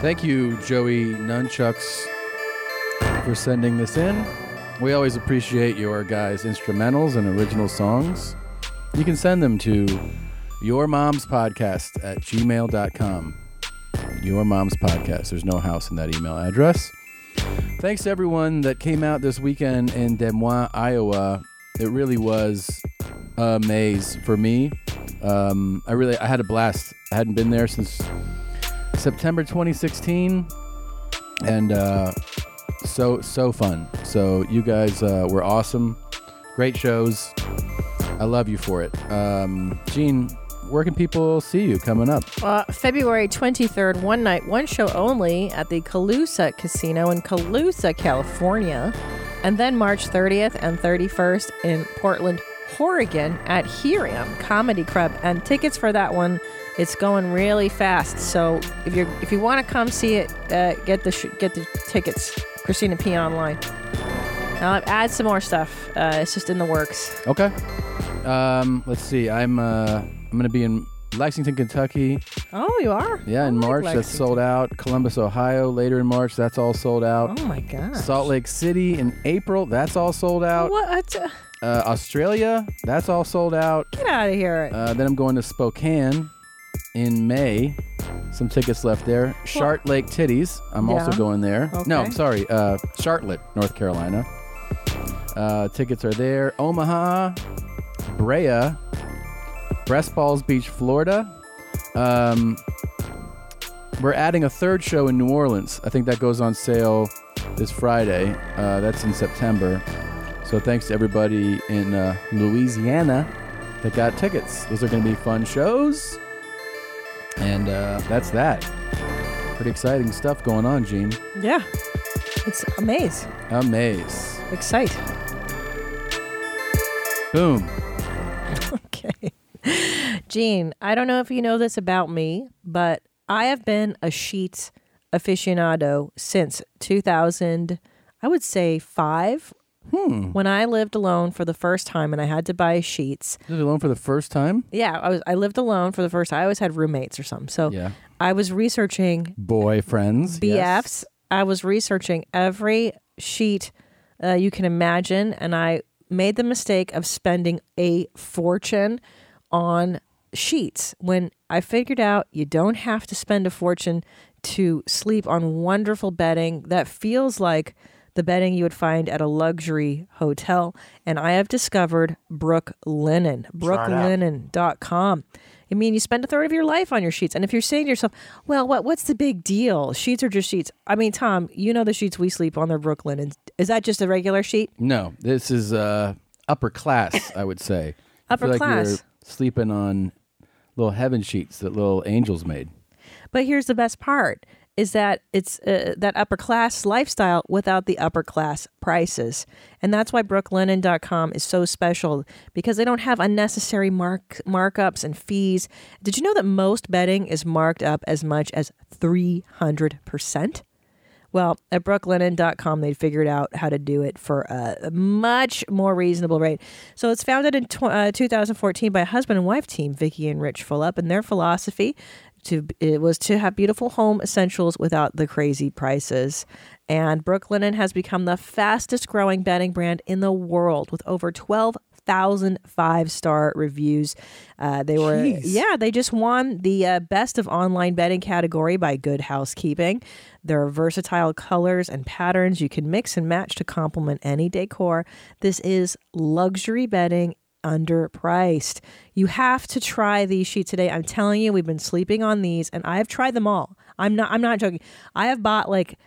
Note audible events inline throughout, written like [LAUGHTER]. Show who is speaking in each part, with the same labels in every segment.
Speaker 1: Thank you, Joey Nunchucks, for sending this in. We always appreciate your guys' instrumentals and original songs. You can send them to your mom's podcast at gmail.com. Your mom's podcast. There's no house in that email address. Thanks to everyone that came out this weekend in Des Moines, Iowa. It really was a maze for me. Um, I really I had a blast. I hadn't been there since September 2016, and uh, so so fun. So you guys uh, were awesome. Great shows. I love you for it. Um, Gene, where can people see you coming up?
Speaker 2: Uh, February 23rd, one night, one show only at the Calusa Casino in Calusa, California. And then March 30th and 31st in Portland, Oregon at Helium Comedy Club. And tickets for that one, it's going really fast. So if you are if you want to come see it, uh, get the sh- get the tickets. Christina P online. I'll add some more stuff. Uh, it's just in the works.
Speaker 1: Okay. Um, let's see. I'm uh, I'm gonna be in Lexington, Kentucky.
Speaker 2: Oh, you are?
Speaker 1: Yeah, in
Speaker 2: I like
Speaker 1: March. That's
Speaker 2: Lexington.
Speaker 1: sold out. Columbus, Ohio. Later in March, that's all sold out.
Speaker 2: Oh my god.
Speaker 1: Salt Lake City in April. That's all sold out.
Speaker 2: What? Uh,
Speaker 1: Uh, Australia. That's all sold out.
Speaker 2: Get out of here.
Speaker 1: Uh, then I'm going to Spokane in May. Some tickets left there. Shart Lake Titties. I'm also
Speaker 2: Yeah.
Speaker 1: going there. No,
Speaker 2: Okay.
Speaker 1: I'm sorry. Uh, Charlotte, North Carolina. Uh, tickets are there. Omaha, Brea, Breast Balls Beach, Florida. Um, we're adding a third show in New Orleans. I think that goes on sale this Friday. Uh, that's in September. So thanks to everybody in uh, Louisiana that got tickets. Those are going to be fun shows. And uh, that's that. Pretty exciting stuff going on, Gene.
Speaker 2: yeah. It's a maze.
Speaker 1: Amaze.
Speaker 2: Excite. [LAUGHS]
Speaker 1: Boom.
Speaker 2: Okay. Gene, I don't know if you know this about me, but I have been a sheets aficionado since 2000, I would say five, when I lived alone for the first time and I had to buy sheets.
Speaker 1: Did it alone for the first time?
Speaker 2: Yeah, I was I lived alone for the first time. I always had roommates or something. So
Speaker 1: Yeah.
Speaker 2: I was researching
Speaker 1: Boyfriends.
Speaker 2: BFs.
Speaker 1: yes.
Speaker 2: I was researching every sheet uh, you can imagine, and I made the mistake of spending a fortune on sheets when I figured out you don't have to spend a fortune to sleep on wonderful bedding that feels like the bedding you would find at a luxury hotel. And I have discovered Brook Linen, brooklinen.com. I mean, you spend a third of your life on your sheets. And if you're saying to yourself, well, what, what's the big deal? Sheets are just sheets. I mean, Tom, you know the sheets we sleep on, they're Brook Linen. Is that just a regular sheet?
Speaker 1: No, this is uh, upper class, I would say.
Speaker 2: [LAUGHS]
Speaker 1: I
Speaker 2: Upper
Speaker 1: feel like You're
Speaker 2: class.
Speaker 1: sleeping on little heaven sheets that little angels made.
Speaker 2: But here's the best part is that it's uh, that upper class lifestyle without the upper class prices. And that's why brooklinen.com is so special because they don't have unnecessary mark markups and fees. Did you know that most bedding is marked up as much as 300%? Well, at brooklinen.com, they figured out how to do it for a much more reasonable rate. So it's founded in tw- uh, 2014 by a husband and wife team, Vicky and Rich Fullup, and their philosophy to it was to have beautiful home essentials without the crazy prices. And Brooklinen has become the fastest growing bedding brand in the world with over 12,000 five star reviews. Uh, they were yeah, they just won the uh, best of online bedding category by Good Housekeeping. There are versatile colors and patterns you can mix and match to complement any decor. This is luxury bedding underpriced. You have to try these sheets today. I'm telling you, we've been sleeping on these and I've tried them all. I'm not I'm not joking. I have bought like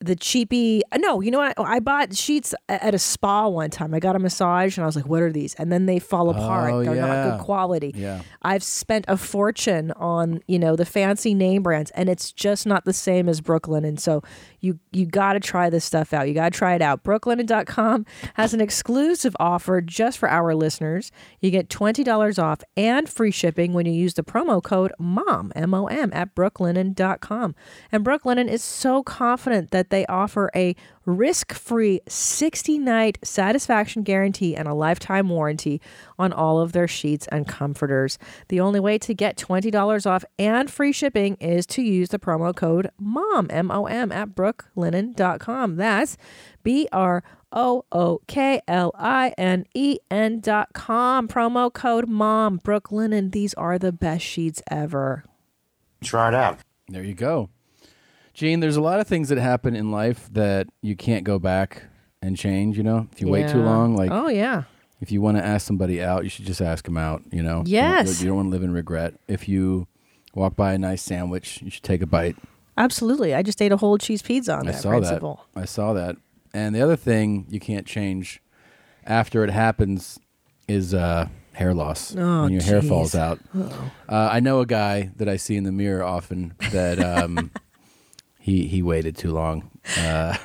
Speaker 2: the cheapy uh, no you know what i bought sheets a- at a spa one time i got a massage and i was like what are these and then they fall apart
Speaker 1: Oh,
Speaker 2: they're not
Speaker 1: yeah.
Speaker 2: good quality
Speaker 1: Yeah.
Speaker 2: i've spent a fortune on you know the fancy name brands and it's just not the same as brooklyn and so you you got to try this stuff out you got to try it out brooklinen.com has an exclusive offer just for our listeners you get $20 off and free shipping when you use the promo code mom mom at brooklinen.com and brooklinen is so confident that they they offer a risk free 60 night satisfaction guarantee and a lifetime warranty on all of their sheets and comforters. The only way to get $20 off and free shipping is to use the promo code MOM, M O M, at brooklinen.com. That's B R O O K L I N E N dot com. Promo code MOM, Brooklinen. These are the best sheets ever.
Speaker 3: Try it out.
Speaker 1: There you go. Gene, there's a lot of things that happen in life that you can't go back and change, you know? If you wait too
Speaker 2: Yeah.
Speaker 1: long, like
Speaker 2: Oh, yeah.
Speaker 1: if you want to ask somebody out, you should just ask them out, you know? You don't-
Speaker 2: Yes.
Speaker 1: You don't, want to live in regret. If you walk by a nice sandwich, you should take a bite.
Speaker 2: Absolutely. I just ate a whole cheese pizza on
Speaker 1: I
Speaker 2: that
Speaker 1: saw
Speaker 2: principle.
Speaker 1: that. I saw that. And the other thing you can't change after it happens is uh, hair loss.
Speaker 2: Oh,
Speaker 1: when your hair
Speaker 2: geez.
Speaker 1: falls out. Uh, I know a guy that I see in the mirror often that um, [LAUGHS] he he waited too long. Uh,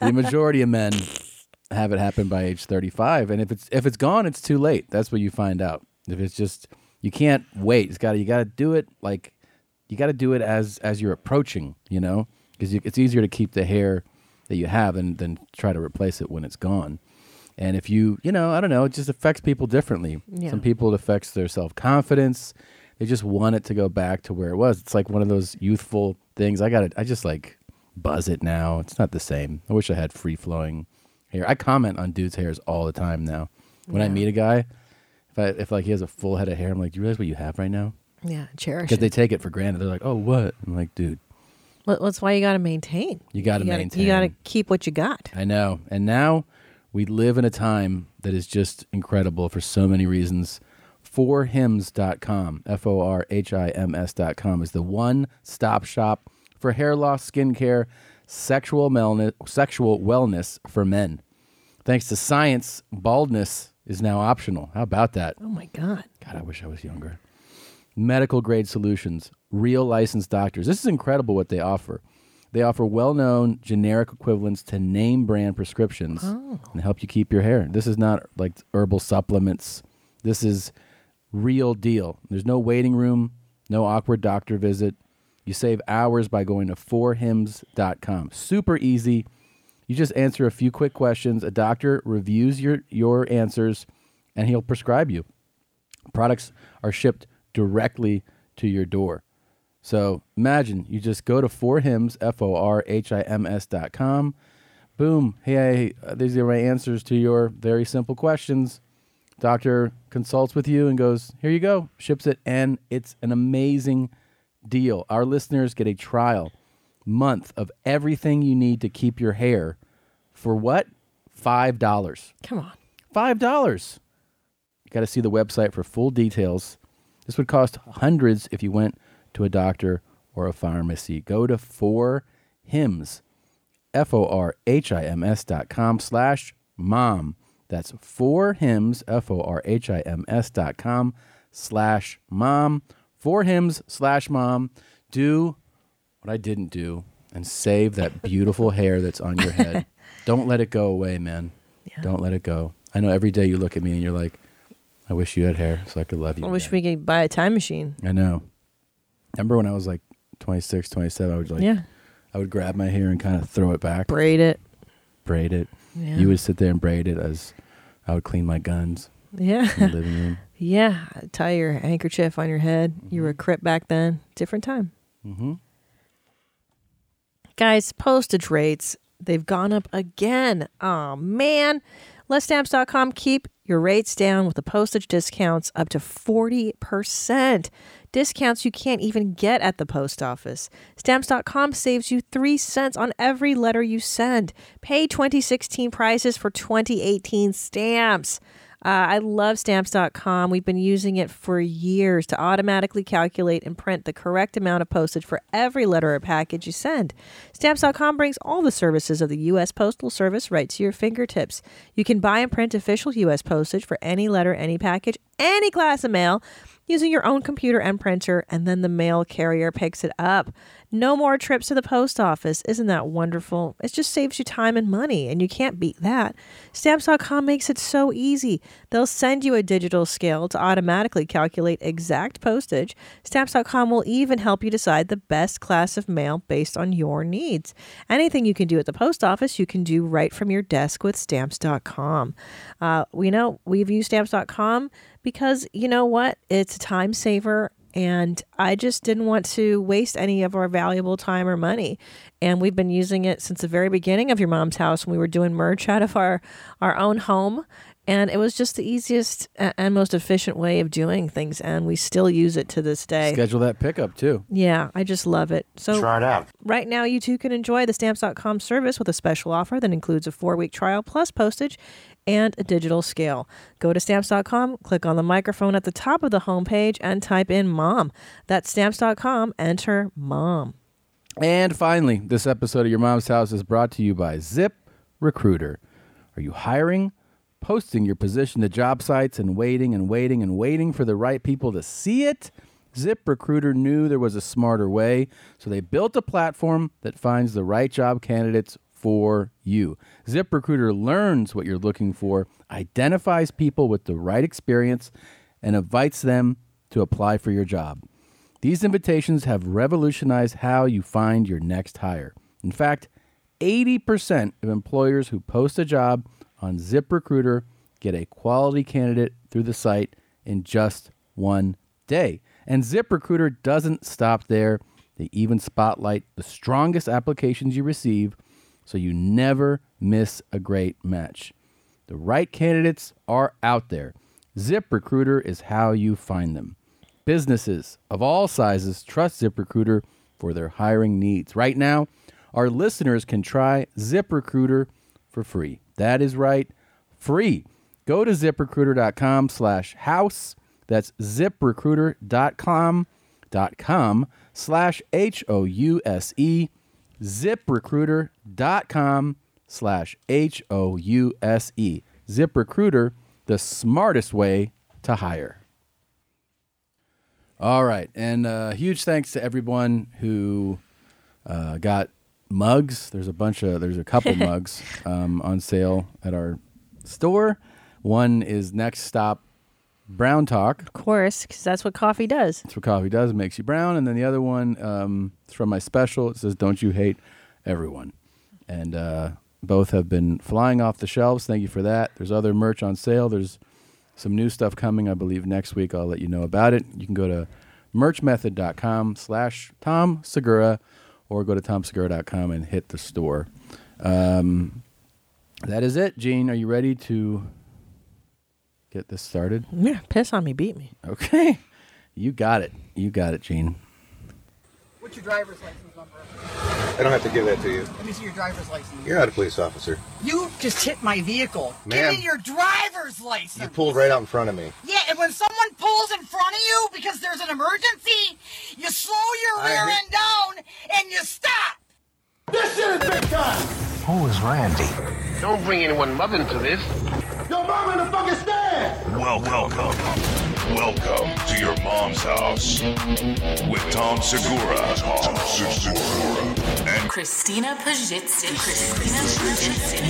Speaker 1: the majority of men have it happen by age 35 and if it's if it's gone it's too late that's what you find out if it's just you can't wait it's got to you got to do it like you got to do it as as you're approaching you know because it's easier to keep the hair that you have than than try to replace it when it's gone and if you you know i don't know it just affects people differently
Speaker 2: Yeah.
Speaker 1: some people it affects their self-confidence they just want it to go back to where it was it's like one of those youthful things i got it i just like buzz it now it's not the same i wish i had free flowing hair i comment on dudes hairs all the time now when i meet a guy if i if like he has a full head of hair i'm like do you realize what you have right now
Speaker 2: Yeah, cherish
Speaker 1: because
Speaker 2: it.
Speaker 1: they take it for granted. They're like, "Oh, what?" I'm like, "Dude,
Speaker 2: Well, that's why you got to maintain.
Speaker 1: You gotta
Speaker 2: gotta-
Speaker 1: maintain.
Speaker 2: You got to keep what you got.
Speaker 1: I know." And now we live in a time that is just incredible for so many reasons. Forhims.com, F O R H I M S.com is the one-stop shop for hair loss, skincare, sexual wellness, sexual wellness for men. Thanks to science, baldness is now optional. How about that?
Speaker 2: Oh my god.
Speaker 1: God, I wish I was younger. Medical grade solutions, real licensed doctors. This is incredible what they offer. They offer well known generic equivalents to name brand prescriptions and help you keep your hair. This is not like herbal supplements. This is real deal. There's no waiting room, no awkward doctor visit. You save hours by going to 4hims.com. Super easy. You just answer a few quick questions. A doctor reviews your, your answers and he'll prescribe you products are shipped directly to your door. So imagine you just go to forhims, F O R H I M S dot com. Boom. Hey, uh, these are my answers to your very simple questions. Doctor consults with you and goes, Here you go, ships it. And it's an amazing deal. Our listeners get a trial month of everything you need to keep your hair for what? $5.
Speaker 2: Come on.
Speaker 1: Five dollars. You got to see the website for full details. This would cost hundreds if you went to a doctor or a pharmacy. Go to four hims, f o r h i m s dot com slash mom. That's four hims, f o r h i m s dot com slash mom. Four hims slash mom. Do what I didn't do and save that beautiful hair that's on your head. Don't let it go away, man. Don't let it go. I know every day you look at me and you're like, I wish you had hair so I could love you.
Speaker 2: I wish
Speaker 1: again."
Speaker 2: we could buy a time machine.
Speaker 1: I know. Remember when I was like 26, 27, I would like,
Speaker 2: yeah.
Speaker 1: I would grab my hair and kind of throw it back,
Speaker 2: Braid it.
Speaker 1: braid it.
Speaker 2: Yeah.
Speaker 1: You would sit there and braid it as I would clean my guns in
Speaker 2: Yeah.
Speaker 1: the living room.
Speaker 2: [LAUGHS] yeah. Tie your handkerchief on your head. You were a crip back then. Different time.
Speaker 1: Mm-hmm.
Speaker 2: Guys, postage rates, they've gone up again. Oh, man. Lesstamps.com keep your rates down with the postage discounts up to 40%. Discounts you can't even get at the post office. Stamps.com saves you 3 cents on every letter you send. Pay 2016 prices for 2018 stamps. Uh, I love stamps.com. We've been using it for years to automatically calculate and print the correct amount of postage for every letter or package you send. Stamps.com brings all the services of the U.S. Postal Service right to your fingertips. You can buy and print official U.S. postage for any letter, any package, any class of mail using your own computer and printer, and then the mail carrier picks it up. No more trips to the post office. Isn't that wonderful? It just saves you time and money, and you can't beat that. Stamps.com makes it so easy. They'll send you a digital scale to automatically calculate exact postage. Stamps.com will even help you decide the best class of mail based on your needs. Anything you can do at the post office, you can do right from your desk with Stamps.com. Uh, we know we've used Stamps.com because you know what? It's a time saver. And I just didn't want to waste any of our valuable time or money. And we've been using it since the very beginning of your mom's house when we were doing merch out of our, our own home. And it was just the easiest a- and most efficient way of doing things. And we still use it to this day.
Speaker 1: Schedule that pickup too.
Speaker 2: Yeah, I just love it. So
Speaker 3: Try it out.
Speaker 2: Right now, you too can enjoy the stamps.com service with a special offer that includes a four week trial plus postage and a digital scale. Go to stamps.com, click on the microphone at the top of the homepage, and type in mom. That's stamps.com, enter mom.
Speaker 1: And finally, this episode of Your Mom's House is brought to you by Zip Recruiter. Are you hiring? Posting your position to job sites and waiting and waiting and waiting for the right people to see it? Zip Recruiter knew there was a smarter way, so they built a platform that finds the right job candidates for you. ZipRecruiter learns what you're looking for, identifies people with the right experience, and invites them to apply for your job. These invitations have revolutionized how you find your next hire. In fact, 80% of employers who post a job on ZipRecruiter get a quality candidate through the site in just one day. And ZipRecruiter doesn't stop there. They even spotlight the strongest applications you receive so you never miss a great match. The right candidates are out there. ZipRecruiter is how you find them. Businesses of all sizes trust ZipRecruiter for their hiring needs. Right now, our listeners can try ZipRecruiter for free. That is right, free. Go to ziprecruiter.com slash house. That's ziprecruiter.com dot com slash H O U S E ziprecruiter.com slash H O U S E. ZipRecruiter, the smartest way to hire. All right. And uh, huge thanks to everyone who uh, got mugs. There's a bunch of, there's a couple mugs um, on sale at our store. One is Next Stop Brown Talk.
Speaker 2: Of course, because that's what coffee does.
Speaker 1: That's what coffee does. It makes you brown. And then the other one um, is from my special. It says, Don't You Hate Everyone. And uh, both have been flying off the shelves. Thank you for that. There's other merch on sale. There's some new stuff coming, I believe, next week. I'll let you know about it. You can go to merchmethod.com slash Tom Segura or go to tomsegura.com and hit the store. Um, that is it, Gene. Are you ready to get this started?
Speaker 2: Yeah, piss on me, beat me.
Speaker 1: Okay. You got it. You got it, Gene.
Speaker 4: What's your driver's license number?
Speaker 3: I don't have to give that to you.
Speaker 4: Let me see your driver's license.
Speaker 3: You're not a police officer.
Speaker 4: You just hit my vehicle.
Speaker 3: Ma'am.
Speaker 4: Give me your driver's license.
Speaker 3: You pulled right out in front of me.
Speaker 4: yeah, and when someone pulls in front of you because there's an emergency, you slow your
Speaker 3: I
Speaker 4: rear
Speaker 3: hit-
Speaker 4: end down and you stop.
Speaker 5: This shit is big time.
Speaker 6: Who is Randy?
Speaker 7: Don't bring anyone mother into this.
Speaker 5: Your mom in the fucking stand.
Speaker 8: Welcome. Welcome to your mom's house with Tom Segura. Tom Segura. And
Speaker 9: Christina Pajitsky. Christina Pajitsky.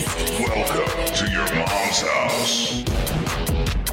Speaker 8: welcome to your mom's house.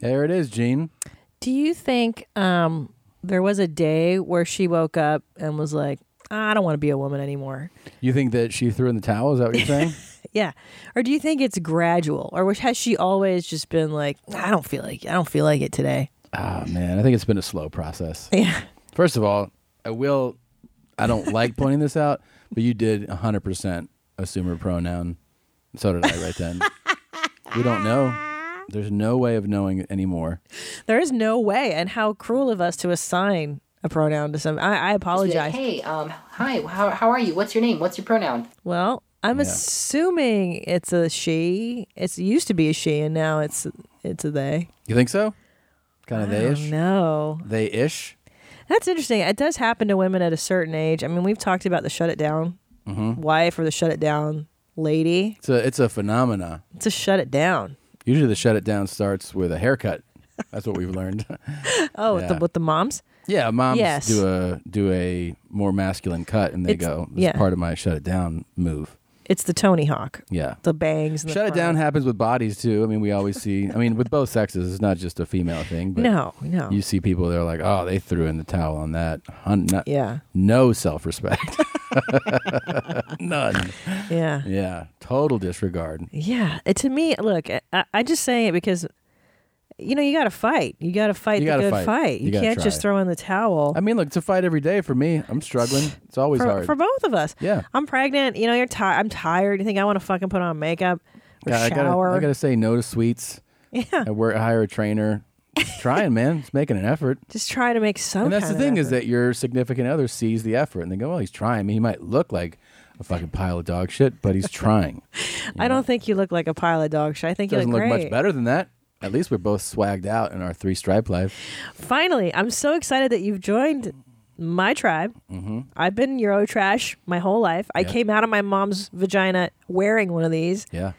Speaker 1: There it is, Gene.
Speaker 2: Do you think um, there was a day where she woke up and was like, I don't want to be a woman anymore?
Speaker 1: You think that she threw in the towel? Is that what you're [LAUGHS] saying?
Speaker 2: Yeah. Or do you think it's gradual? Or was- has she always just been like, I don't feel like I don't feel like it today?
Speaker 1: Ah, man. I think it's been a slow process.
Speaker 2: Yeah.
Speaker 1: First of all, I will, I don't like pointing this out, but you did 100% assume her pronoun. So did I right then. We don't know. There's no way of knowing anymore.
Speaker 2: There is no way, and how cruel of us to assign a pronoun to some. I, I
Speaker 6: Be like,
Speaker 2: apologize.
Speaker 6: hey, um, hi, how, how are you? What's your name? What's your pronoun?
Speaker 2: Well, I'm assuming it's a she. It's it used to be a she, and now it's it's a they.
Speaker 1: You think so? Kind of they ish?
Speaker 2: No,
Speaker 1: They ish?
Speaker 2: that's interesting. It does happen to women at a certain age. I mean, we've talked about the shut it down
Speaker 1: Mm-hmm.
Speaker 2: wife or the shut it down lady.
Speaker 1: It's a, it's a phenomena.
Speaker 2: It's a shut it down.
Speaker 1: Usually the shut it down starts with a haircut. That's what we've learned. [LAUGHS]
Speaker 2: Oh, with, the,
Speaker 1: Yeah.
Speaker 2: with the moms.
Speaker 1: yeah, moms
Speaker 2: Yes.
Speaker 1: do a do a more masculine cut and they
Speaker 2: It's-
Speaker 1: go, This
Speaker 2: yeah.
Speaker 1: is part of my shut it down move.
Speaker 2: It's the Tony Hawk.
Speaker 1: Yeah.
Speaker 2: The bangs. And the
Speaker 1: Shut it down
Speaker 2: front.
Speaker 1: happens with bodies too. I mean, we always see. I mean, with both sexes, it's not just a female thing. But
Speaker 2: No, no.
Speaker 1: you see people that are like, "Oh, they threw in the towel on that." Hun- not-
Speaker 2: Yeah.
Speaker 1: no self-respect, [LAUGHS] none.
Speaker 2: yeah.
Speaker 1: Yeah, total disregard.
Speaker 2: Yeah, it, to me, look, I, I just say it because, you know, you got to fight. You got to fight
Speaker 1: You
Speaker 2: the
Speaker 1: gotta
Speaker 2: good
Speaker 1: fight.
Speaker 2: fight.
Speaker 1: You
Speaker 2: You,
Speaker 1: gotta
Speaker 2: can't just
Speaker 1: try.
Speaker 2: throw in the towel.
Speaker 1: I mean, look, it's a fight every day for me. I'm struggling. It's always
Speaker 2: for,
Speaker 1: hard.
Speaker 2: for both of us.
Speaker 1: Yeah.
Speaker 2: I'm pregnant. You know, you're tired. I'm tired. You think I want to fucking put on makeup or
Speaker 1: Yeah, I gotta,
Speaker 2: shower?
Speaker 1: I gotta say no to sweets.
Speaker 2: yeah.
Speaker 1: I work, I hire a trainer. trying, man. It's making an effort.
Speaker 2: Just try to make some.
Speaker 1: And that's the
Speaker 2: kind of
Speaker 1: thing is
Speaker 2: effort.
Speaker 1: that your significant other sees the effort and they go, "Well, he's trying." I mean, he might look like a fucking pile of dog shit, but he's trying.
Speaker 2: I don't think [LAUGHS] you look like a pile of dog shit. I think you
Speaker 1: Doesn't
Speaker 2: look
Speaker 1: look
Speaker 2: great.
Speaker 1: much better than that. At least we're both swagged out in our three stripe life.
Speaker 2: Finally, I'm so excited that you've joined my tribe. Mm-hmm. I've been Euro trash my whole life. I came out of my mom's vagina wearing one of these.
Speaker 1: Yeah,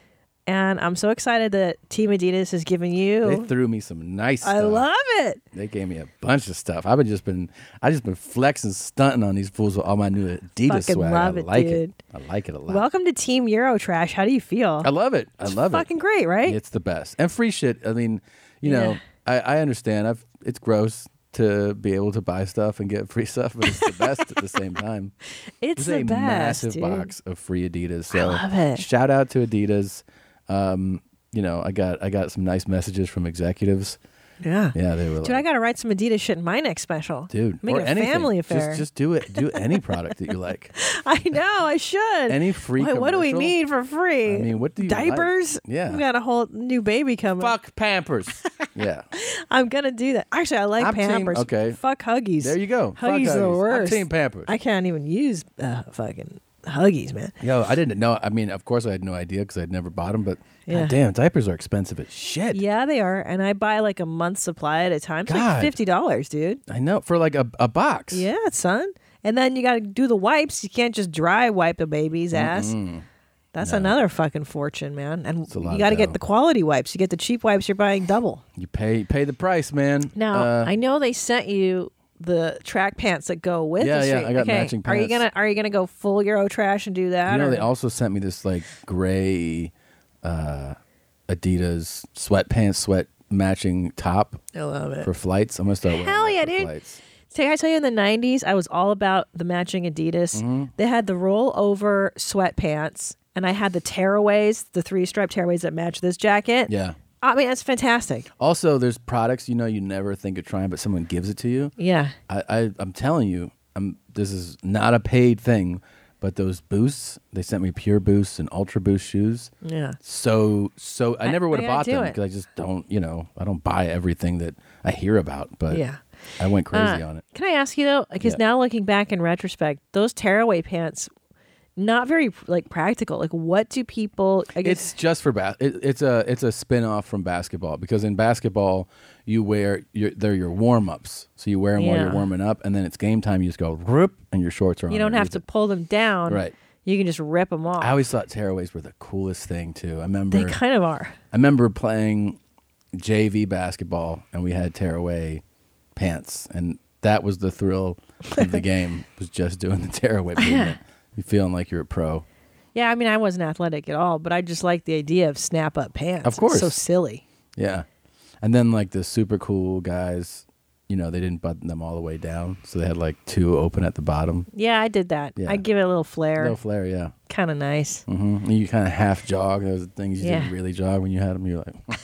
Speaker 2: And I'm so excited that Team Adidas has given
Speaker 1: they
Speaker 2: you.
Speaker 1: threw me some nice. Stuff.
Speaker 2: Oh. I love it.
Speaker 1: They gave me a bunch of stuff. I've been just been, I just been flexing, stunting on these fools with all my new Adidas
Speaker 2: Fucking
Speaker 1: swag.
Speaker 2: love
Speaker 1: I
Speaker 2: it,
Speaker 1: like
Speaker 2: dude.
Speaker 1: it. I like it a lot.
Speaker 2: Welcome to Team Eurotrash. How do you feel?
Speaker 1: I love it. I love it.
Speaker 2: Fucking great, right?
Speaker 1: It's the best. And free shit. I mean, you know,
Speaker 2: Yeah.
Speaker 1: I, I understand. I've it's gross to be able to buy stuff and get [LAUGHS] free stuff, but it's the best at the same time.
Speaker 2: [LAUGHS] It's
Speaker 1: It's
Speaker 2: the
Speaker 1: a
Speaker 2: best.
Speaker 1: massive
Speaker 2: dude.
Speaker 1: box of free Adidas. So
Speaker 2: love it.
Speaker 1: shout out to Adidas. Um, you know, I got I got some nice messages from executives.
Speaker 2: Yeah.
Speaker 1: Yeah, they were
Speaker 2: Dude,
Speaker 1: like,
Speaker 2: I got to write some Adidas shit in my next special.
Speaker 1: dude,
Speaker 2: Make
Speaker 1: or
Speaker 2: it a
Speaker 1: anything.
Speaker 2: family affair.
Speaker 1: Just just do it. Do any product that you like.
Speaker 2: [LAUGHS] I know, I should.
Speaker 1: Any free
Speaker 2: Wait, what do we
Speaker 1: commercial?
Speaker 2: need for free?
Speaker 1: I mean, what do you like?
Speaker 2: Diapers?
Speaker 1: Yeah.
Speaker 2: We got a whole new baby coming.
Speaker 1: Fuck Pampers.
Speaker 2: [LAUGHS]
Speaker 1: yeah.
Speaker 2: I'm going to do that. Actually, I like
Speaker 1: I'm team-
Speaker 2: Pampers.
Speaker 1: okay.
Speaker 2: Fuck Huggies.
Speaker 1: There you go. Fuck
Speaker 2: Huggies, are the
Speaker 1: Huggies. I'm
Speaker 2: worst.
Speaker 1: team Pampers.
Speaker 2: I can't even use uh, fucking Huggies, man.
Speaker 1: Yo, I didn't know. I mean, of course, I had no idea because I'd never bought them. But
Speaker 2: Yeah.
Speaker 1: God damn, diapers are expensive as shit.
Speaker 2: Yeah, they are. And I buy like a month's supply at a time. It's
Speaker 1: God.
Speaker 2: like fifty dollars, dude.
Speaker 1: I know for like a, a box.
Speaker 2: Yeah, son. And then you gotta do the wipes. You can't just dry wipe a baby's ass. That's another fucking fortune, man. And
Speaker 1: a lot
Speaker 2: you gotta
Speaker 1: of dough.
Speaker 2: get the quality wipes. You get the cheap wipes, you're buying double.
Speaker 1: you pay pay the price, man.
Speaker 2: Now
Speaker 1: Uh,
Speaker 2: I know they sent you the track pants that go with
Speaker 1: Yeah,
Speaker 2: the
Speaker 1: yeah,
Speaker 2: street-
Speaker 1: I got
Speaker 2: okay,
Speaker 1: matching
Speaker 2: Are you
Speaker 1: pants.
Speaker 2: gonna are you gonna go full Euro trash and do that?
Speaker 1: you know
Speaker 2: or-
Speaker 1: they also sent me this like gray uh, Adidas sweatpants, sweat matching top
Speaker 2: I love it.
Speaker 1: for flights. I'm gonna start wearing.
Speaker 2: Hell
Speaker 1: that
Speaker 2: yeah,
Speaker 1: for
Speaker 2: dude.
Speaker 1: Flights.
Speaker 2: So can I tell you in the '90s, I was all about the matching Adidas.
Speaker 1: Mm-hmm.
Speaker 2: They had the rollover sweatpants, and I had the tearaways, the three-stripe tearaways that match this jacket.
Speaker 1: Yeah.
Speaker 2: I mean that's fantastic.
Speaker 1: Also, there's products you know you never think of trying, but someone gives it to you.
Speaker 2: Yeah,
Speaker 1: I, I I'm telling you, I'm this is not a paid thing, but those boosts they sent me pure boosts and ultra boost shoes.
Speaker 2: yeah.
Speaker 1: So so I,
Speaker 2: I-
Speaker 1: never would
Speaker 2: I
Speaker 1: have
Speaker 2: gotta
Speaker 1: bought
Speaker 2: do
Speaker 1: them
Speaker 2: it.
Speaker 1: because I just don't you know I don't buy everything that I hear about. But
Speaker 2: Yeah.
Speaker 1: I went crazy
Speaker 2: Uh,
Speaker 1: on it.
Speaker 2: Can I ask you though? Because
Speaker 1: Yeah.
Speaker 2: now looking back in retrospect, those tearaway pants, not very like practical. Like, what do people? I guess
Speaker 1: It's just for bas- it, it's a it's a spin off from basketball because in basketball you wear your they're your warm ups so you wear them while you're
Speaker 2: Yeah.
Speaker 1: warming up and then it's game time you just go rip and your shorts are on
Speaker 2: you don't have
Speaker 1: underneath
Speaker 2: to
Speaker 1: it.
Speaker 2: pull them down.
Speaker 1: Right.
Speaker 2: You can just rip them off.
Speaker 1: I always thought tearaways were the coolest thing too. I remember
Speaker 2: they kind of are.
Speaker 1: I remember playing JV basketball and we had tearaway pants and that was the thrill of
Speaker 2: [LAUGHS]
Speaker 1: the game was just doing the tearaway movement. You feeling like you're a pro.
Speaker 2: Yeah, I mean, I wasn't athletic at all, but I just like the idea of snap up pants.
Speaker 1: Of
Speaker 2: It's
Speaker 1: course.
Speaker 2: so silly.
Speaker 1: Yeah. And then like the super cool guys, you know, they didn't button them all the way down, so they had like two open at the bottom.
Speaker 2: Yeah, I did that.
Speaker 1: Yeah.
Speaker 2: I give it a little flair.
Speaker 1: No flare, yeah.
Speaker 2: kind of nice.
Speaker 1: hmm You kind of half jog. Those things you
Speaker 2: Yeah.
Speaker 1: didn't really jog when you had them. You're like,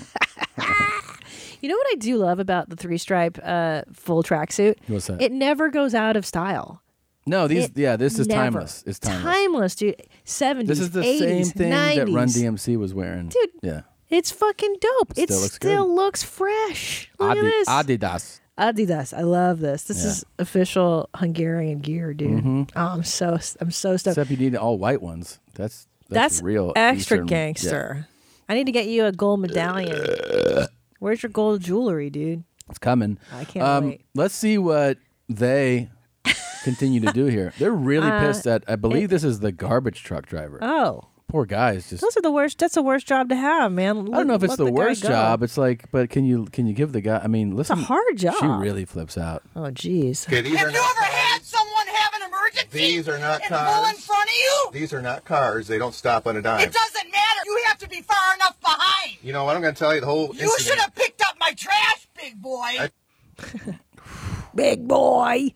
Speaker 2: You know what I do love about the three stripe uh, full tracksuit?
Speaker 1: What's that?
Speaker 2: It never goes out of style.
Speaker 1: no, these,
Speaker 2: It
Speaker 1: yeah, this is
Speaker 2: never-
Speaker 1: timeless. It's timeless.
Speaker 2: Timeless, dude. 70s,
Speaker 1: This is the
Speaker 2: 80s,
Speaker 1: same thing
Speaker 2: 90s.
Speaker 1: that Run DMC was wearing.
Speaker 2: Dude.
Speaker 1: Yeah.
Speaker 2: It's fucking dope. it
Speaker 1: Still looks
Speaker 2: still
Speaker 1: good.
Speaker 2: looks fresh. Look
Speaker 1: Adi-
Speaker 2: at this.
Speaker 1: Adidas.
Speaker 2: Adidas. I love this. This is official Hungarian gear, dude.
Speaker 1: Mm-hmm.
Speaker 2: Oh, I'm so I'm so stoked.
Speaker 1: Except you need all white ones. That's that's,
Speaker 2: That's
Speaker 1: real
Speaker 2: extra
Speaker 1: Eastern-
Speaker 2: gangster. I need to get you a gold medallion. Where's your gold jewelry, dude?
Speaker 1: Yeah, it's coming. Um,
Speaker 2: I can't wait.
Speaker 1: Let's see what
Speaker 2: [LAUGHS]
Speaker 1: they continue to do here. They're really pissed at. I believe this is the garbage truck driver.
Speaker 2: Uh, Oh,
Speaker 1: Poor guys. Just
Speaker 2: those are the worst. That's the worst job to have, man.
Speaker 1: I don't know if it's the, worst job.
Speaker 2: It's
Speaker 1: It's like, but can you can you give the guy? I mean, listen.
Speaker 2: a hard job.
Speaker 1: She really flips out.
Speaker 2: Oh, jeez.
Speaker 3: Okay, these are
Speaker 4: Have you
Speaker 3: not
Speaker 4: ever
Speaker 3: cars.
Speaker 4: had someone have an emergency
Speaker 3: These are not
Speaker 4: and pull in
Speaker 3: cars.
Speaker 4: front of you?
Speaker 3: These are not cars. They don't stop on a dime.
Speaker 4: It doesn't matter. You have to be far enough behind.
Speaker 3: You know what? I'm going to tell you the whole.
Speaker 4: You should have picked up my trash, big boy.
Speaker 2: Big boy.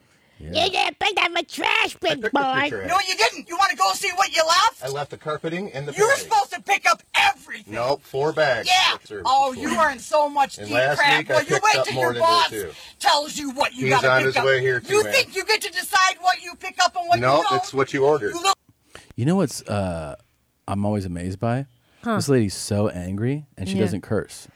Speaker 3: picked a picture of it.
Speaker 4: no, you didn't. You want to go see what you left?
Speaker 3: I left the carpeting in the.
Speaker 4: You're
Speaker 3: building.
Speaker 4: supposed to pick up everything.
Speaker 3: Nope, four bags.
Speaker 4: Yeah.
Speaker 3: Service
Speaker 4: Oh,
Speaker 3: for
Speaker 4: you are in so much
Speaker 3: And
Speaker 4: deep
Speaker 3: last
Speaker 4: crap.
Speaker 3: week I
Speaker 4: Well, you
Speaker 3: picked
Speaker 4: wait
Speaker 3: up
Speaker 4: till
Speaker 3: more
Speaker 4: your
Speaker 3: than you
Speaker 4: boss
Speaker 3: do.
Speaker 4: tells you what you
Speaker 3: He's
Speaker 4: got to
Speaker 3: on
Speaker 4: pick
Speaker 3: his
Speaker 4: up.
Speaker 3: way here, too,
Speaker 4: you
Speaker 3: man.
Speaker 4: think you get to decide what you pick up and what
Speaker 3: No,
Speaker 4: you don't?
Speaker 3: it's what you ordered.
Speaker 4: You look
Speaker 1: You know what's? Uh, I'm always amazed by this lady's so angry and she
Speaker 2: Yeah.
Speaker 1: doesn't curse.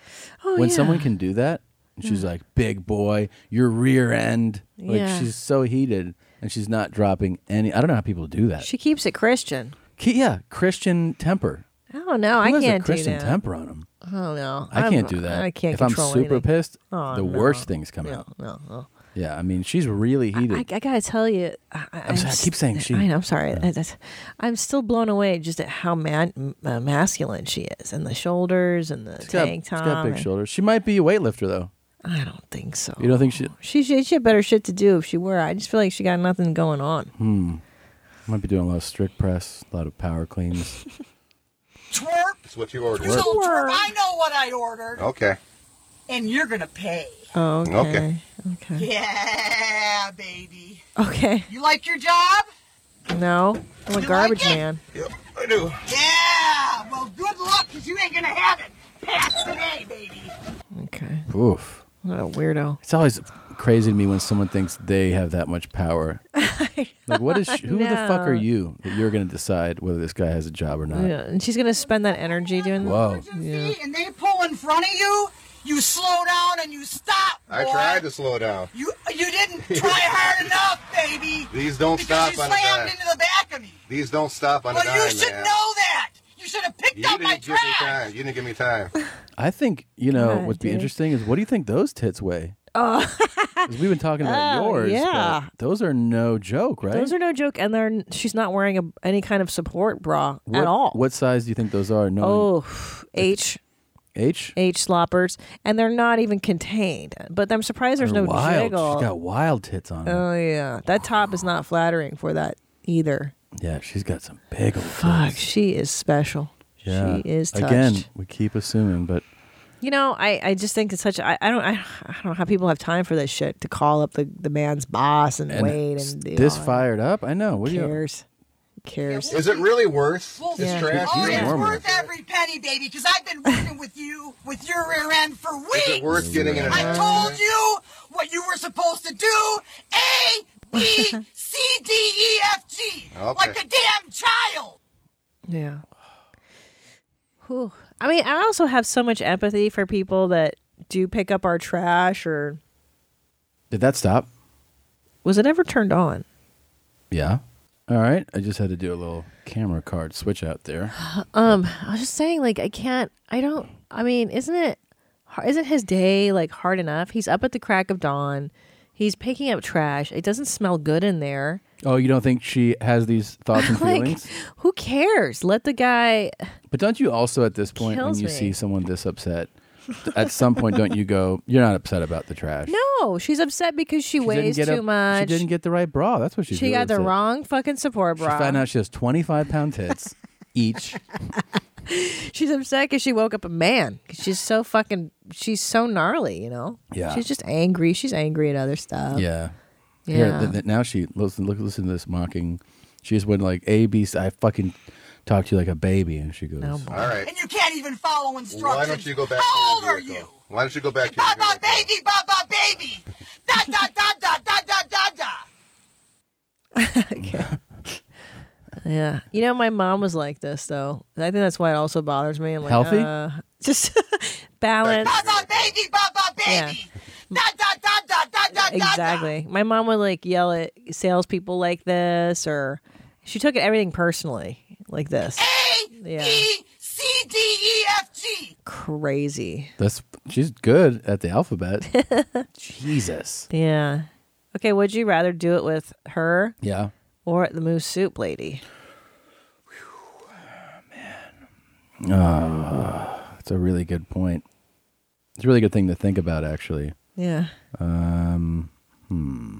Speaker 2: Oh,
Speaker 1: when
Speaker 2: yeah.
Speaker 1: someone can do that, and she's like, "Big boy, your rear end." Like
Speaker 2: Yeah.
Speaker 1: she's so heated, and she's not dropping any. I don't know how people do that.
Speaker 2: She keeps it Christian.
Speaker 1: Ki- yeah, Christian temper.
Speaker 2: I don't know. I
Speaker 1: Who has
Speaker 2: can't
Speaker 1: a
Speaker 2: do
Speaker 1: Christian
Speaker 2: that.
Speaker 1: temper on him?
Speaker 2: I don't know.
Speaker 1: I
Speaker 2: I'm-
Speaker 1: can't do that.
Speaker 2: I can't
Speaker 1: If I'm
Speaker 2: control
Speaker 1: super
Speaker 2: anything.
Speaker 1: pissed,
Speaker 2: Oh,
Speaker 1: the
Speaker 2: no.
Speaker 1: worst things come out.
Speaker 2: No, no.
Speaker 1: Yeah, I mean, she's really heated.
Speaker 2: I, I gotta tell you, I, I- I'm
Speaker 1: sorry, I
Speaker 2: s-
Speaker 1: keep saying she.
Speaker 2: I know, I'm sorry. I, that's- I'm still blown away just at how man, m- uh, masculine she is, and the shoulders and the
Speaker 1: She's got-
Speaker 2: tank
Speaker 1: she's
Speaker 2: top.
Speaker 1: got big
Speaker 2: and-
Speaker 1: shoulders. She might be a weightlifter though.
Speaker 2: I don't think so.
Speaker 1: You don't think she
Speaker 2: She, she she had better shit to do if she were. I just feel like she got nothing going on.
Speaker 1: Hmm. might be doing a lot of strict press, a lot of power
Speaker 2: [LAUGHS]
Speaker 1: cleans?
Speaker 4: twerp.
Speaker 3: It's what you ordered.
Speaker 4: You little
Speaker 2: Twerp.
Speaker 4: twerp. I know what I ordered,
Speaker 3: Okay.
Speaker 4: and you're gonna pay.
Speaker 2: Oh, okay,
Speaker 3: Okay.
Speaker 2: okay,
Speaker 4: Yeah, baby.
Speaker 2: okay.
Speaker 4: You like your job?
Speaker 2: No, I'm a
Speaker 4: You
Speaker 2: garbage
Speaker 4: like it?
Speaker 2: man.
Speaker 3: Yep, I do.
Speaker 4: Yeah. Well, good luck, cause you ain't gonna have it. Pass today, baby.
Speaker 2: Okay,
Speaker 1: Oof.
Speaker 2: what a weirdo.
Speaker 1: It's always crazy to me when someone thinks they have that much power.
Speaker 2: [LAUGHS]
Speaker 1: like, what is she, who the fuck are
Speaker 2: know.
Speaker 1: you that you're going to decide whether this guy has a job or not?
Speaker 2: Yeah, and she's gonna spend that energy doing.
Speaker 1: Whoa.
Speaker 4: Emergency, And they pull in front of you. You slow down and you stop.
Speaker 3: I
Speaker 4: boy.
Speaker 3: tried to slow down.
Speaker 4: You you didn't try
Speaker 3: [LAUGHS]
Speaker 4: hard enough, baby.
Speaker 3: These don't
Speaker 4: because
Speaker 3: stop
Speaker 4: you
Speaker 3: on a
Speaker 4: slammed
Speaker 3: dime.
Speaker 4: into the back of me.
Speaker 3: These don't stop on
Speaker 4: Well,
Speaker 3: a dime,
Speaker 4: you should
Speaker 3: man.
Speaker 4: know that. You should have picked
Speaker 3: You
Speaker 4: up
Speaker 3: didn't
Speaker 4: my
Speaker 3: give me
Speaker 4: trash.
Speaker 3: time. You didn't give me time.
Speaker 1: I think, you know,
Speaker 2: God,
Speaker 1: what'd be
Speaker 2: dude.
Speaker 1: interesting is what do you think those tits weigh? Oh.
Speaker 2: [LAUGHS]
Speaker 1: We've been talking about
Speaker 2: Oh,
Speaker 1: yours. but
Speaker 2: yeah.
Speaker 1: Those are no joke, right?
Speaker 2: Those are no joke, and they're n- she's not wearing a, any kind of support bra
Speaker 1: what,
Speaker 2: at all.
Speaker 1: What size do you think those are? No
Speaker 2: Oh, H
Speaker 1: H?
Speaker 2: H sloppers, and they're not even contained. But I'm surprised there's
Speaker 1: They're
Speaker 2: no
Speaker 1: wild.
Speaker 2: jiggle.
Speaker 1: She's got wild tits on. her.
Speaker 2: oh yeah, that top is not flattering for that either.
Speaker 1: yeah, she's got some big old.
Speaker 2: Fuck, she is special.
Speaker 1: Yeah.
Speaker 2: She is touched.
Speaker 1: Again, we keep assuming, but
Speaker 2: You know, I, I just think it's such. I, I don't I, I don't know how people have time for this shit to call up the, the man's boss and,
Speaker 1: and
Speaker 2: wait
Speaker 1: s-
Speaker 2: and do
Speaker 1: this
Speaker 2: all that.
Speaker 1: fired up. I know. What do you?
Speaker 2: cares cares.
Speaker 3: Is it really worth this
Speaker 2: Yeah.
Speaker 3: trash?
Speaker 4: Oh,
Speaker 1: He's
Speaker 4: it's
Speaker 1: normal.
Speaker 4: worth every penny, baby, because I've been working with you with your rear end for
Speaker 3: Is it
Speaker 4: weeks.
Speaker 3: worth getting in an
Speaker 4: I told you what you were supposed to do. A,
Speaker 3: [LAUGHS]
Speaker 4: B, C, D, E, F, G.
Speaker 3: Okay.
Speaker 4: Like a damn child.
Speaker 2: Yeah. Whew. I mean, I also have so much empathy for people that do pick up our trash or
Speaker 1: Did that stop?
Speaker 2: was it ever turned on?
Speaker 1: Yeah. All right. I just had to do a little camera card switch out there. [GASPS]
Speaker 2: I was just saying, like, I can't, I don't, I mean, isn't it, har- isn't his day like hard enough? He's up at the crack of dawn. He's picking up trash. It doesn't smell good in there.
Speaker 1: Oh, you don't think she has these thoughts and
Speaker 2: [LAUGHS] Like,
Speaker 1: feelings?
Speaker 2: who cares? Let the guy.
Speaker 1: But don't you also at this point when
Speaker 2: Kills
Speaker 1: you
Speaker 2: me.
Speaker 1: see someone this upset, at some point don't you go, You're not upset about the trash. No,
Speaker 2: No, she's upset because she, weighs too much.
Speaker 1: She didn't get the right bra. That's what she's
Speaker 2: She
Speaker 1: really
Speaker 2: got the
Speaker 1: upset.
Speaker 2: wrong fucking support
Speaker 1: She
Speaker 2: bra.
Speaker 1: found out she has twenty five pound
Speaker 2: [LAUGHS]
Speaker 1: tits each.
Speaker 2: She's upset because she woke up a man. 'Cause She's so fucking. She's so gnarly, you know.
Speaker 1: Yeah.
Speaker 2: She's just angry. She's angry at other stuff.
Speaker 1: Yeah.
Speaker 2: Yeah.
Speaker 1: Here, th- th- now she listen look listen to this mocking. She just went like A B C I fucking talk to you like a baby and she goes
Speaker 2: Oh, boy.
Speaker 3: All right.
Speaker 4: And you can't even follow instructions.
Speaker 3: Why don't you go back
Speaker 4: How
Speaker 3: to
Speaker 4: old
Speaker 3: your
Speaker 4: are
Speaker 3: vehicle?
Speaker 4: you?
Speaker 3: Why don't you go back to your
Speaker 4: Baba
Speaker 3: vehicle?
Speaker 4: baby, baba baby. Da da da da da da da da.
Speaker 2: Yeah. You know, my mom was like this though. I think that's why it also bothers me. I'm like,
Speaker 1: Healthy?
Speaker 2: uh, [LAUGHS] just balance.
Speaker 4: Baba baby, baba baby. Da da da da da da da.
Speaker 2: exactly. My mom would like yell at salespeople like this, or she took everything personally like this.
Speaker 4: A
Speaker 2: Yeah.
Speaker 4: B C D E F G.
Speaker 2: Crazy.
Speaker 1: That's she's good at the
Speaker 2: [LAUGHS]
Speaker 1: alphabet. Jesus.
Speaker 2: Yeah. Okay. Would you rather do it with her
Speaker 1: Yeah.
Speaker 2: or the moose soup lady?
Speaker 1: That's a really good point. It's a really good thing to think about, actually.
Speaker 2: Yeah. Um. Hmm.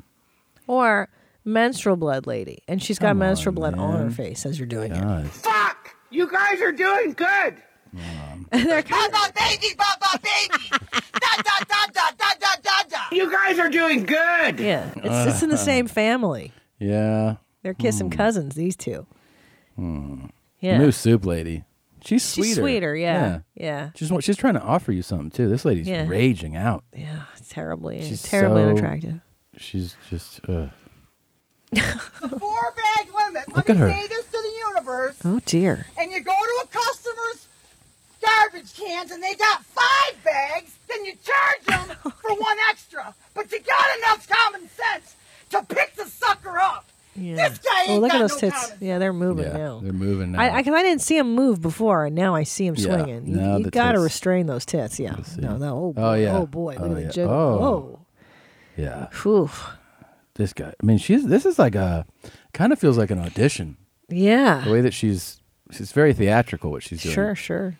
Speaker 2: Or menstrual blood lady, and she's got menstrual blood on her face as you're doing it.
Speaker 1: God.
Speaker 5: Fuck! You guys are doing good!
Speaker 4: Baba baby, baba
Speaker 1: [LAUGHS]
Speaker 4: baby. Da da da da da da da da.
Speaker 5: You guys are doing good!
Speaker 2: Yeah.
Speaker 1: [LAUGHS]
Speaker 2: It's it's in the same family.
Speaker 1: Yeah.
Speaker 2: They're kissing
Speaker 1: Hmm.
Speaker 2: cousins. These two. Yeah.
Speaker 1: New soup lady. She's Hmm. sweeter.
Speaker 2: She's sweeter. Yeah. Yeah.
Speaker 1: She's wa- she's trying to offer you something too. This lady's
Speaker 2: Yeah.
Speaker 1: raging out.
Speaker 2: Yeah. terribly,
Speaker 1: She's
Speaker 2: terribly
Speaker 1: so-
Speaker 2: unattractive.
Speaker 1: She's just uh,
Speaker 4: Four bag limit. Let
Speaker 1: Look
Speaker 4: me
Speaker 1: at her.
Speaker 4: say this to the universe.
Speaker 2: Oh dear.
Speaker 4: and you go to a customer's garbage cans and they got five bags, then you
Speaker 1: [LAUGHS]
Speaker 4: charge them for one extra. But you got enough common sense to pick the sucker up.
Speaker 2: Yeah.
Speaker 4: This guy ain't
Speaker 2: oh, look at
Speaker 4: got
Speaker 2: those
Speaker 4: no
Speaker 2: tits.
Speaker 4: common-
Speaker 2: Yeah, they're moving
Speaker 1: yeah,
Speaker 2: now.
Speaker 1: they're moving now.
Speaker 2: I, I, 'cause I didn't see him move before, and now I see him
Speaker 1: Yeah,
Speaker 2: swinging. You-
Speaker 1: now
Speaker 2: you
Speaker 1: the
Speaker 2: got to
Speaker 1: tits.
Speaker 2: restrain those tits. Yeah. No, no. Oh, boy.
Speaker 1: yeah.
Speaker 2: Oh, boy. Look
Speaker 1: Oh,
Speaker 2: at the
Speaker 1: yeah.
Speaker 2: jiggle.
Speaker 1: Oh. yeah,
Speaker 2: Oh. Whew.
Speaker 1: this guy. I mean, she's this is like a kind of feels like an audition. The
Speaker 2: Yeah.
Speaker 1: way that she's she's very theatrical. What she's doing.
Speaker 2: Sure, sure.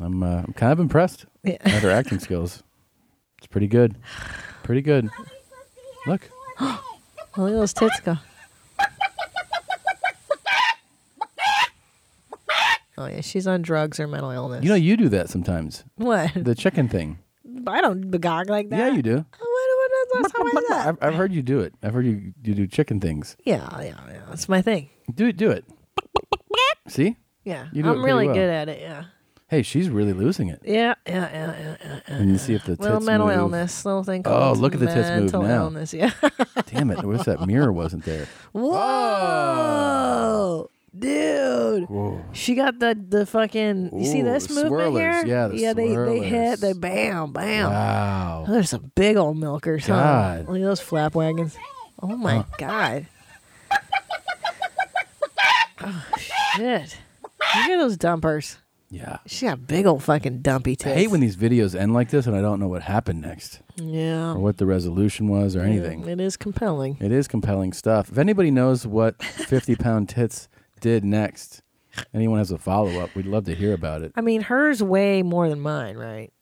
Speaker 1: I'm uh, I'm kind of impressed
Speaker 2: Yeah.
Speaker 1: at her acting skills. It's pretty good. Pretty good. Look,
Speaker 2: Oh, look at those tits go. Oh, yeah. She's on drugs or mental illness.
Speaker 1: you know you do that sometimes.
Speaker 2: what?
Speaker 1: The chicken thing.
Speaker 2: I don't begog like that.
Speaker 1: Yeah, you do.
Speaker 2: When, when was the last time I did that?
Speaker 1: I've, I've heard you do it. I've heard you you do chicken things.
Speaker 2: Yeah, yeah, yeah. That's my thing.
Speaker 1: Do it. Do it. See?
Speaker 2: Yeah.
Speaker 1: You do it
Speaker 2: I'm
Speaker 1: pretty
Speaker 2: really
Speaker 1: well.
Speaker 2: good at it. Yeah.
Speaker 1: Hey, she's really losing it.
Speaker 2: Yeah, yeah, yeah, yeah. yeah.
Speaker 1: And you see if the tits
Speaker 2: Little mental
Speaker 1: move.
Speaker 2: illness, little thing
Speaker 1: Oh,
Speaker 2: called
Speaker 1: look at the tits move
Speaker 2: mental
Speaker 1: now.
Speaker 2: illness. Yeah. [LAUGHS]
Speaker 1: Damn it! Where's that mirror? Wasn't there?
Speaker 2: Whoa. Dude, she got the the fucking. You see
Speaker 1: Ooh,
Speaker 2: this
Speaker 1: the
Speaker 2: movement
Speaker 1: swirlers.
Speaker 2: here?
Speaker 1: Yeah, the
Speaker 2: yeah. They they hit.
Speaker 1: swirlers.
Speaker 2: They bam, bam.
Speaker 1: Wow.
Speaker 2: Oh, there's some big old milkers. huh?
Speaker 1: God. Uh.
Speaker 2: Look at those flap wagons. Oh my god. Oh shit. Look at those dumpers.
Speaker 1: Yeah.
Speaker 2: She got big old fucking dumpy tits.
Speaker 1: I hate when these videos end like this, and I don't know what happened next,
Speaker 2: yeah.
Speaker 1: or what the resolution was, or anything.
Speaker 2: It is compelling.
Speaker 1: It is compelling stuff. If anybody knows
Speaker 2: [LAUGHS]
Speaker 1: what 50 pound tits did next, anyone has a follow up, we'd love to hear about it.
Speaker 2: I mean, hers way more than mine, right?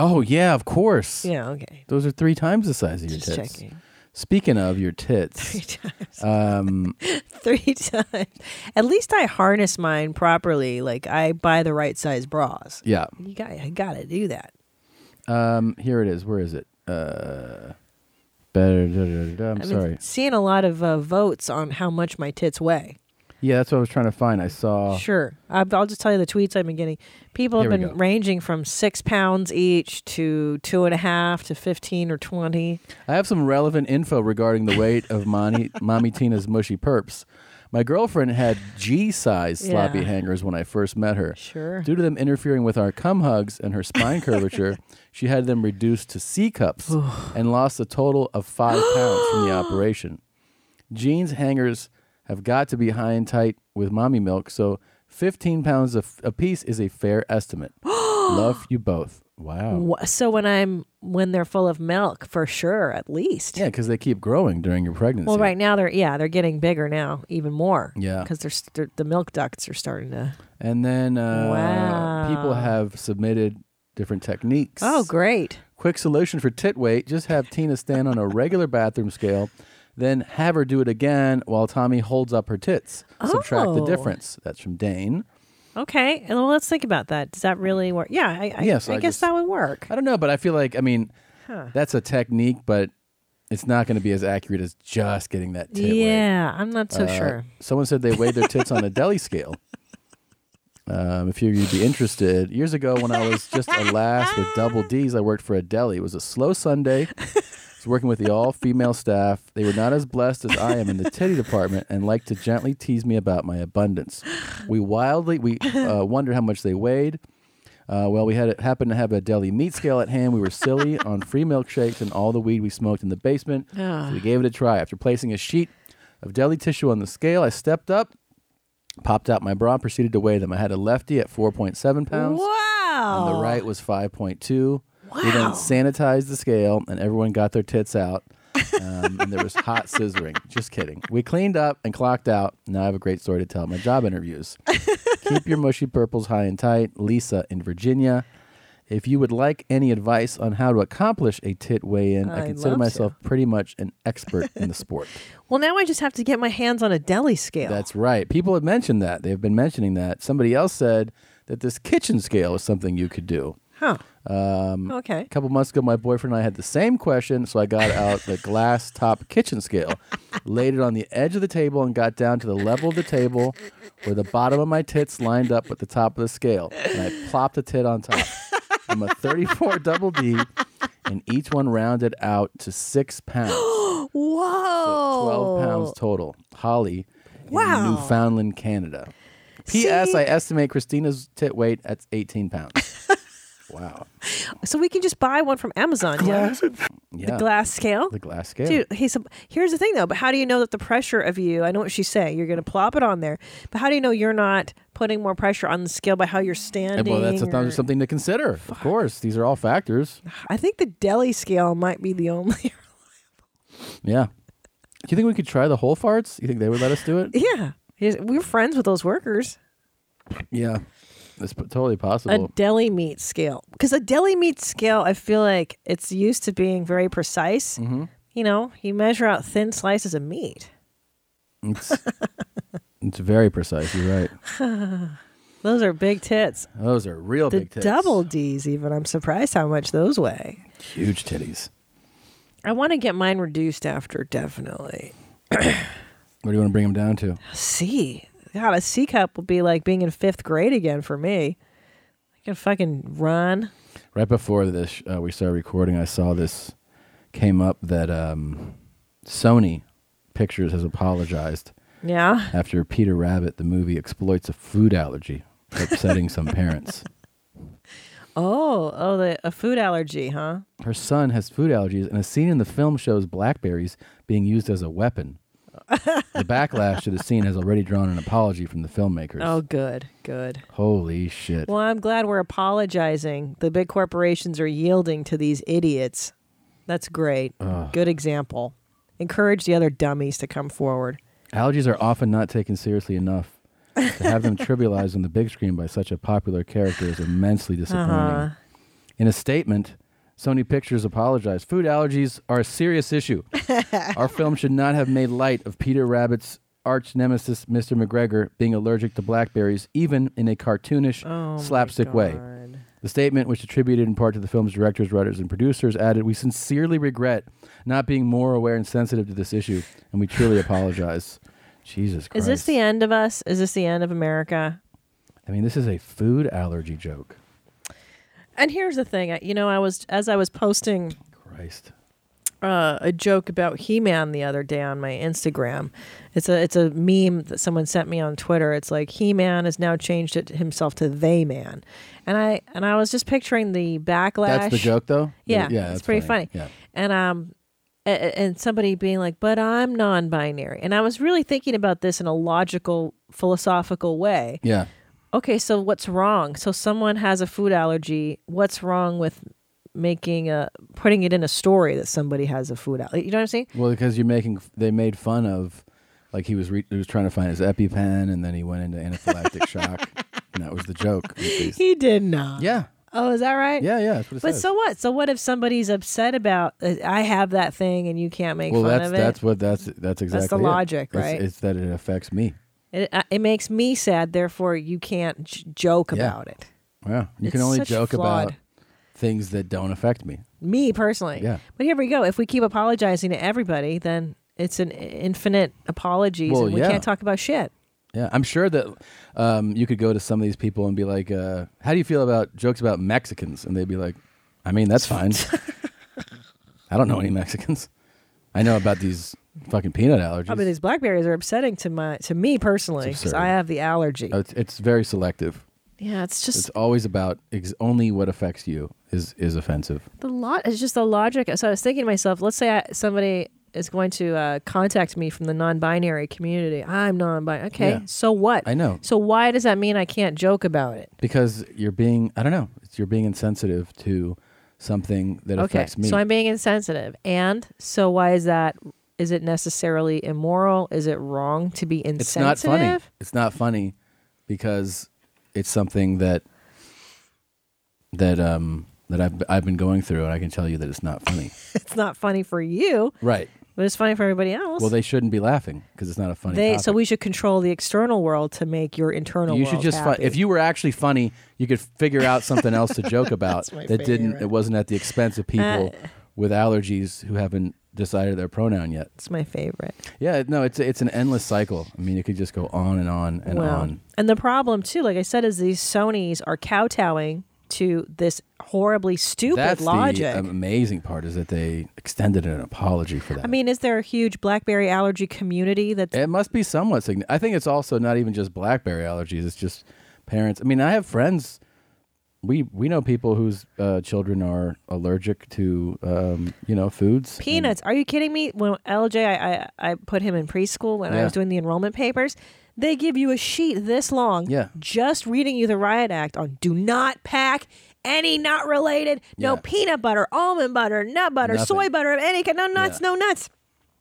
Speaker 1: Oh, yeah, of course.
Speaker 2: Yeah. Okay. [LAUGHS]
Speaker 1: Those are three times the size of your
Speaker 2: Just
Speaker 1: tits.
Speaker 2: checking.
Speaker 1: Speaking of your
Speaker 2: [LAUGHS] Three
Speaker 1: tits,
Speaker 2: times.
Speaker 1: um,
Speaker 2: Three times. At least I harness mine properly. Like I buy the right size bras.
Speaker 1: yeah,
Speaker 2: You got. I got to do that.
Speaker 1: um, here it is. Where is it? Uh, better. Da, da, da, da. I'm
Speaker 2: I've been
Speaker 1: sorry.
Speaker 2: seeing a lot of uh, votes on how much my tits weigh.
Speaker 1: Yeah, that's what I was trying to find. I saw.
Speaker 2: Sure. I- I'll just tell you the tweets I've been getting. People have
Speaker 1: Here we
Speaker 2: been
Speaker 1: go.
Speaker 2: ranging from six pounds each to two and a half to 15 or 20.
Speaker 1: I have some relevant info regarding the weight of
Speaker 2: [LAUGHS]
Speaker 1: mommy, mommy Tina's mushy perps. My girlfriend had G size sloppy
Speaker 2: Yeah.
Speaker 1: hangers when I first met her.
Speaker 2: Sure.
Speaker 1: Due to them interfering with our cum hugs and her
Speaker 2: [LAUGHS]
Speaker 1: spine curvature, she had them reduced to C cups and lost a total of
Speaker 2: [GASPS]
Speaker 1: five pounds from the operation. Jeans hangers have got to be high and tight with mommy milk, so 15 pounds a, a piece is a fair
Speaker 2: [GASPS]
Speaker 1: estimate. Love you both. Wow.
Speaker 2: Wha- So when I'm when they're full of milk, for sure, at least.
Speaker 1: Yeah, because they keep growing during your pregnancy.
Speaker 2: Well, right now they're yeah they're getting bigger now even more.
Speaker 1: Yeah.
Speaker 2: because they're, st- they're the milk ducts are starting to.
Speaker 1: And then uh,
Speaker 2: Wow.
Speaker 1: people have submitted different techniques.
Speaker 2: Oh, great!
Speaker 1: Quick solution for tit weight just have Tina stand on a regular bathroom scale, then have her do it again while Tommy holds up her tits. Subtract the
Speaker 2: Oh.
Speaker 1: difference. That's from Dane.
Speaker 2: Okay, and well, let's think about that. Does that really work? Yeah, I, I,
Speaker 1: Yes,
Speaker 2: I,
Speaker 1: I
Speaker 2: guess
Speaker 1: just-
Speaker 2: that would work.
Speaker 1: I don't know, but I feel like, I mean, that's a technique, but it's not going to be as accurate as just getting that tit weight.
Speaker 2: Yeah, I'm not
Speaker 1: Uh,
Speaker 2: so sure.
Speaker 1: Someone said they weighed their tits on a deli scale. Um, if you- you'd be interested, years ago when I was just a lass with double D's, I worked for a deli. It was a slow Sunday. He's working with the all female staff. They were not as blessed as I am in the titty department and liked to gently tease me about my abundance. We wildly we uh, wondered how much they weighed. Uh, well, we had happened to have a deli meat scale at hand. We were silly on free milkshakes and all the weed we smoked in the basement. So we gave it a try. After placing a sheet of deli tissue on the scale, I stepped up, popped out my bra, and proceeded to weigh them. I had a lefty at 4.7 pounds.
Speaker 2: Wow.
Speaker 1: And the right was 5.2. We
Speaker 2: Oh. Wow.
Speaker 1: then sanitized the scale and everyone got their tits out. Um, and there
Speaker 2: [LAUGHS]
Speaker 1: was hot scissoring. Just kidding. We cleaned up and clocked out. Now I have a great story to tell at my job
Speaker 2: [LAUGHS]
Speaker 1: interviews. Keep your mushy purples high and tight. Lisa in Virginia. If you would like any advice on how to accomplish a tit weigh in, I
Speaker 2: I'd
Speaker 1: consider
Speaker 2: love to.
Speaker 1: myself pretty much an expert in the sport.
Speaker 2: [LAUGHS] Well, now I just have to get my hands on a deli scale.
Speaker 1: That's right. People have mentioned that. They've been mentioning that. Somebody else said that this kitchen scale is something you could do.
Speaker 2: huh. Um, okay.
Speaker 1: A couple months ago, my boyfriend and I had the same question, so I got out the glass top kitchen scale, laid it on the edge of the table, and got down to the level of the table where the bottom of my tits lined up with the top of the scale. And I plopped a tit on top. I'm a 34 double D, and each one rounded out to six
Speaker 2: [GASPS]
Speaker 1: pounds.
Speaker 2: Whoa.
Speaker 1: 12 pounds total. Holly
Speaker 2: Wow.
Speaker 1: in Newfoundland, Canada. P.S.
Speaker 2: See?
Speaker 1: I estimate Christina's tit weight at 18
Speaker 2: [LAUGHS]
Speaker 1: pounds. wow.
Speaker 2: So we can just buy one from Amazon. yeah?
Speaker 1: Yeah.
Speaker 2: The glass scale.
Speaker 1: The glass scale.
Speaker 2: Dude, he's a, here's the thing though. But how do you know that the pressure of you? I know what she's saying. You're going to plop it on there, but how do you know you're not putting more pressure on the scale by how you're standing?
Speaker 1: And, well, that's
Speaker 2: or-
Speaker 1: something, something to consider. Of course, these are all
Speaker 2: [LAUGHS]
Speaker 1: factors.
Speaker 2: I think the deli scale might be the only. [LAUGHS]
Speaker 1: Yeah. Do you think we could try the whole farts? You think they would let us do
Speaker 2: [LAUGHS]
Speaker 1: it?
Speaker 2: yeah, Here's- we're friends with those workers.
Speaker 1: yeah. It's p- totally
Speaker 2: A
Speaker 1: possible.
Speaker 2: deli meat scale, because a deli meat scale, I feel like it's used to being very precise.
Speaker 1: Mm-hmm.
Speaker 2: You know, you measure out thin slices of meat.
Speaker 1: it's,
Speaker 2: [LAUGHS]
Speaker 1: it's very precise. You're right.
Speaker 2: Those are big tits.
Speaker 1: Those are real
Speaker 2: The
Speaker 1: big tits.
Speaker 2: double D's, even. I'm surprised how much those weigh.
Speaker 1: Huge titties.
Speaker 2: I want to get mine reduced after, definitely.
Speaker 1: What do you want to bring them down to?
Speaker 2: C. God, a C cup would be like being in fifth grade again for me. I can fucking run.
Speaker 1: Right before this, uh, we started recording. I saw this came up that um, Sony Pictures has apologized
Speaker 2: Yeah.
Speaker 1: after Peter Rabbit, the movie, exploits a food allergy, upsetting some
Speaker 2: [LAUGHS]
Speaker 1: parents.
Speaker 2: Oh, oh, the a food allergy, huh?
Speaker 1: Her son has food allergies, and a scene in the film shows blackberries being used as a weapon.
Speaker 2: [LAUGHS]
Speaker 1: the backlash to the scene has already drawn an apology from the filmmakers.
Speaker 2: Oh, good, good.
Speaker 1: Holy shit.
Speaker 2: Well, I'm glad we're apologizing. The big corporations are yielding to these idiots. That's great. Good example. Encourage the other dummies to come forward.
Speaker 1: Allergies are often not taken seriously enough. to have them trivialized on the big screen by such a popular character is immensely disappointing. In a statement, Sony Pictures apologized. Food allergies are a serious issue. Our film should not have made light of Peter Rabbit's arch nemesis, Mr. McGregor, being allergic to blackberries, even in a cartoonish, slapstick way. The statement, which attributed in part to the film's directors, writers, and producers, added, We sincerely regret not being more aware and sensitive to this issue, and we [LAUGHS] truly apologize. Jesus Christ.
Speaker 2: Is this the end of us? Is this the end of America?
Speaker 1: I mean, this is a food allergy joke.
Speaker 2: And here's the thing, I- you know, I was as I was posting
Speaker 1: Christ.
Speaker 2: uh, a joke about He-Man the other day on my Instagram. It's a it's a meme that someone sent me on Twitter. It's like He-Man has now changed it himself to They Man, and I and I was just picturing the backlash.
Speaker 1: That's the joke, though?
Speaker 2: Yeah,
Speaker 1: Yeah.
Speaker 2: it's
Speaker 1: that's
Speaker 2: pretty funny.
Speaker 1: Yeah.
Speaker 2: And um, a- a- and somebody being like, "But I'm non-binary," and I was really thinking about this in a logical, philosophical way.
Speaker 1: Yeah.
Speaker 2: Okay, so what's wrong? So someone has a food allergy. What's wrong with making a putting it in a story that somebody has a food allergy? You know what I'm saying?
Speaker 1: Well, because you're making, they made fun of, like, he was, re- he was trying to find his EpiPen and then he went into
Speaker 2: [LAUGHS]
Speaker 1: anaphylactic shock. And that was the joke.
Speaker 2: He did not.
Speaker 1: yeah.
Speaker 2: Oh, is that right?
Speaker 1: Yeah. Yeah. That's what it
Speaker 2: But
Speaker 1: says.
Speaker 2: so what? So what if somebody's upset about uh, I have that thing and you can't make
Speaker 1: well,
Speaker 2: fun
Speaker 1: that's
Speaker 2: of it?
Speaker 1: that's what that's that's exactly it.
Speaker 2: logic,
Speaker 1: It's-
Speaker 2: right?
Speaker 1: It's, that it affects me.
Speaker 2: it, uh, it makes me sad. Therefore, you can't j- joke
Speaker 1: Yeah.
Speaker 2: about it.
Speaker 1: Yeah, you can
Speaker 2: It's
Speaker 1: only
Speaker 2: such
Speaker 1: joke
Speaker 2: flawed.
Speaker 1: about things that don't affect me.
Speaker 2: Me personally.
Speaker 1: Yeah.
Speaker 2: But here we go. If we keep apologizing to everybody, then it's an infinite apologies,
Speaker 1: Well,
Speaker 2: and we
Speaker 1: yeah.
Speaker 2: can't talk about shit.
Speaker 1: Yeah, I'm sure that um, you could go to some of these people and be like, uh,
Speaker 2: [LAUGHS]
Speaker 1: "How do you feel about jokes about Mexicans?" And they'd be like, "I mean, that's fine." I don't know any Mexicans. I know about these fucking peanut allergies.
Speaker 2: I mean, these blackberries are upsetting to my to me personally
Speaker 1: It's
Speaker 2: because
Speaker 1: absurd.
Speaker 2: I have the allergy.
Speaker 1: it's, it's very selective.
Speaker 2: yeah, it's just
Speaker 1: It's always about ex- only what affects you is is offensive.
Speaker 2: the lot. It's just the logic. So I was thinking to myself, let's say I, somebody is going to uh, contact me from the non-binary community. I'm non-binary. Okay,
Speaker 1: Yeah.
Speaker 2: so what?
Speaker 1: I know.
Speaker 2: So why does that mean I can't joke about it?
Speaker 1: because you're being I don't know, it's, you're being insensitive to something that
Speaker 2: Okay,
Speaker 1: affects me.
Speaker 2: so I'm being insensitive, and so why is that? Is it necessarily immoral? Is it wrong to be
Speaker 1: it's
Speaker 2: insensitive?
Speaker 1: not funny.
Speaker 2: [LAUGHS]
Speaker 1: It's not funny because it's something that that um that I've I've been going through, and I can tell you that it's not funny.
Speaker 2: It's not funny for you,
Speaker 1: right.
Speaker 2: but it's funny for everybody else.
Speaker 1: Well, they shouldn't be laughing because it's not a funny.
Speaker 2: They
Speaker 1: topic.
Speaker 2: so we should control the external world to make your internal.
Speaker 1: you
Speaker 2: world
Speaker 1: should just
Speaker 2: happy.
Speaker 1: fi- if you were actually funny, you could figure out something else to
Speaker 2: [LAUGHS]
Speaker 1: joke about
Speaker 2: my
Speaker 1: that didn't.
Speaker 2: favorite. Uh,
Speaker 1: It wasn't at the expense of people with allergies who haven't decided their pronoun yet.
Speaker 2: It's my favorite.
Speaker 1: Yeah, no, it's it's an endless cycle. I mean, it could just go on and on and
Speaker 2: Well,
Speaker 1: on.
Speaker 2: and the problem too, like I said, is these Sony's are kowtowing to this horribly stupid
Speaker 1: That's
Speaker 2: logic.
Speaker 1: the um, amazing part is that they extended an apology for that.
Speaker 2: I mean, is there a huge blackberry allergy community that's
Speaker 1: it must be somewhat significant. I think it's also not even just blackberry allergies. It's just parents. I mean, I have friends. We we know people whose uh, children are allergic to um, you know foods.
Speaker 2: peanuts? Are you kidding me? When LJ, I I, I put him in preschool when I
Speaker 1: Yeah.
Speaker 2: was doing the enrollment papers. They give you a sheet this long,
Speaker 1: Yeah.
Speaker 2: just reading you the riot act on do not pack any nut related, no
Speaker 1: Yeah.
Speaker 2: peanut butter, almond butter, nut butter,
Speaker 1: Nothing.
Speaker 2: soy butter of any kind, no nuts, no nuts.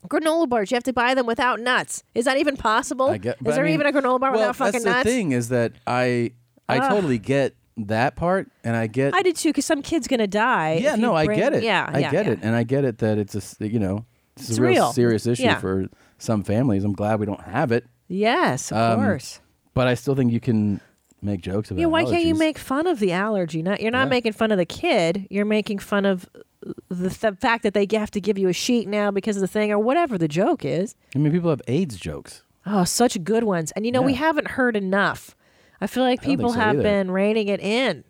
Speaker 2: Granola bars, you have to buy them without nuts. Is that even possible?
Speaker 1: I get,
Speaker 2: Is
Speaker 1: but I
Speaker 2: there
Speaker 1: mean-
Speaker 2: even a granola bar
Speaker 1: well,
Speaker 2: without fucking
Speaker 1: that's the
Speaker 2: nuts?
Speaker 1: thing is that I I totally get that part, and I get
Speaker 2: I did too, because some kid's gonna die.
Speaker 1: yeah,
Speaker 2: if you
Speaker 1: no, I
Speaker 2: bring-
Speaker 1: get it.
Speaker 2: Yeah,
Speaker 1: I
Speaker 2: yeah,
Speaker 1: get
Speaker 2: yeah.
Speaker 1: it, and I get it that it's a s- you know it's,
Speaker 2: It's
Speaker 1: a real,
Speaker 2: real.
Speaker 1: serious issue
Speaker 2: Yeah.
Speaker 1: for some families. I'm glad we don't have it,
Speaker 2: Yes, of
Speaker 1: Um,
Speaker 2: course.
Speaker 1: but I still think you can make jokes about.
Speaker 2: Yeah, why can't you
Speaker 1: allergies.
Speaker 2: make fun of the allergy? Not you're not making fun of the kid. You're making fun of the, the fact that they have to give you a sheet now because of the thing or whatever the joke is.
Speaker 1: I mean, people have AIDS jokes.
Speaker 2: Oh, such good ones. And you know, we
Speaker 1: Yeah.
Speaker 2: haven't heard enough. I feel like
Speaker 1: don't think
Speaker 2: people
Speaker 1: so
Speaker 2: have
Speaker 1: either.
Speaker 2: been reining it in.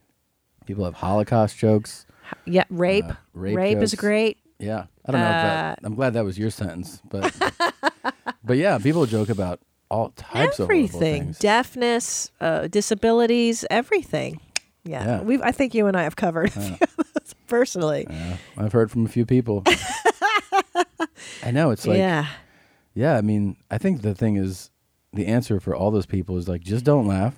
Speaker 1: People have Holocaust jokes.
Speaker 2: Yeah, rape.
Speaker 1: rape
Speaker 2: rape is
Speaker 1: jokes.
Speaker 2: great.
Speaker 1: Yeah, I don't know. If
Speaker 2: Uh,
Speaker 1: that, I'm glad that was your sentence, but [LAUGHS] but yeah, people joke about all types of horrible
Speaker 2: everything.
Speaker 1: things.
Speaker 2: Deafness, uh, disabilities, everything. Yeah.
Speaker 1: Yeah.
Speaker 2: We've I think you and I have covered a few [LAUGHS] of those personally. Yeah.
Speaker 1: I've heard from a few
Speaker 2: [LAUGHS]
Speaker 1: people. I know it's like Yeah, I mean, I think the thing is, the answer for all those people is like just don't laugh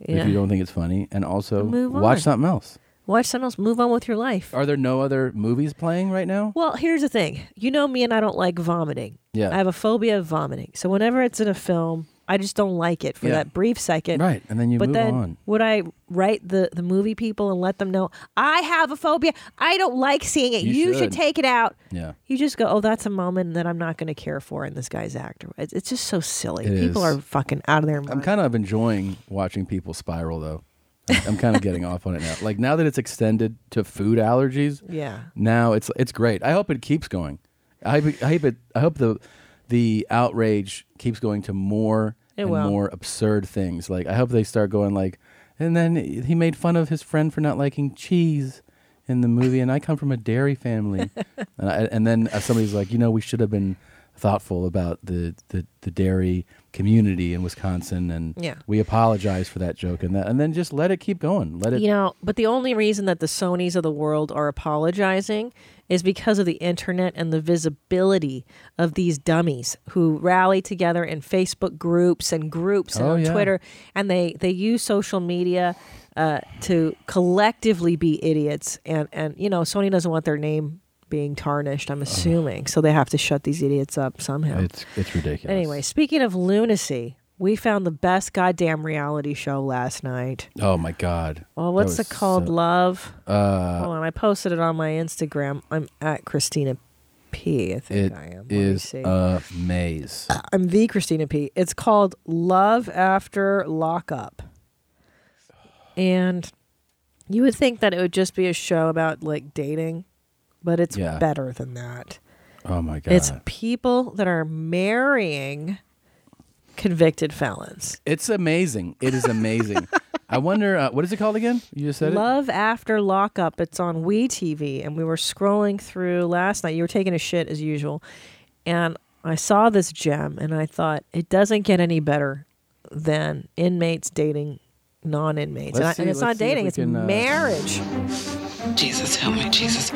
Speaker 2: Yeah.
Speaker 1: if you don't think it's funny, and also
Speaker 2: Move
Speaker 1: watch
Speaker 2: on.
Speaker 1: something else.
Speaker 2: Watch someone else move on with your life.
Speaker 1: Are there no other movies playing right now?
Speaker 2: Well, here's the thing. You know me and I don't like vomiting.
Speaker 1: Yeah.
Speaker 2: I have a phobia of vomiting. So whenever it's in a film, I just don't like it for
Speaker 1: Yeah.
Speaker 2: that brief second.
Speaker 1: Right, and then you
Speaker 2: but
Speaker 1: move
Speaker 2: then
Speaker 1: on.
Speaker 2: would I write the, the movie people and let them know I have a phobia. I don't like seeing it.
Speaker 1: You
Speaker 2: You, should.
Speaker 1: should.
Speaker 2: take it out.
Speaker 1: Yeah.
Speaker 2: You just go, oh, that's a moment that I'm not going to care for in this guy's actor. It's, it's just so silly.
Speaker 1: It
Speaker 2: People
Speaker 1: is.
Speaker 2: are fucking out of their
Speaker 1: I'm
Speaker 2: mind.
Speaker 1: kind of enjoying watching people spiral though. I'm- I'm kind of getting off on it now. Like now that it's extended to food allergies,
Speaker 2: yeah.
Speaker 1: now it's it's great. I hope it keeps going. I hope, I hope it. I hope the the outrage keeps going to more
Speaker 2: It
Speaker 1: and
Speaker 2: will.
Speaker 1: more absurd things. Like I hope they start going like, and then he made fun of his friend for not liking cheese in the movie, and I come from a dairy
Speaker 2: [LAUGHS]
Speaker 1: family, and, I, and then uh, somebody's like, you know, we should have been thoughtful about the, the, the dairy community in Wisconsin, and
Speaker 2: Yeah.
Speaker 1: we apologize for that joke and that, and then just let it keep going. Let it.
Speaker 2: You know, but the only reason that the Sonys of the world are apologizing is because of the internet and the visibility of these dummies who rally together in Facebook groups and groups and
Speaker 1: Oh,
Speaker 2: on
Speaker 1: yeah.
Speaker 2: Twitter, and they they use social media uh, to collectively be idiots. And and you know, Sony doesn't want their name being tarnished.
Speaker 1: Oh,
Speaker 2: I'm assuming, so they have to shut these idiots up somehow.
Speaker 1: It's it's ridiculous.
Speaker 2: Anyway, speaking of lunacy. We found the best goddamn reality show last night.
Speaker 1: Oh my God.
Speaker 2: Well,
Speaker 1: That
Speaker 2: what's
Speaker 1: was
Speaker 2: it called?
Speaker 1: so-
Speaker 2: Love. Uh, Hold on, I posted it on my Instagram. I'm at Christina P. I
Speaker 1: It
Speaker 2: think I am. Let me
Speaker 1: is
Speaker 2: see. Ah.
Speaker 1: a maze.
Speaker 2: I'm the Christina P. It's called Love After Lockup, and you would think that it would just be a show about like dating, but it's
Speaker 1: Yeah.
Speaker 2: better than that.
Speaker 1: Oh my god!
Speaker 2: It's people that are marrying convicted felons.
Speaker 1: [LAUGHS] It's amazing. It is amazing. I wonder uh, what is it called again? You just said
Speaker 2: Love After Lockup. It's on Wii TV, and we were scrolling through last night. You were taking a shit as usual, and I saw this gem, and I thought it doesn't get any better than inmates dating non-inmates. And, I,
Speaker 1: Let's
Speaker 2: and
Speaker 1: see-
Speaker 2: it's not
Speaker 1: let's see if
Speaker 2: dating;
Speaker 1: we
Speaker 2: it's
Speaker 1: can, uh,
Speaker 2: marriage.
Speaker 9: Jesus, help me, Jesus.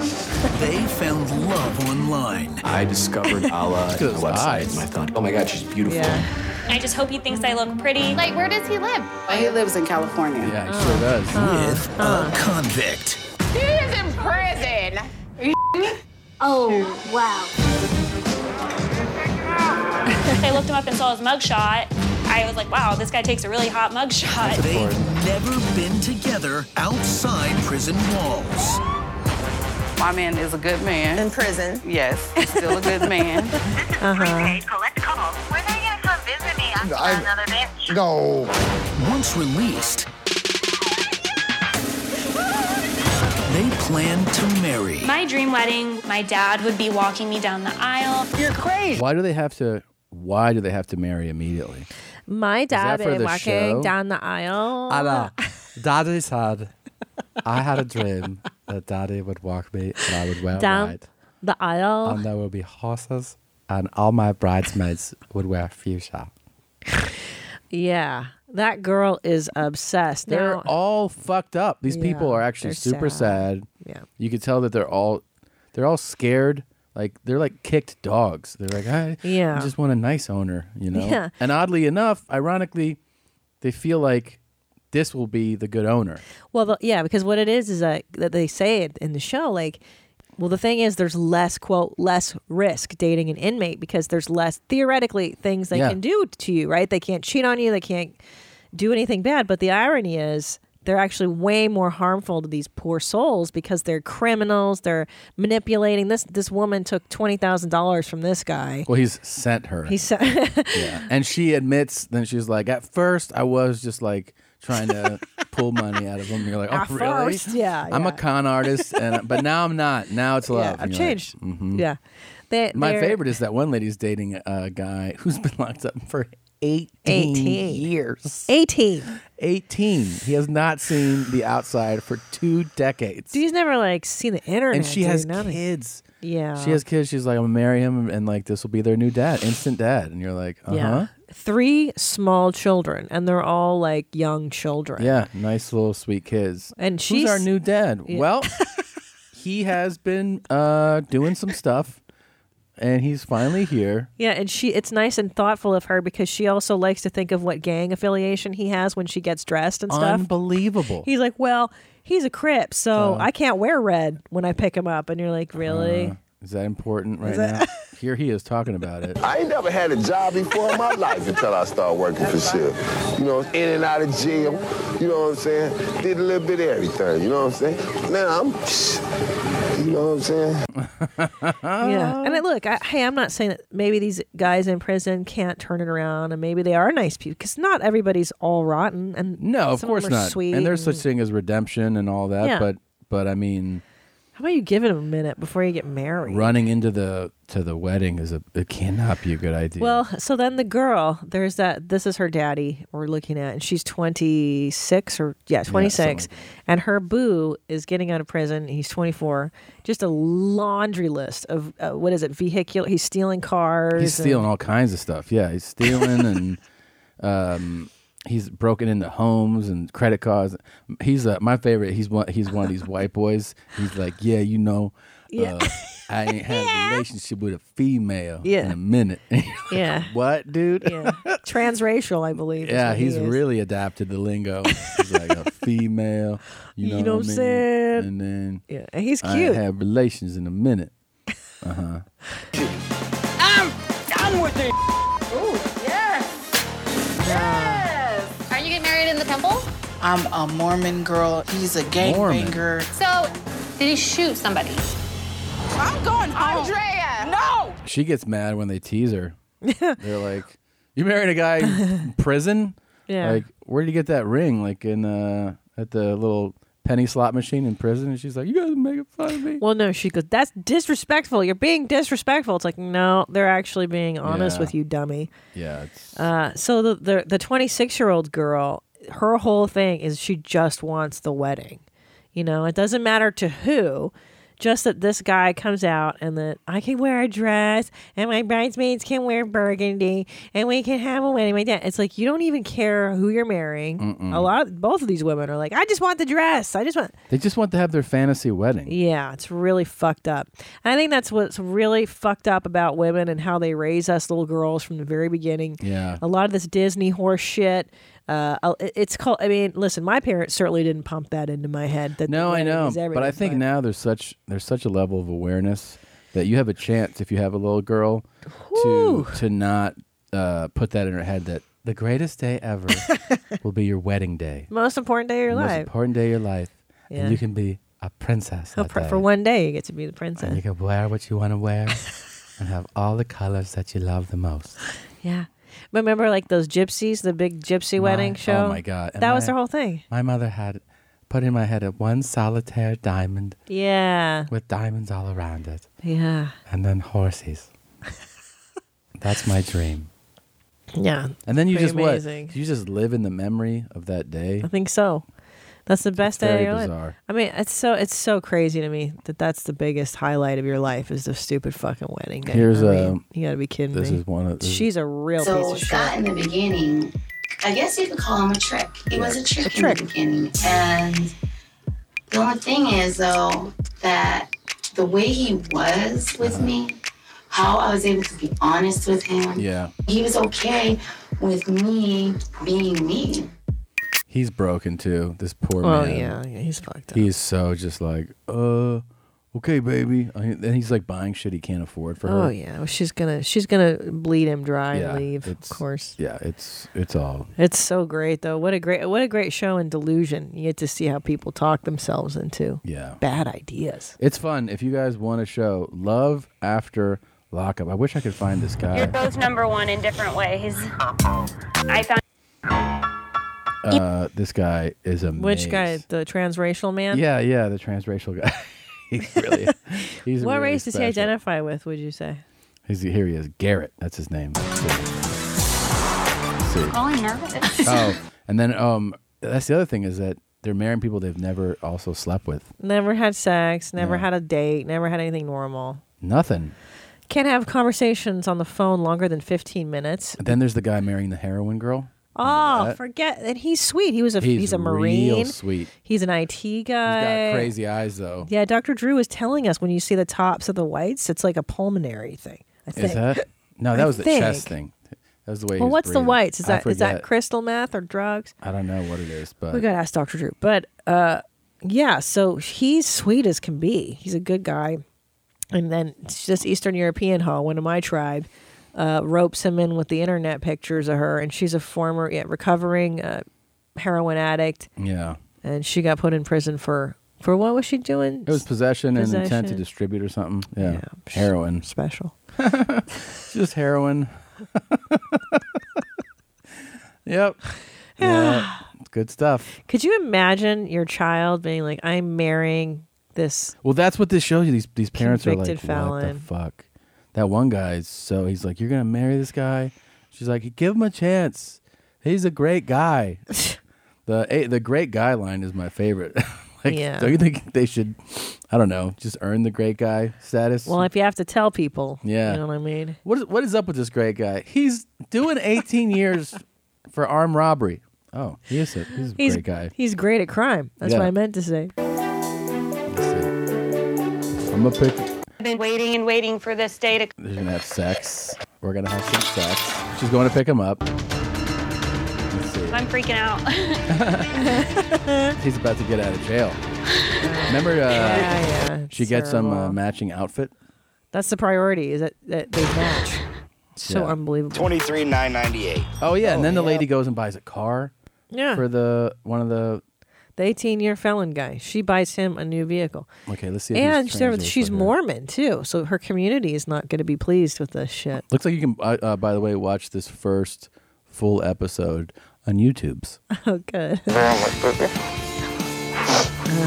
Speaker 10: They found love online.
Speaker 11: I discovered Allah
Speaker 1: at those eyes.
Speaker 11: thought, oh my God, she's beautiful.
Speaker 2: Yeah,
Speaker 9: I just hope he thinks I look pretty.
Speaker 6: Like, where does he live?
Speaker 4: He lives in California.
Speaker 1: it. Yeah, it sure does.
Speaker 10: With a convict.
Speaker 5: He is in prison.
Speaker 9: Oh, wow. I looked him up and saw his mugshot. I was like, wow, this guy takes a really hot mugshot.
Speaker 10: They've never been together outside prison walls.
Speaker 4: My man is a good man. In prison. Yes, still a good man.
Speaker 3: No.
Speaker 10: Once released, they plan to marry.
Speaker 9: My dream wedding, my dad would be walking me down the aisle.
Speaker 5: You're crazy.
Speaker 1: Why do they have to? Why do they have to marry [LAUGHS] immediately?
Speaker 2: my dad
Speaker 1: for
Speaker 2: is
Speaker 1: the
Speaker 2: walking
Speaker 1: show?
Speaker 2: down the aisle.
Speaker 1: Anna, Daddy said, I had a dream that Daddy would walk me and I would wear
Speaker 2: Down
Speaker 1: white,
Speaker 2: the aisle.
Speaker 1: and there would be horses, and all my bridesmaids would wear fuchsia.
Speaker 2: yeah, that girl is obsessed.
Speaker 1: They're
Speaker 2: Now-
Speaker 1: all fucked up. These people
Speaker 2: Yeah,
Speaker 1: are actually
Speaker 2: they're
Speaker 1: super sad.
Speaker 2: sad. yeah.
Speaker 1: You could tell that they're all they're all scared. Like they're like kicked dogs. They're like, I,
Speaker 2: Yeah.
Speaker 1: I just want a nice owner, you know.
Speaker 2: Yeah.
Speaker 1: And oddly enough, ironically, they feel like this will be the good owner.
Speaker 2: Well, the, yeah, because what it is is that, that they say it in the show, like, well, the thing is, there's less quote less risk dating an inmate because there's less theoretically things they
Speaker 1: Yeah.
Speaker 2: can do to you, right? They can't cheat on you, they can't do anything bad. But the irony is, they're actually way more harmful to these poor souls because they're criminals. They're manipulating. This this woman took twenty thousand dollars from this guy.
Speaker 1: Well, he's sent her.
Speaker 2: He [LAUGHS] said,
Speaker 1: Yeah. And she admits, then she's like, at first I was just like trying
Speaker 2: [LAUGHS]
Speaker 1: to pull money out of him. You're like, oh,
Speaker 2: At
Speaker 1: really?
Speaker 2: first, yeah,
Speaker 1: I'm
Speaker 2: yeah.
Speaker 1: a con artist, and but now I'm not. Now it's love.
Speaker 2: yeah,
Speaker 1: And
Speaker 2: "I've
Speaker 1: you're like, mm-hmm.
Speaker 2: changed." Yeah, they,
Speaker 1: My
Speaker 2: they're-
Speaker 1: favorite is that one lady's dating a guy who's been locked up for 18,
Speaker 2: 18.
Speaker 1: years.
Speaker 2: eighteen.
Speaker 1: 18. He has not seen the outside for two decades.
Speaker 2: He's never like seen the internet.
Speaker 1: and she
Speaker 2: dude,
Speaker 1: has
Speaker 2: nothing.
Speaker 1: kids.
Speaker 2: Yeah.
Speaker 1: She has kids. She's like, I'm going to marry him, and like, this will be their new dad, instant dad. And you're like, uh huh.
Speaker 2: Yeah. Three small children, and they're all like young children.
Speaker 1: Yeah, nice little sweet kids.
Speaker 2: And
Speaker 1: who's our
Speaker 2: she's-
Speaker 1: new dad.
Speaker 2: [LAUGHS]
Speaker 1: Well, he has been uh, doing some stuff, and he's finally here.
Speaker 2: Yeah, and she it's nice and thoughtful of her because she also likes to think of what gang affiliation he has when she gets dressed and stuff.
Speaker 1: Unbelievable. Uh-huh.
Speaker 2: He's like, Well, he's a crip, so I can't wear red when I pick him up and you're like, Really?
Speaker 1: is that important right
Speaker 2: [LAUGHS]
Speaker 1: now? Here he is talking about it.
Speaker 8: I ain't never had a job
Speaker 5: [LAUGHS]
Speaker 8: before in my life until I started working for shit. You know, in and out of jail. You know what I'm saying? Did a little bit of everything. You know what I'm saying? Now I'm, you know what I'm [SNIFFS] saying?
Speaker 1: Uh-huh.
Speaker 2: yeah. And I, look, I, hey, I'm not saying that maybe these guys in prison can't turn it around and maybe they are nice people because not everybody's all rotten and
Speaker 1: No, of
Speaker 2: some
Speaker 1: course
Speaker 2: them are
Speaker 1: not.
Speaker 2: Sweet
Speaker 1: and there's such thing as redemption and all that,
Speaker 2: Yeah.
Speaker 1: but but I mean,
Speaker 2: How about you give it a minute before you get married?
Speaker 1: running into the to the wedding is a it cannot be a good idea.
Speaker 2: Well, so then the girl, there's that. This is her daddy we're looking at, and she's 26 or yeah, 26, and her boo is getting out of prison. He's 24. Just a laundry list of uh, what is it? Vehicular. He's stealing cars.
Speaker 1: He's
Speaker 2: and-
Speaker 1: stealing all kinds of stuff. Yeah, he's stealing
Speaker 2: [LAUGHS]
Speaker 1: and um, he's broken into homes and credit cards. He's uh, my favorite. He's one. He's one of these white boys. He's like, yeah, you know, uh, I ain't
Speaker 2: [LAUGHS]
Speaker 1: had a relationship with a female in
Speaker 2: Yeah.
Speaker 1: a minute.
Speaker 2: [LAUGHS]
Speaker 1: [LAUGHS]
Speaker 2: Yeah.
Speaker 1: what, dude?
Speaker 2: yeah. Transracial, I believe. is
Speaker 1: Yeah,
Speaker 2: what he
Speaker 1: he's
Speaker 2: is.
Speaker 1: really adapted the lingo. He's like
Speaker 2: [LAUGHS]
Speaker 1: a female. You know, what
Speaker 2: know what
Speaker 1: I
Speaker 2: I'm
Speaker 1: mean?
Speaker 2: saying?
Speaker 1: And then
Speaker 2: Yeah, and he's
Speaker 1: I ain't
Speaker 2: cute.
Speaker 1: had relations in a minute.
Speaker 5: I'm done with this.
Speaker 6: Aren't you getting married in the temple?
Speaker 4: I'm a Mormon girl. He's a
Speaker 1: Mormon.
Speaker 4: gangbanger.
Speaker 6: So, did he shoot somebody?
Speaker 5: I'm going home. Andrea. No.
Speaker 1: She gets mad when they tease
Speaker 2: [LAUGHS]
Speaker 1: her. They're like, "You married a guy in prison?
Speaker 2: Yeah.
Speaker 1: Like, where did you get that ring? Like in uh at the little penny slot machine in prison?" And she's like, "You guys are making fun of me."
Speaker 2: Well, no, she goes, that's disrespectful. You're being disrespectful. It's like, no, they're actually being honest
Speaker 1: Yeah.
Speaker 2: with you, dummy.
Speaker 1: yeah, it's
Speaker 2: Uh, so the the the 26 year old girl her whole thing is she just wants the wedding. You know, it doesn't matter to who, just that this guy comes out and that I can wear a dress and my bridesmaids can wear burgundy and we can have a wedding. My dad, it's like you don't even care who you're marrying.
Speaker 1: Mm-mm.
Speaker 2: A lot, of, both of these women are like, I just want the dress. I just want.
Speaker 1: They just want to have their fantasy wedding.
Speaker 2: Yeah, it's really fucked up. And I think that's what's really fucked up about women and how they raise us little girls from the very beginning.
Speaker 1: Yeah.
Speaker 2: A lot of this Disney horse shit. Uh, I'll- it- it's called. I mean, listen, my parents certainly didn't pump that into my head. That
Speaker 1: No, I know, but I think
Speaker 2: now.
Speaker 1: now there's such there's such a level of awareness that you have a chance if you have a little girl to to not uh, put that in her head that the greatest day
Speaker 2: [LAUGHS]
Speaker 1: ever will be your wedding day,
Speaker 2: most important day of your
Speaker 1: the most
Speaker 2: life.
Speaker 1: important day of your life,
Speaker 2: Yeah.
Speaker 1: and you can be a princess.
Speaker 2: Oh,
Speaker 1: that
Speaker 2: pr-
Speaker 1: day.
Speaker 2: for one day, you get to be
Speaker 1: and
Speaker 2: the
Speaker 1: you
Speaker 2: princess.
Speaker 1: can wear what you want to
Speaker 2: [LAUGHS]
Speaker 1: wear and have all the colors that you love the most.
Speaker 2: Yeah. Remember, like those gypsies, the big gypsy wedding
Speaker 1: My-
Speaker 2: show.
Speaker 1: Oh my god, And
Speaker 2: that was
Speaker 1: my-
Speaker 2: their whole thing.
Speaker 1: My mother had put in my head a one solitaire diamond
Speaker 2: Yeah.
Speaker 1: with diamonds all around it.
Speaker 2: Yeah.
Speaker 1: And then
Speaker 2: [LAUGHS]
Speaker 1: horses. That's my dream.
Speaker 2: Yeah,
Speaker 1: And then you
Speaker 2: pretty
Speaker 1: just
Speaker 2: amazing.
Speaker 1: what? You just live in the memory of that day.
Speaker 2: I think so. That's the best day of
Speaker 1: very
Speaker 2: your life.
Speaker 1: bizarre.
Speaker 2: I mean, it's so it's so crazy to me that that's the biggest highlight of your life is the stupid fucking wedding day.
Speaker 1: Here's
Speaker 2: I
Speaker 1: a-
Speaker 2: mean, you got to be kidding
Speaker 1: this
Speaker 2: me.
Speaker 1: is one of- this is-
Speaker 2: She's a real
Speaker 12: so
Speaker 2: piece of shit.
Speaker 12: Scott in the beginning, I guess you could call him a trick. He was a trick, in the beginning. And the only thing is though that the way he was with me, how I was able to be honest with him,
Speaker 1: Yeah.
Speaker 12: he was okay with me being me.
Speaker 1: He's broken too. This poor
Speaker 2: Oh,
Speaker 1: man.
Speaker 2: yeah, yeah, he's fucked up.
Speaker 1: He's so just like, uh, okay, baby. I- And he's like buying shit he can't afford for her.
Speaker 2: Oh yeah, well, she's gonna she's gonna bleed him dry
Speaker 1: Yeah,
Speaker 2: and leave. Of
Speaker 1: it's-
Speaker 2: course,
Speaker 1: Yeah, it's it's all
Speaker 2: it's so great though. What a great what a great show and delusion. You get to see how people talk themselves into
Speaker 1: yeah
Speaker 2: bad ideas.
Speaker 1: It's fun. If you guys want a show, Love After Lockup. I wish I could find this guy.
Speaker 9: You're both number one in different ways. I found.
Speaker 1: Uh, this guy is amazing.
Speaker 2: Which guy? The transracial man.
Speaker 1: Yeah, yeah, the transracial guy. [LAUGHS] he's really.
Speaker 2: [LAUGHS]
Speaker 1: He's
Speaker 2: what
Speaker 1: really
Speaker 2: race does he
Speaker 1: special.
Speaker 2: identify with? Would you say?
Speaker 1: He's, here he is, Garrett. That's his name. Let's see. Let's see.
Speaker 9: Probably nervous.
Speaker 1: [LAUGHS] Oh, and then um, that's the other thing is that they're marrying people they've never also slept with.
Speaker 2: Never had sex. Never
Speaker 1: Yeah.
Speaker 2: had a date. Never had anything normal.
Speaker 1: Nothing.
Speaker 2: Can't have conversations on the phone longer than fifteen minutes.
Speaker 1: And then there's the guy marrying the heroin girl.
Speaker 2: Oh,
Speaker 1: that?
Speaker 2: forget. And he's sweet. He was a he's, a marine.
Speaker 1: Real sweet.
Speaker 2: He's an IT
Speaker 1: He's
Speaker 2: guy.
Speaker 1: got crazy eyes though.
Speaker 2: Yeah, Dr. Drew was telling us when you see the tops of the whites, it's like a pulmonary thing. I think.
Speaker 1: Is that? No,
Speaker 2: I
Speaker 1: that was the chest
Speaker 2: think.
Speaker 1: thing. That was the way. he
Speaker 2: Well,
Speaker 1: was
Speaker 2: what's the
Speaker 1: breathing.
Speaker 2: whites? Is
Speaker 1: I
Speaker 2: that is that
Speaker 1: forget.
Speaker 2: crystal meth or drugs?
Speaker 1: I don't know what it is, but
Speaker 2: we gotta ask Dr. Drew. But uh, yeah, so he's sweet as can be. He's a good guy. And then it's this Eastern European hoe, one of my tribe, uh, ropes him in with the internet pictures of her, and she's a former, yeah, recovering uh, heroin addict,
Speaker 1: yeah,
Speaker 2: and she got put in prison for for what was she doing?
Speaker 1: it was possession, and intent to
Speaker 2: Possession.
Speaker 1: distribute or something. Yeah, heroin
Speaker 2: special.
Speaker 1: Just heroin.
Speaker 2: [SIGHS]
Speaker 1: yep. yeah, good stuff.
Speaker 2: Could you imagine your child being like, "I'm marrying this"?
Speaker 1: Well, that's what this shows you. These these parents are like,
Speaker 2: Convicted felon.
Speaker 1: what the fuck? That one guy's so he's like, you're gonna marry this guy. She's like, give him a chance. He's a great
Speaker 2: [LAUGHS]
Speaker 1: guy. the eh, the great guy line is my favorite. [LAUGHS] like,
Speaker 2: Yeah.
Speaker 1: don't you think they should? I don't know, just earn the great guy status.
Speaker 2: Well, if you have to tell people,
Speaker 1: Yeah.
Speaker 2: you know what I mean.
Speaker 1: what is what is up with this great guy? He's doing 18 years for armed robbery. Oh, he is a, he's a
Speaker 2: He's
Speaker 1: great guy.
Speaker 2: He's great at crime. That's
Speaker 1: Yeah.
Speaker 2: what I meant to say.
Speaker 1: I'm gonna pick.
Speaker 9: I've been waiting and waiting for this day to.
Speaker 1: They're gonna have sex. We're gonna have some sex. She's going to pick him up. Let's see.
Speaker 9: I'm freaking out.
Speaker 1: [LAUGHS] He's about to get out of jail. Remember, uh, [LAUGHS]
Speaker 2: Yeah, yeah,
Speaker 1: she
Speaker 2: it's
Speaker 1: gets some uh,
Speaker 2: terrible.
Speaker 1: matching outfit.
Speaker 2: That's the priority is that, that they match. so
Speaker 1: Yeah.
Speaker 2: unbelievable.
Speaker 13: Twenty-three nine ninety-eight.
Speaker 1: Oh yeah, and then the lady goes and buys a car
Speaker 2: Yeah.
Speaker 1: for the one of the.
Speaker 2: the 18 year felon guy. She buys him a new vehicle.
Speaker 1: Okay, let's see. if
Speaker 2: And
Speaker 1: he's
Speaker 2: she's,
Speaker 1: trans or
Speaker 2: she's
Speaker 1: whatever.
Speaker 2: Mormon too. So her community is not going to be pleased with this shit. [LAUGHS]
Speaker 1: Looks like you can. Uh, uh, by the way, watch this first full episode on
Speaker 2: [LAUGHS]
Speaker 1: YouTube's.
Speaker 2: Oh, good.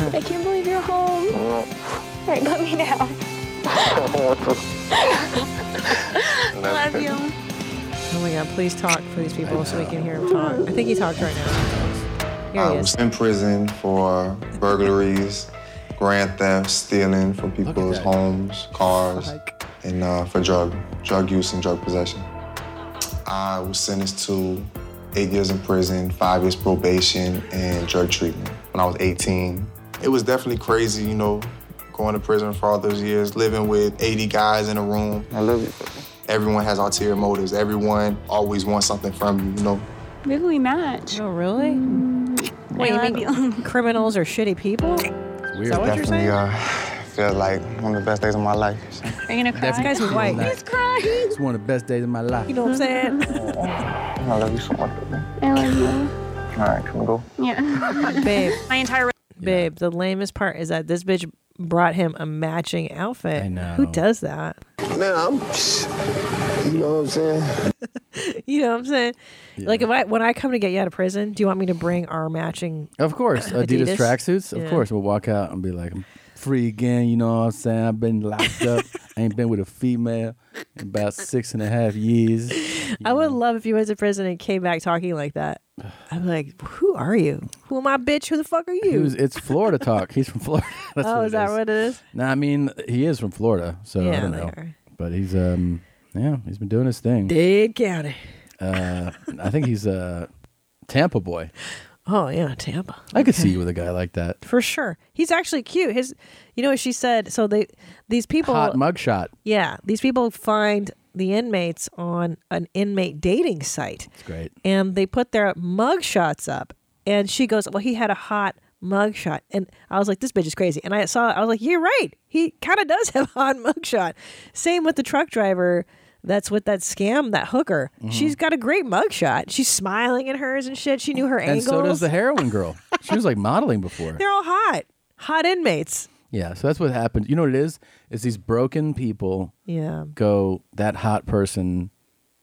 Speaker 14: I can't believe you're home. All right, let me down.
Speaker 2: Love you. Oh my God, please talk for these people so we can hear him talk. I think he talked right now.
Speaker 13: I
Speaker 2: he
Speaker 13: was
Speaker 2: is.
Speaker 13: in prison for burglaries, grand theft, stealing from people's homes, cars, and uh, for drug drug use and drug possession. I was sentenced to eight years in prison, five years probation, and drug treatment when I was 18. It was definitely crazy, you know, going to prison for all those years, living with 80 guys in a room. I love it. Everyone has ulterior motives. Everyone always wants something from you, you know.
Speaker 2: Maybe we match. Oh, really? Wait, you mean criminals are shitty people? Is that what you're
Speaker 13: definitely
Speaker 2: saying?
Speaker 13: uh, feels like one of the best days of my life.
Speaker 2: Are you gonna cry? This guy's white. He's crying.
Speaker 1: It's one of the best days of my life.
Speaker 2: You know what I'm saying? [LAUGHS]
Speaker 13: I love you so much.
Speaker 2: I love you.
Speaker 13: All right, can we go?
Speaker 2: Yeah. babe. My entire Babe, the lamest part is that this bitch brought him a matching outfit. I know. Who does that?
Speaker 8: Now I'm, you know what I'm saying?
Speaker 2: [LAUGHS] You know what I'm saying? Like if I when I come to get you out of prison, do you want me to bring our matching
Speaker 1: Of
Speaker 2: [LAUGHS]
Speaker 1: course, Adidas,
Speaker 2: Adidas?
Speaker 1: tracksuits. Of
Speaker 2: Yeah.
Speaker 1: course, we'll walk out and be like, I'm free again. You know what I'm saying? I've been locked
Speaker 2: [LAUGHS]
Speaker 1: up. I ain't been with a female in about six and a half years.
Speaker 2: I would love if you went to prison and came back talking like [SIGHS] that. I'm like, who are you? Who am I, bitch? Who the fuck are
Speaker 1: He
Speaker 2: you?
Speaker 1: was, it's Florida talk. He's from Florida. [LAUGHS] That's
Speaker 2: oh,
Speaker 1: what
Speaker 2: is that
Speaker 1: is.
Speaker 2: what it is?
Speaker 1: No, I mean he is from Florida, so I
Speaker 2: Yeah,
Speaker 1: don't
Speaker 2: they
Speaker 1: know.
Speaker 2: are.
Speaker 1: But he's um yeah, he's been doing his thing.
Speaker 2: Dade County.
Speaker 1: Uh, I think he's a Tampa boy.
Speaker 2: Oh yeah, Tampa.
Speaker 1: I could see you with a guy like that.
Speaker 2: For sure. He's actually cute. His you know what she said? So they these people
Speaker 1: Hot mugshot.
Speaker 2: Yeah. These people find the inmates on an inmate dating site.
Speaker 1: It's great.
Speaker 2: and they put their mug shots up. And she goes, Well, he had a hot mug shot. And I was like, This bitch is crazy. And I saw, I was like, You're right. He kind of does [LAUGHS] have a hot mug shot. Same with the truck driver that's with that scam, that hooker.
Speaker 1: Mm-hmm.
Speaker 2: She's got a great mug shot. She's smiling at hers and shit. She knew her
Speaker 1: And
Speaker 2: angles.
Speaker 1: so does the heroin girl. She was like modeling
Speaker 2: [LAUGHS]
Speaker 1: before.
Speaker 2: They're all hot, hot inmates.
Speaker 1: Yeah, so that's what happened. You know what it is? Is these broken people
Speaker 2: Yeah.
Speaker 1: go that hot person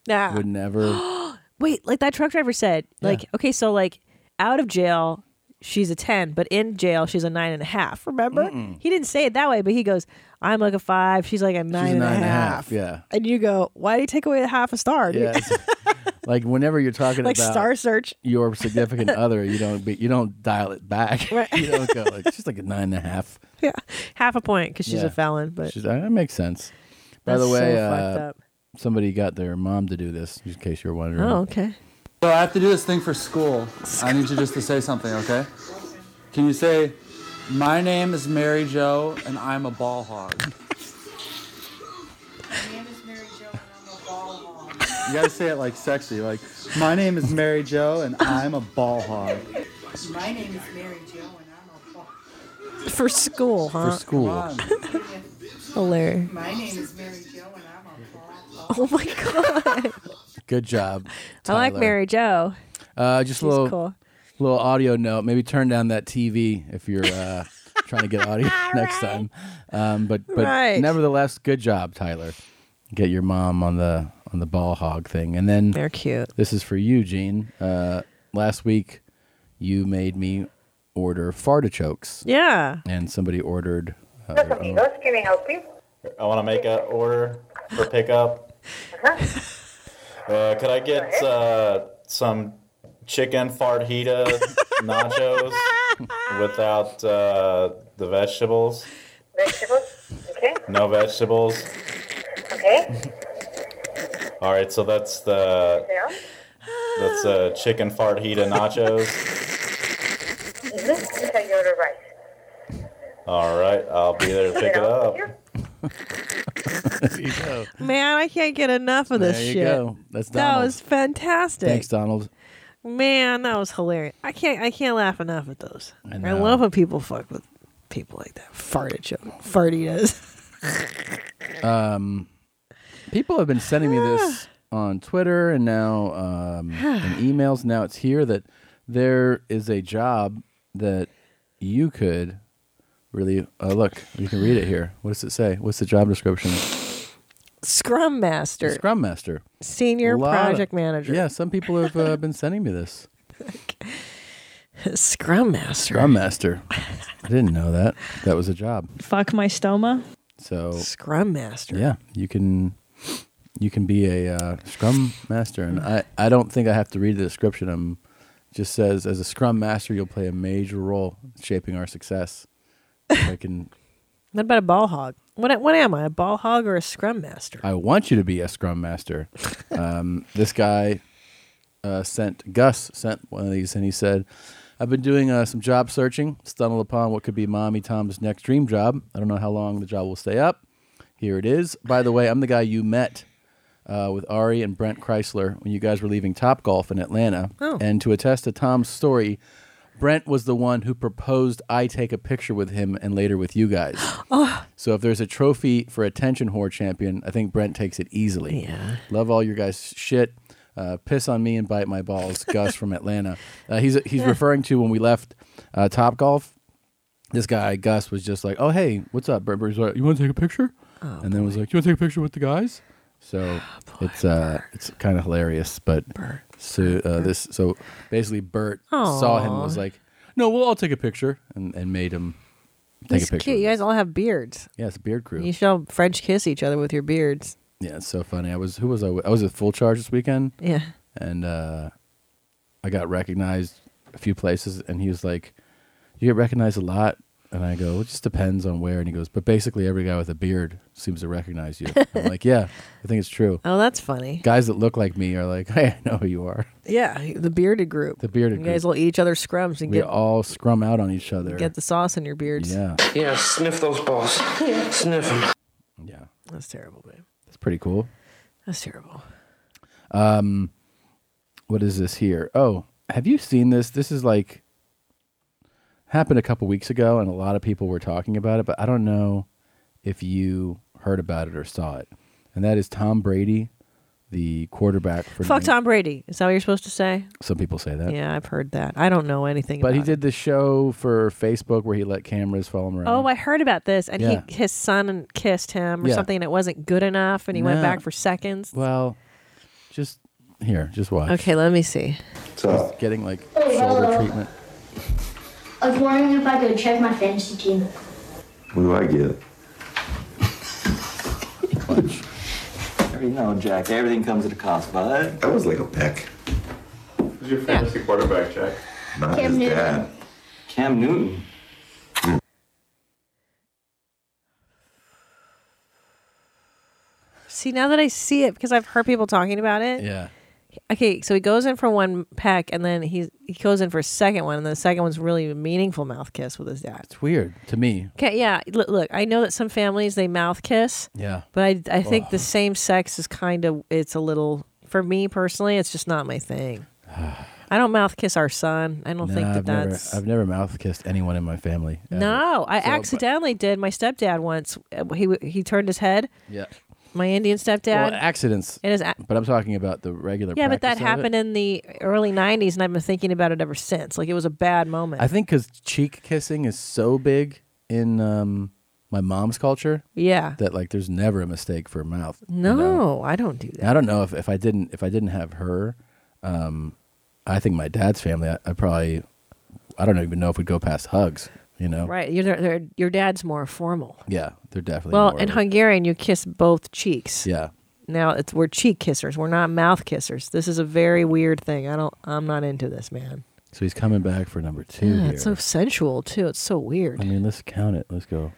Speaker 2: Ah.
Speaker 1: would
Speaker 2: [GASPS]
Speaker 1: never
Speaker 2: Wait, like that truck driver said, like, okay, so like out of jail, she's a 10, but in jail, she's a nine and a half. Remember?
Speaker 1: Mm-mm.
Speaker 2: He didn't say it that way, but he goes, I'm like a five, she's like a nine,
Speaker 1: She's a
Speaker 2: and,
Speaker 1: nine
Speaker 2: a half. [LAUGHS]
Speaker 1: Yeah.
Speaker 2: And you go, why do you take away the half a star? dude?"
Speaker 1: Yeah. it's- [LAUGHS] like whenever you're talking
Speaker 2: [LAUGHS] like
Speaker 1: about
Speaker 2: star search. [LAUGHS]
Speaker 1: your significant other, you don't be, you don't dial it back. [LAUGHS]
Speaker 2: Right.
Speaker 1: you don't go like she's like a nine and a half.
Speaker 2: Yeah. Half a point because she's
Speaker 1: Yeah.
Speaker 2: a felon, but
Speaker 1: She's, that makes sense. By the
Speaker 2: That's so
Speaker 1: way,
Speaker 2: fucked
Speaker 1: uh,
Speaker 2: up.
Speaker 1: somebody got their mom to do this, just in case you're wondering.
Speaker 2: oh, okay.
Speaker 15: So I have to do this thing for school. I need you just to say something, okay? Can you say, "My name is Mary Jo, and I'm a ball hog." You gotta say it like sexy, like, "My name is Mary Jo, and I'm a ball hog."
Speaker 4: My name is Mary Jo, and
Speaker 2: For school, huh?
Speaker 15: For school. Come
Speaker 2: Hilarious.
Speaker 4: my name is Mary Jo, and I'm
Speaker 2: Oh my [LAUGHS] God.
Speaker 1: Good job.
Speaker 2: I like
Speaker 1: Tyler.
Speaker 2: Mary Jo.
Speaker 1: Uh, just a
Speaker 2: She's
Speaker 1: little,
Speaker 2: cool.
Speaker 1: little audio note. Maybe turn down that TV if you're uh, [LAUGHS] trying to get
Speaker 2: [LAUGHS]
Speaker 1: audio next time. Um, but but
Speaker 2: Right.
Speaker 1: nevertheless, good job, Tyler. Get your mom on the on the ball hog thing, and then
Speaker 2: they're cute.
Speaker 1: This is for you, Gene. Uh, last week, you made me order fartichokes.
Speaker 2: Yeah.
Speaker 1: and somebody ordered. Uh, their own.
Speaker 16: Amigos, can I help you?
Speaker 17: I want to make an order for pickup. Uh, could I get uh, some
Speaker 16: [LAUGHS]
Speaker 17: chicken fartita nachos without uh, the vegetables?
Speaker 16: Vegetables? Okay,
Speaker 17: No vegetables.
Speaker 16: okay.
Speaker 17: All right, so that's the
Speaker 16: Yeah.
Speaker 17: that's uh, chicken fartita nachos.
Speaker 16: Mm-hmm. Okay, you're the right.
Speaker 17: All right, I'll be there to pick it up.
Speaker 1: there you go.
Speaker 2: Man, I can't get enough of this
Speaker 1: oh, There you
Speaker 2: shit.
Speaker 1: go. That's
Speaker 2: that
Speaker 1: Donald.
Speaker 2: was fantastic.
Speaker 1: Thanks, Donald.
Speaker 2: Man, that was hilarious. I can't I can't laugh enough at those. I,
Speaker 1: know.
Speaker 2: love when people fuck with people like that. Farted joke. Fartitas.
Speaker 1: Um, people have been sending me
Speaker 2: [SIGHS]
Speaker 1: this on Twitter and now um, in emails. Now it's here that there is a job that you could really uh, look. You can read it here. What does it say? What's the job description?
Speaker 2: [LAUGHS] Scrum master.
Speaker 1: Scrum master.
Speaker 2: Senior
Speaker 1: Lot of-
Speaker 2: project manager.
Speaker 1: Yeah, some people have uh, been sending me
Speaker 2: [LAUGHS]
Speaker 1: this.
Speaker 2: Scrum master.
Speaker 1: Scrum master. I didn't know that. That was a job.
Speaker 2: Fuck my stoma.
Speaker 1: So
Speaker 2: Scrum master.
Speaker 1: Yeah, you can you can be a uh, scrum master, and I I don't think I have to read the description. I'm just says, as a scrum master, you'll play a major role in shaping our success. If I can.
Speaker 2: What about a ball hog? What, what am I, a ball hog or a scrum master?
Speaker 1: I want you to be a scrum
Speaker 2: [LAUGHS]
Speaker 1: master. Um, this guy uh, sent Gus sent one of these, and he said, "I've been doing uh, some job searching. Stumbled upon what could be Mommy Tom's next dream job. I don't know how long the job will stay up. Here it is. By the way, I'm the guy you met uh, with Ari and Brent Chrysler when you guys were leaving Top Golf in Atlanta.
Speaker 2: Oh.
Speaker 1: And to attest to Tom's story." Brent was the one who proposed I take a picture with him and later with you guys.
Speaker 2: Oh.
Speaker 1: So if there's a trophy for attention whore champion, I think Brent takes it easily.
Speaker 2: Yeah.
Speaker 1: Love all your guys' shit. Uh, piss on me and bite my balls. Gus from Atlanta. Uh, he's he's referring to when we left uh, Top Golf. This guy Gus was just like, "Oh hey, what's up, Brent?" He's like, "You want to take a picture?"
Speaker 2: Oh,
Speaker 1: and then was like, "You want to take a picture with the guys?" So it's uh it's kind of hilarious, but so uh, this so basically Bert saw him and was
Speaker 2: Aw.
Speaker 1: like, "No, we'll all take a picture," and, and made him take
Speaker 2: It's
Speaker 1: a picture.
Speaker 2: cute. You guys all have beards.
Speaker 1: Yeah, it's a beard crew.
Speaker 2: You should all French kiss each other with your beards.
Speaker 1: Yeah, it's so funny. I was who was I? With? I was at Full Charge this weekend.
Speaker 2: Yeah.
Speaker 1: and uh, I got recognized a few places, and he was like, "You get recognized a lot." And I go, "It just depends on where." And he goes, "But basically, every guy with a beard seems to recognize
Speaker 2: [LAUGHS]
Speaker 1: you." I'm like, "Yeah, I think it's true."
Speaker 2: Oh, that's funny.
Speaker 1: Guys that look like me are like, [LAUGHS] "Hey, I know who you are."
Speaker 2: Yeah, the bearded group.
Speaker 1: The bearded
Speaker 2: You guys will eat each other's scrums and
Speaker 1: We
Speaker 2: get
Speaker 1: all scrum out on each other.
Speaker 2: get the sauce in your beards.
Speaker 1: Yeah,
Speaker 7: Yeah, sniff those balls. sniff them.
Speaker 1: Yeah.
Speaker 2: That's terrible, man.
Speaker 1: it's pretty cool.
Speaker 2: That's terrible.
Speaker 1: Um, what is this here? Oh, have you seen this? This is like happened a couple weeks ago, and a lot of people were talking about it, but I don't know if you heard about it or saw it. And that is Tom Brady, the quarterback for.
Speaker 2: Fuck Tom Brady. Is that what you're supposed to say?
Speaker 1: Some people say that.
Speaker 2: Yeah, I've heard that. I don't know anything
Speaker 1: But he
Speaker 2: about
Speaker 1: did this show for Facebook where he let cameras follow him around.
Speaker 2: Oh, I heard about this, and
Speaker 1: Yeah.
Speaker 2: he his son kissed him or
Speaker 1: Yeah.
Speaker 2: something, and it wasn't good enough, and he
Speaker 1: No.
Speaker 2: went back for seconds.
Speaker 1: Well, just here, just watch.
Speaker 2: Okay, let me see.
Speaker 1: He's getting like
Speaker 14: Hey,
Speaker 1: shoulder
Speaker 14: hello.
Speaker 1: treatment.
Speaker 14: I was wondering if I could check my fantasy team.
Speaker 11: What do I get? Punch. [LAUGHS] Every, no, Jack, everything comes at a cost, bud. That was like a peck.
Speaker 17: Who's your fantasy quarterback, Jack?
Speaker 11: Not
Speaker 14: Cam his Newton. dad.
Speaker 11: Cam Newton.
Speaker 2: See, now that I see it, because I've heard people talking about it.
Speaker 1: Yeah.
Speaker 2: Okay, so he goes in for one peck, and then he he goes in for a second one, and the second one's really a meaningful mouth kiss with his dad.
Speaker 1: It's weird to me.
Speaker 2: Okay, yeah. Look, look, I know that some families they mouth kiss.
Speaker 1: Yeah.
Speaker 2: But I, I think the
Speaker 1: Ugh.
Speaker 2: same sex is kind of it's a little for me personally. It's just not
Speaker 1: [SIGHS]
Speaker 2: my thing. I don't mouth kiss our son. I don't think
Speaker 1: Nah,
Speaker 2: that
Speaker 1: I've never,
Speaker 2: that's.
Speaker 1: I've never mouth kissed anyone in my family. ever.
Speaker 2: no, I
Speaker 1: So, but-
Speaker 2: accidentally did. My stepdad once uh, he w- he turned his head.
Speaker 1: Yeah.
Speaker 2: My Indian
Speaker 1: Well,
Speaker 2: stepdad.
Speaker 1: accidents.
Speaker 2: It is a-
Speaker 1: but I'm talking about the regular.
Speaker 2: yeah, but that
Speaker 1: practice of it.
Speaker 2: happened in the early '90s, and I've been thinking about it ever since. Like it was a bad moment.
Speaker 1: I think because cheek kissing is so big in um, my mom's culture.
Speaker 2: Yeah.
Speaker 1: That like, there's never a mistake for mouth.
Speaker 2: No, I don't do that.
Speaker 1: I don't know if, if I didn't if I didn't have her, um, I think my dad's family. I, I probably, I don't even know if we'd go past hugs. You know.
Speaker 2: Right, your their- their- your dad's more formal.
Speaker 1: Yeah, they're definitely.
Speaker 2: Well,
Speaker 1: more
Speaker 2: in
Speaker 1: of
Speaker 2: Hungarian, you kiss both cheeks.
Speaker 1: it. Yeah.
Speaker 2: Now it's we're cheek kissers. We're not mouth kissers. This is a very weird thing. I don't. I'm not into this, man.
Speaker 1: So he's coming back for number two
Speaker 2: Yeah,
Speaker 1: here.
Speaker 2: it's so sensual too. It's so weird.
Speaker 1: I mean, let's count it. Let's go.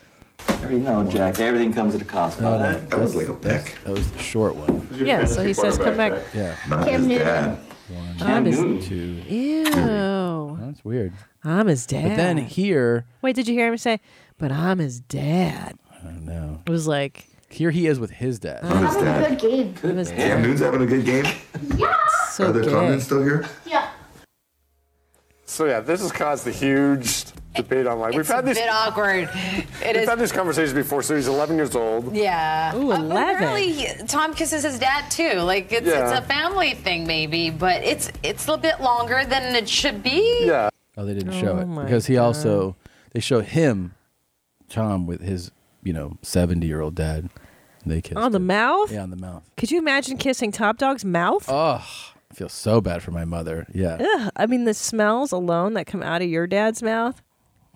Speaker 11: Every, no, Jack, everything comes at a cost,
Speaker 1: No,
Speaker 11: bud.
Speaker 1: no, that's- that's- That was the short one.
Speaker 2: your Yeah, so fantasy he says, "Come quarterback, back." Jack? [LAUGHS]
Speaker 1: Yeah.
Speaker 2: Not Cam his Newton. dad.
Speaker 1: One,
Speaker 2: Not his-
Speaker 1: two.
Speaker 2: Ew.
Speaker 1: That's weird.
Speaker 2: I'm his dad.
Speaker 1: But then here,
Speaker 2: Wait, did you hear him say? But I'm his dad.
Speaker 1: I don't know.
Speaker 2: It was like
Speaker 1: Here he is with his dad.
Speaker 2: I'm his
Speaker 14: dad. Good game.
Speaker 2: I'm his
Speaker 13: Cam
Speaker 2: dad.
Speaker 13: Newton's having a good game.
Speaker 2: So
Speaker 13: Are the
Speaker 2: gay.
Speaker 13: comments still here?
Speaker 14: Yeah.
Speaker 18: So yeah, this has caused a huge debate online. We've
Speaker 5: It's
Speaker 18: had
Speaker 5: a
Speaker 18: these
Speaker 5: bit awkward. It
Speaker 18: we've
Speaker 5: is.
Speaker 18: had these conversations before. So he's 11 years old.
Speaker 5: Yeah. Ooh,
Speaker 2: 11.
Speaker 5: Really, Tom kisses his dad too. Like it's,
Speaker 18: Yeah.
Speaker 5: it's a family thing maybe, but it's it's a bit longer than it should be.
Speaker 18: Yeah.
Speaker 1: Oh, they didn't show
Speaker 5: Oh
Speaker 1: it
Speaker 5: my
Speaker 1: because he also they show him, Tom with his you know seventy year old dad. They kiss.
Speaker 2: on the mouth.
Speaker 1: Yeah, on the mouth.
Speaker 2: Could you imagine kissing Top Dog's mouth?
Speaker 1: Oh, I feel so bad for my mother. Yeah.
Speaker 2: Ugh, I mean, the smells alone that come out of your dad's mouth,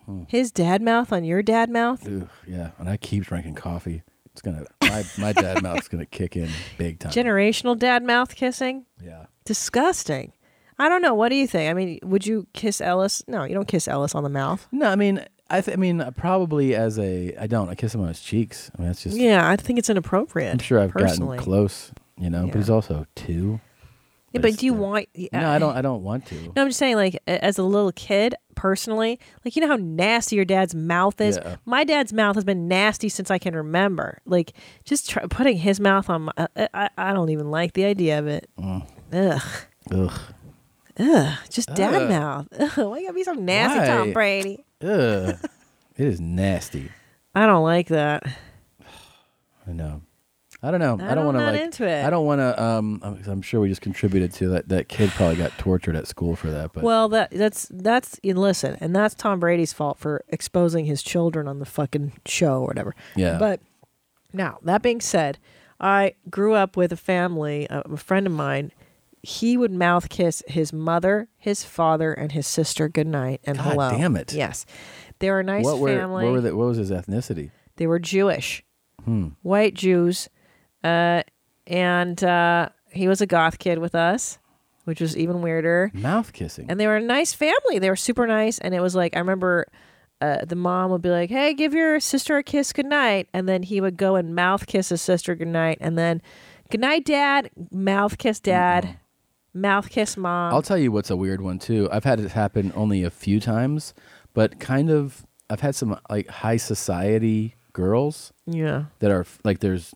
Speaker 1: Hmm.
Speaker 2: his dad mouth on your dad mouth.
Speaker 1: Ugh, yeah. And I keep drinking coffee. It's gonna my my
Speaker 2: [LAUGHS]
Speaker 1: dad mouth's gonna kick in big time.
Speaker 2: Generational dad mouth kissing.
Speaker 1: Yeah.
Speaker 2: Disgusting. I don't know. What do you think? I mean, would you kiss Ellis? No, you don't kiss Ellis on the mouth.
Speaker 1: No, I mean, I, th- I mean, uh, probably as a, I don't. I kiss him on his cheeks. I mean, that's just.
Speaker 2: yeah, I think it's inappropriate.
Speaker 1: I'm sure I've
Speaker 2: personally.
Speaker 1: gotten close, you know. But he's also two.
Speaker 2: Yeah, but do you want? uh,
Speaker 1: No, I don't. I don't want to.
Speaker 2: No, I'm just saying, like, a- as a little kid, personally, like, you know how nasty your dad's mouth is?
Speaker 1: Yeah.
Speaker 2: My dad's mouth has been nasty since I can remember. Like, just try, putting his mouth on my, I, I, I don't even like the idea of it.
Speaker 1: Mm.
Speaker 2: Ugh.
Speaker 1: Ugh.
Speaker 2: Ugh. Just dad
Speaker 1: Ugh.
Speaker 2: mouth. [LAUGHS] Ugh, why you gotta be so nasty, Tom
Speaker 1: Why?
Speaker 2: Brady?
Speaker 1: Ugh. it is nasty.
Speaker 2: I don't like that.
Speaker 1: I know. I don't know.
Speaker 2: I
Speaker 1: I, don't
Speaker 2: don't-
Speaker 1: want to
Speaker 2: not
Speaker 1: like.
Speaker 2: into it.
Speaker 1: I don't want to. Um, I'm- I'm sure we just contributed to that. That kid probably got tortured at school for that. But
Speaker 2: well, that that's that's you listen, and that's Tom Brady's fault for exposing his children on the fucking show or whatever.
Speaker 1: Yeah.
Speaker 2: But now that being said, I grew up with a family. uh, A friend of mine, he would mouth kiss his mother, his father, and his sister goodnight and
Speaker 1: God
Speaker 2: hello.
Speaker 1: damn it.
Speaker 2: Yes, they're a nice
Speaker 1: what were
Speaker 2: family.
Speaker 1: what were the, what was his ethnicity?
Speaker 2: They were Jewish,
Speaker 1: Hmm.
Speaker 2: white Jews, uh, and uh, he was a goth kid with us, which was even weirder.
Speaker 1: Mouth kissing.
Speaker 2: And they were a nice family. They were super nice. And it was like, I remember uh, the mom would be like, hey, give your sister a kiss goodnight. And then he would go and mouth kiss his sister goodnight. And then, goodnight, dad, mouth kiss dad, mouth kiss mom.
Speaker 1: Mm-hmm. I'll tell you what's a weird one too. I've had it happen only a few times, but kind of. I've had some like high society girls.
Speaker 2: Yeah.
Speaker 1: That are like there's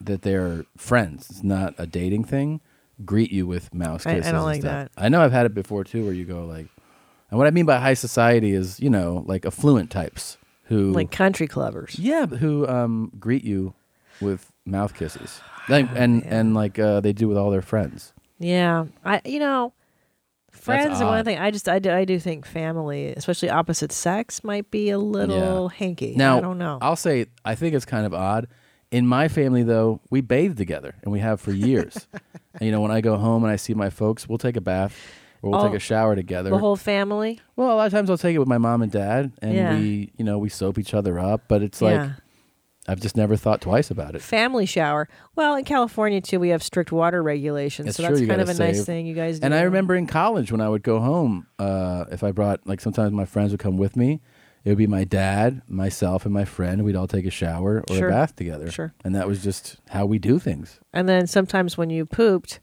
Speaker 1: that they're friends. It's not a dating thing. Greet you with mouse
Speaker 2: I- I
Speaker 1: kisses.
Speaker 2: don't
Speaker 1: and
Speaker 2: like
Speaker 1: stuff. I know I've had it before too, where you go like, and what I mean by high society is you know like affluent types who
Speaker 2: like country clubbers.
Speaker 1: Yeah, but who um greet you with mouth kisses,
Speaker 2: Oh,
Speaker 1: like, and and like uh, they do with all their friends.
Speaker 2: Yeah, I you know, friends are one
Speaker 1: odd.
Speaker 2: thing. I just I do, I do think family, especially opposite sex, might be a little hanky.
Speaker 1: Now
Speaker 2: I don't know.
Speaker 1: I'll say I think it's kind of odd. In my family, though, we bathe together, and we have for
Speaker 2: [LAUGHS]
Speaker 1: years. and, you know, when I go home and I see my folks, we'll take a bath or we'll
Speaker 2: Oh,
Speaker 1: take a shower together.
Speaker 2: the whole family.
Speaker 1: well, a lot of times I'll take it with my mom and dad, and
Speaker 2: Yeah.
Speaker 1: we, you know, we soap each other up. But it's like
Speaker 2: Yeah.
Speaker 1: I've just never thought twice about it.
Speaker 2: Family shower. Well, in California too, we have strict water regulations,
Speaker 1: It's
Speaker 2: so
Speaker 1: true,
Speaker 2: that's
Speaker 1: you
Speaker 2: kind of a
Speaker 1: gotta
Speaker 2: nice
Speaker 1: save.
Speaker 2: thing you guys do.
Speaker 1: And I remember in college when I would go home, uh, if I brought like sometimes my friends would come with me. It would be my dad, myself, and my friend. We'd all take a shower or
Speaker 2: Sure.
Speaker 1: a bath together.
Speaker 2: Sure.
Speaker 1: And that was just how we do things.
Speaker 2: And then sometimes when you pooped,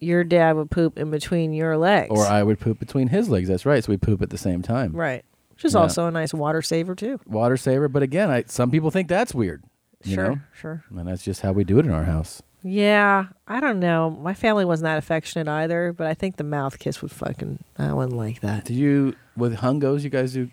Speaker 2: your dad would poop in between your legs,
Speaker 1: Or I would poop between his legs. That's right. So we poop at the same time.
Speaker 2: right, which is
Speaker 1: Yeah.
Speaker 2: also a nice water saver too.
Speaker 1: Water saver. But again, I, some people think that's weird. You
Speaker 2: Sure,
Speaker 1: know?
Speaker 2: sure.
Speaker 1: And that's just how we do it in our house.
Speaker 2: Yeah, I don't know. My family wasn't that affectionate either, but I think the mouth kiss would fucking. I wouldn't like that.
Speaker 1: Do you, with hungos, you guys do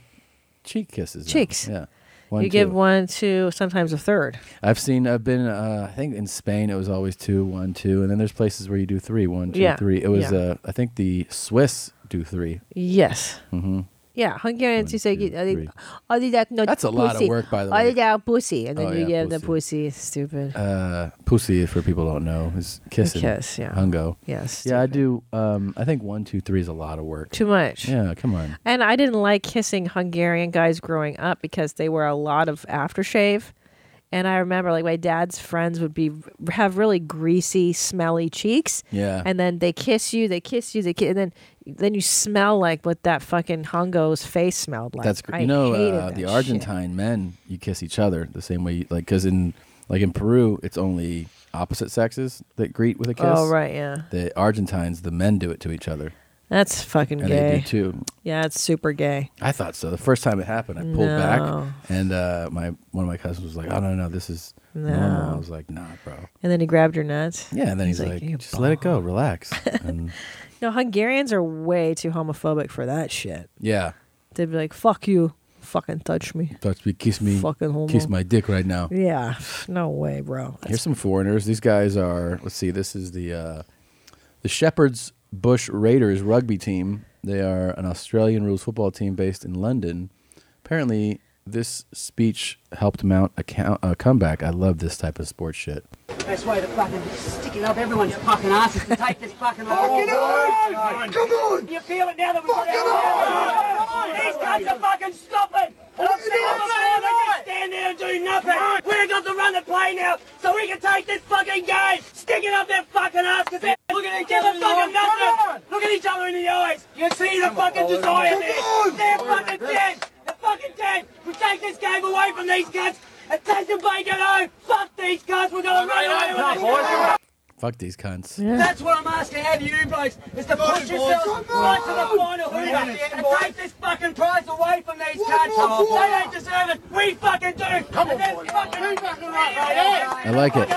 Speaker 1: cheek kisses? now.
Speaker 2: Cheeks.
Speaker 1: Yeah.
Speaker 2: you give
Speaker 1: two.
Speaker 2: one, two, sometimes a third.
Speaker 1: I've seen. I've been. Uh, I think in Spain it was always two, one, two, and then there's places where you do three, one, two, three.
Speaker 2: Yeah,
Speaker 1: It was.
Speaker 2: yeah.
Speaker 1: Uh, I think the Swiss do three.
Speaker 2: Yes.
Speaker 1: Mm-hmm.
Speaker 2: Yeah, Hungarians you say I did that not
Speaker 1: That's a lot of
Speaker 2: pussy.
Speaker 1: work, by the
Speaker 2: I
Speaker 1: way.
Speaker 2: did that pussy, and then
Speaker 1: Oh,
Speaker 2: you
Speaker 1: yeah,
Speaker 2: give the pussy. Stupid.
Speaker 1: Uh, pussy, for people who don't know, is kissing.
Speaker 2: kiss, yeah.
Speaker 1: Hungo.
Speaker 2: Yes,
Speaker 1: Yeah, I do. Um, I think one, two, three is a lot of work.
Speaker 2: Too much.
Speaker 1: Yeah, come on.
Speaker 2: And I didn't like kissing Hungarian guys growing up because they were a lot of aftershave. And I remember like my dad's friends would be have really greasy, smelly cheeks.
Speaker 1: Yeah.
Speaker 2: And then they kiss you, they kiss you, they kiss, and then then you smell like what that fucking hungo's face smelled like.
Speaker 1: That's great.
Speaker 2: great.
Speaker 1: You know,
Speaker 2: hated
Speaker 1: uh,
Speaker 2: that
Speaker 1: the
Speaker 2: shit.
Speaker 1: Argentine men, you kiss each other the same way. You, like, because in like in Peru, it's only opposite sexes that greet with a kiss.
Speaker 2: Oh, right, yeah.
Speaker 1: The Argentines, the men do it to each other.
Speaker 2: That's fucking
Speaker 1: and
Speaker 2: gay.
Speaker 1: They do too.
Speaker 2: Yeah, it's super gay.
Speaker 1: I thought so. The first time it happened, I pulled
Speaker 2: No.
Speaker 1: back, and uh, my one of my cousins was like, "Oh no, no, this is normal."
Speaker 2: No.
Speaker 1: I was like, "Nah, bro."
Speaker 2: And then he grabbed your nuts.
Speaker 1: Yeah, and then he's, like, "Just let it go, relax." And
Speaker 2: No, Hungarians are way too homophobic for that shit.
Speaker 1: yeah,
Speaker 2: They'd be like, "Fuck you, fucking touch me."
Speaker 1: touch me, kiss me,
Speaker 2: [LAUGHS] Fucking homo.
Speaker 1: kiss my dick right now.
Speaker 2: Yeah, no way, bro.
Speaker 1: Here's some foreigners. These guys are. Let's see. This is the uh, the Shepherds Bush Raiders rugby team. They are an Australian rules football team based in London. Apparently, this speech helped mount a, count, a comeback. I love this type of sports shit.
Speaker 19: That's why the fucking sticking up everyone's fucking asses to take this fucking
Speaker 4: Fucking on!
Speaker 19: Come on!
Speaker 4: You feel it now that we've got out These guys are fucking stopping! I've seen them before, they just stand there and do nothing! We've got to run the play now, so we can take this fucking game! Sticking up their fucking asses! Look at each other! Give a fucking nothing! Look at each other yours. You see the fucking destroyer there? They're fucking dead. They're fucking dead. We take this game away from these cats and take them back at home. Fuck these cats. We're gonna run away with these cunts.
Speaker 1: Fuck these cunts.
Speaker 4: That's what I'm asking out of you blokes, is to push yourselves right to the final hooter and take this fucking prize away from these cunts. They don't deserve it. We fucking do. Come on, boys. Fucking who's fucking right, right
Speaker 1: I like it.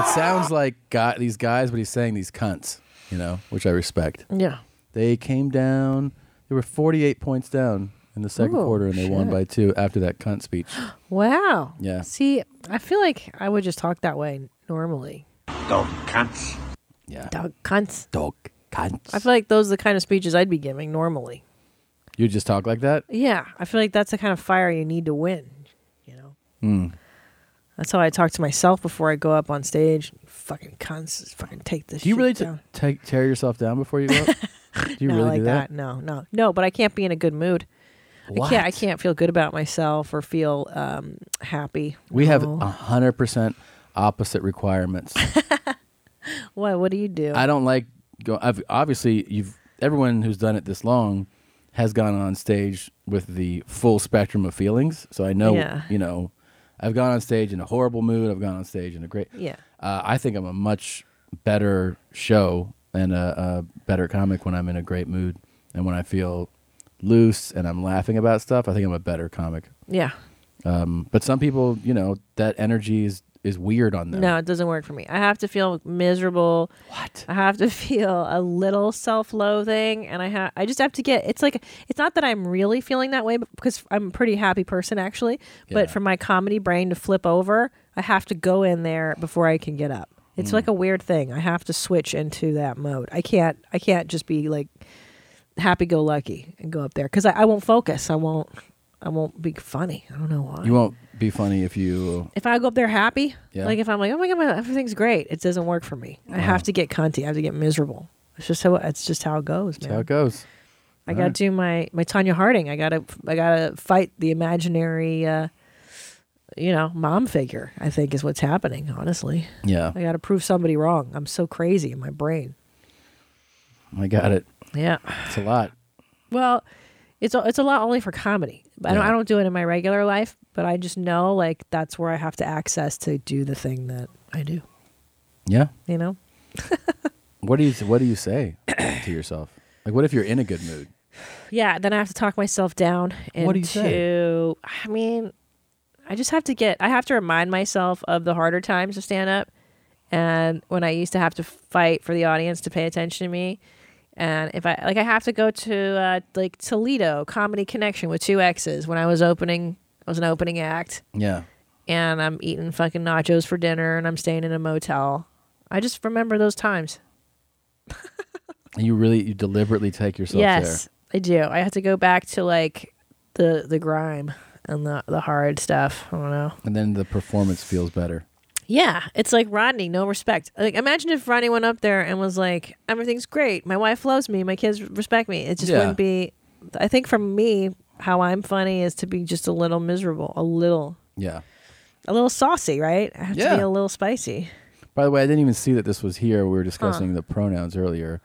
Speaker 1: It sounds like guy, these guys, but he's saying these cunts, you know, which I respect.
Speaker 2: Yeah.
Speaker 1: They came down. They were 48 points down in the second
Speaker 2: Oh,
Speaker 1: quarter, and they won
Speaker 2: shit.
Speaker 1: by two after that cunt speech.
Speaker 2: [GASPS] Wow.
Speaker 1: Yeah.
Speaker 2: See, I feel like I would just talk that way normally.
Speaker 1: Dog cunts. Yeah.
Speaker 2: Dog cunts.
Speaker 1: Dog cunts.
Speaker 2: I feel like those are the kind of speeches I'd be giving normally.
Speaker 1: You just talk like that?
Speaker 2: Yeah, I feel like that's the kind of fire you need to win.
Speaker 1: Hmm.
Speaker 2: That's how I talk to myself before I go up on stage. Fucking cunts, fucking take this.
Speaker 1: Do you
Speaker 2: shit
Speaker 1: really t-
Speaker 2: down.
Speaker 1: ta- tear yourself down before
Speaker 2: [LAUGHS]
Speaker 1: you go up? Do you
Speaker 2: no,
Speaker 1: really
Speaker 2: like
Speaker 1: do that?
Speaker 2: No, no, no. But I can't be in a good mood. I can't. I can't feel good about myself or feel um, happy.
Speaker 1: We have uh,
Speaker 2: No.
Speaker 1: a hundred percent opposite requirements.
Speaker 2: Why? What do you do?
Speaker 1: I don't like go. I've, obviously, you've everyone who's done it this long has gone on stage with the full spectrum of feelings. So I know,
Speaker 2: Yeah.
Speaker 1: you know, I've gone on stage in a horrible mood. I've gone on stage in a great.
Speaker 2: Yeah.
Speaker 1: Uh, I think I'm a much better show and a, a better comic when I'm in a great mood and when I feel loose and I'm laughing about stuff. I think I'm a better comic.
Speaker 2: Yeah.
Speaker 1: Um, but some people, you know, that energy is is weird on them.
Speaker 2: No, it doesn't work for me. I have to feel miserable.
Speaker 1: What?
Speaker 2: I have to [LAUGHS] feel a little self-loathing, and I have I just have to get. It's like it's not that I'm really feeling that way, but because I'm a pretty happy person actually. But
Speaker 1: Yeah.
Speaker 2: for my comedy brain to flip over, I have to go in there before I can get up. It's
Speaker 1: Hmm.
Speaker 2: like a weird thing. I have to switch into that mode. I can't. I can't just be like happy-go-lucky and go up there because I, I won't focus. I won't. I won't be funny. I don't know why
Speaker 1: You won't be funny if you.
Speaker 2: if I go up there happy,
Speaker 1: Yeah.
Speaker 2: like if I'm like, oh my god, my, everything's great, it doesn't work for me. I
Speaker 1: Wow.
Speaker 2: have to get cunty. I have to get miserable. It's just how it's just how it goes, man.
Speaker 1: That's how it goes.
Speaker 2: I
Speaker 1: All
Speaker 2: got to
Speaker 1: right.
Speaker 2: do my my Tanya Harding. I got to I got to fight the imaginary, uh, you know, mom figure. I think is what's happening. Honestly,
Speaker 1: Yeah.
Speaker 2: I got to prove somebody wrong. I'm so crazy in my brain.
Speaker 1: I got it.
Speaker 2: Yeah.
Speaker 1: It's a lot.
Speaker 2: Well, it's a, it's a lot only for comedy. I don't I don't do it in my regular life, but I just know like that's where I have to access to do the thing that I do.
Speaker 1: Yeah.
Speaker 2: You know.
Speaker 1: What do you What do you say [COUGHS] to yourself? Like, what if you're in a good mood?
Speaker 2: yeah then i have to talk myself down into
Speaker 1: What do you say?
Speaker 2: i mean i just have to get i have to remind myself of the harder times of stand up and when i used to have to fight for the audience to pay attention to me and if i like i have to go to uh, like toledo comedy connection with two x's when i was opening i was an opening act
Speaker 1: Yeah.
Speaker 2: and i'm eating fucking nachos for dinner and i'm staying in a motel i just remember those times
Speaker 1: And you really you deliberately take yourself
Speaker 2: yes, I do. I have to go back to like the the grime and the the hard stuff. I don't know.
Speaker 1: there, and then the performance feels better.
Speaker 2: Yeah, it's like Rodney, no respect. Like imagine if Rodney went up there and was like, "Everything's great. My wife loves me. My kids respect me." It just
Speaker 1: Yeah.
Speaker 2: wouldn't be. I think for me, how I'm funny is to be just a little miserable, a little,
Speaker 1: Yeah.
Speaker 2: a little saucy, right? I have to be
Speaker 1: Yeah.
Speaker 2: a little spicy.
Speaker 1: By the way, I didn't even see that this was here. We were discussing the pronouns earlier.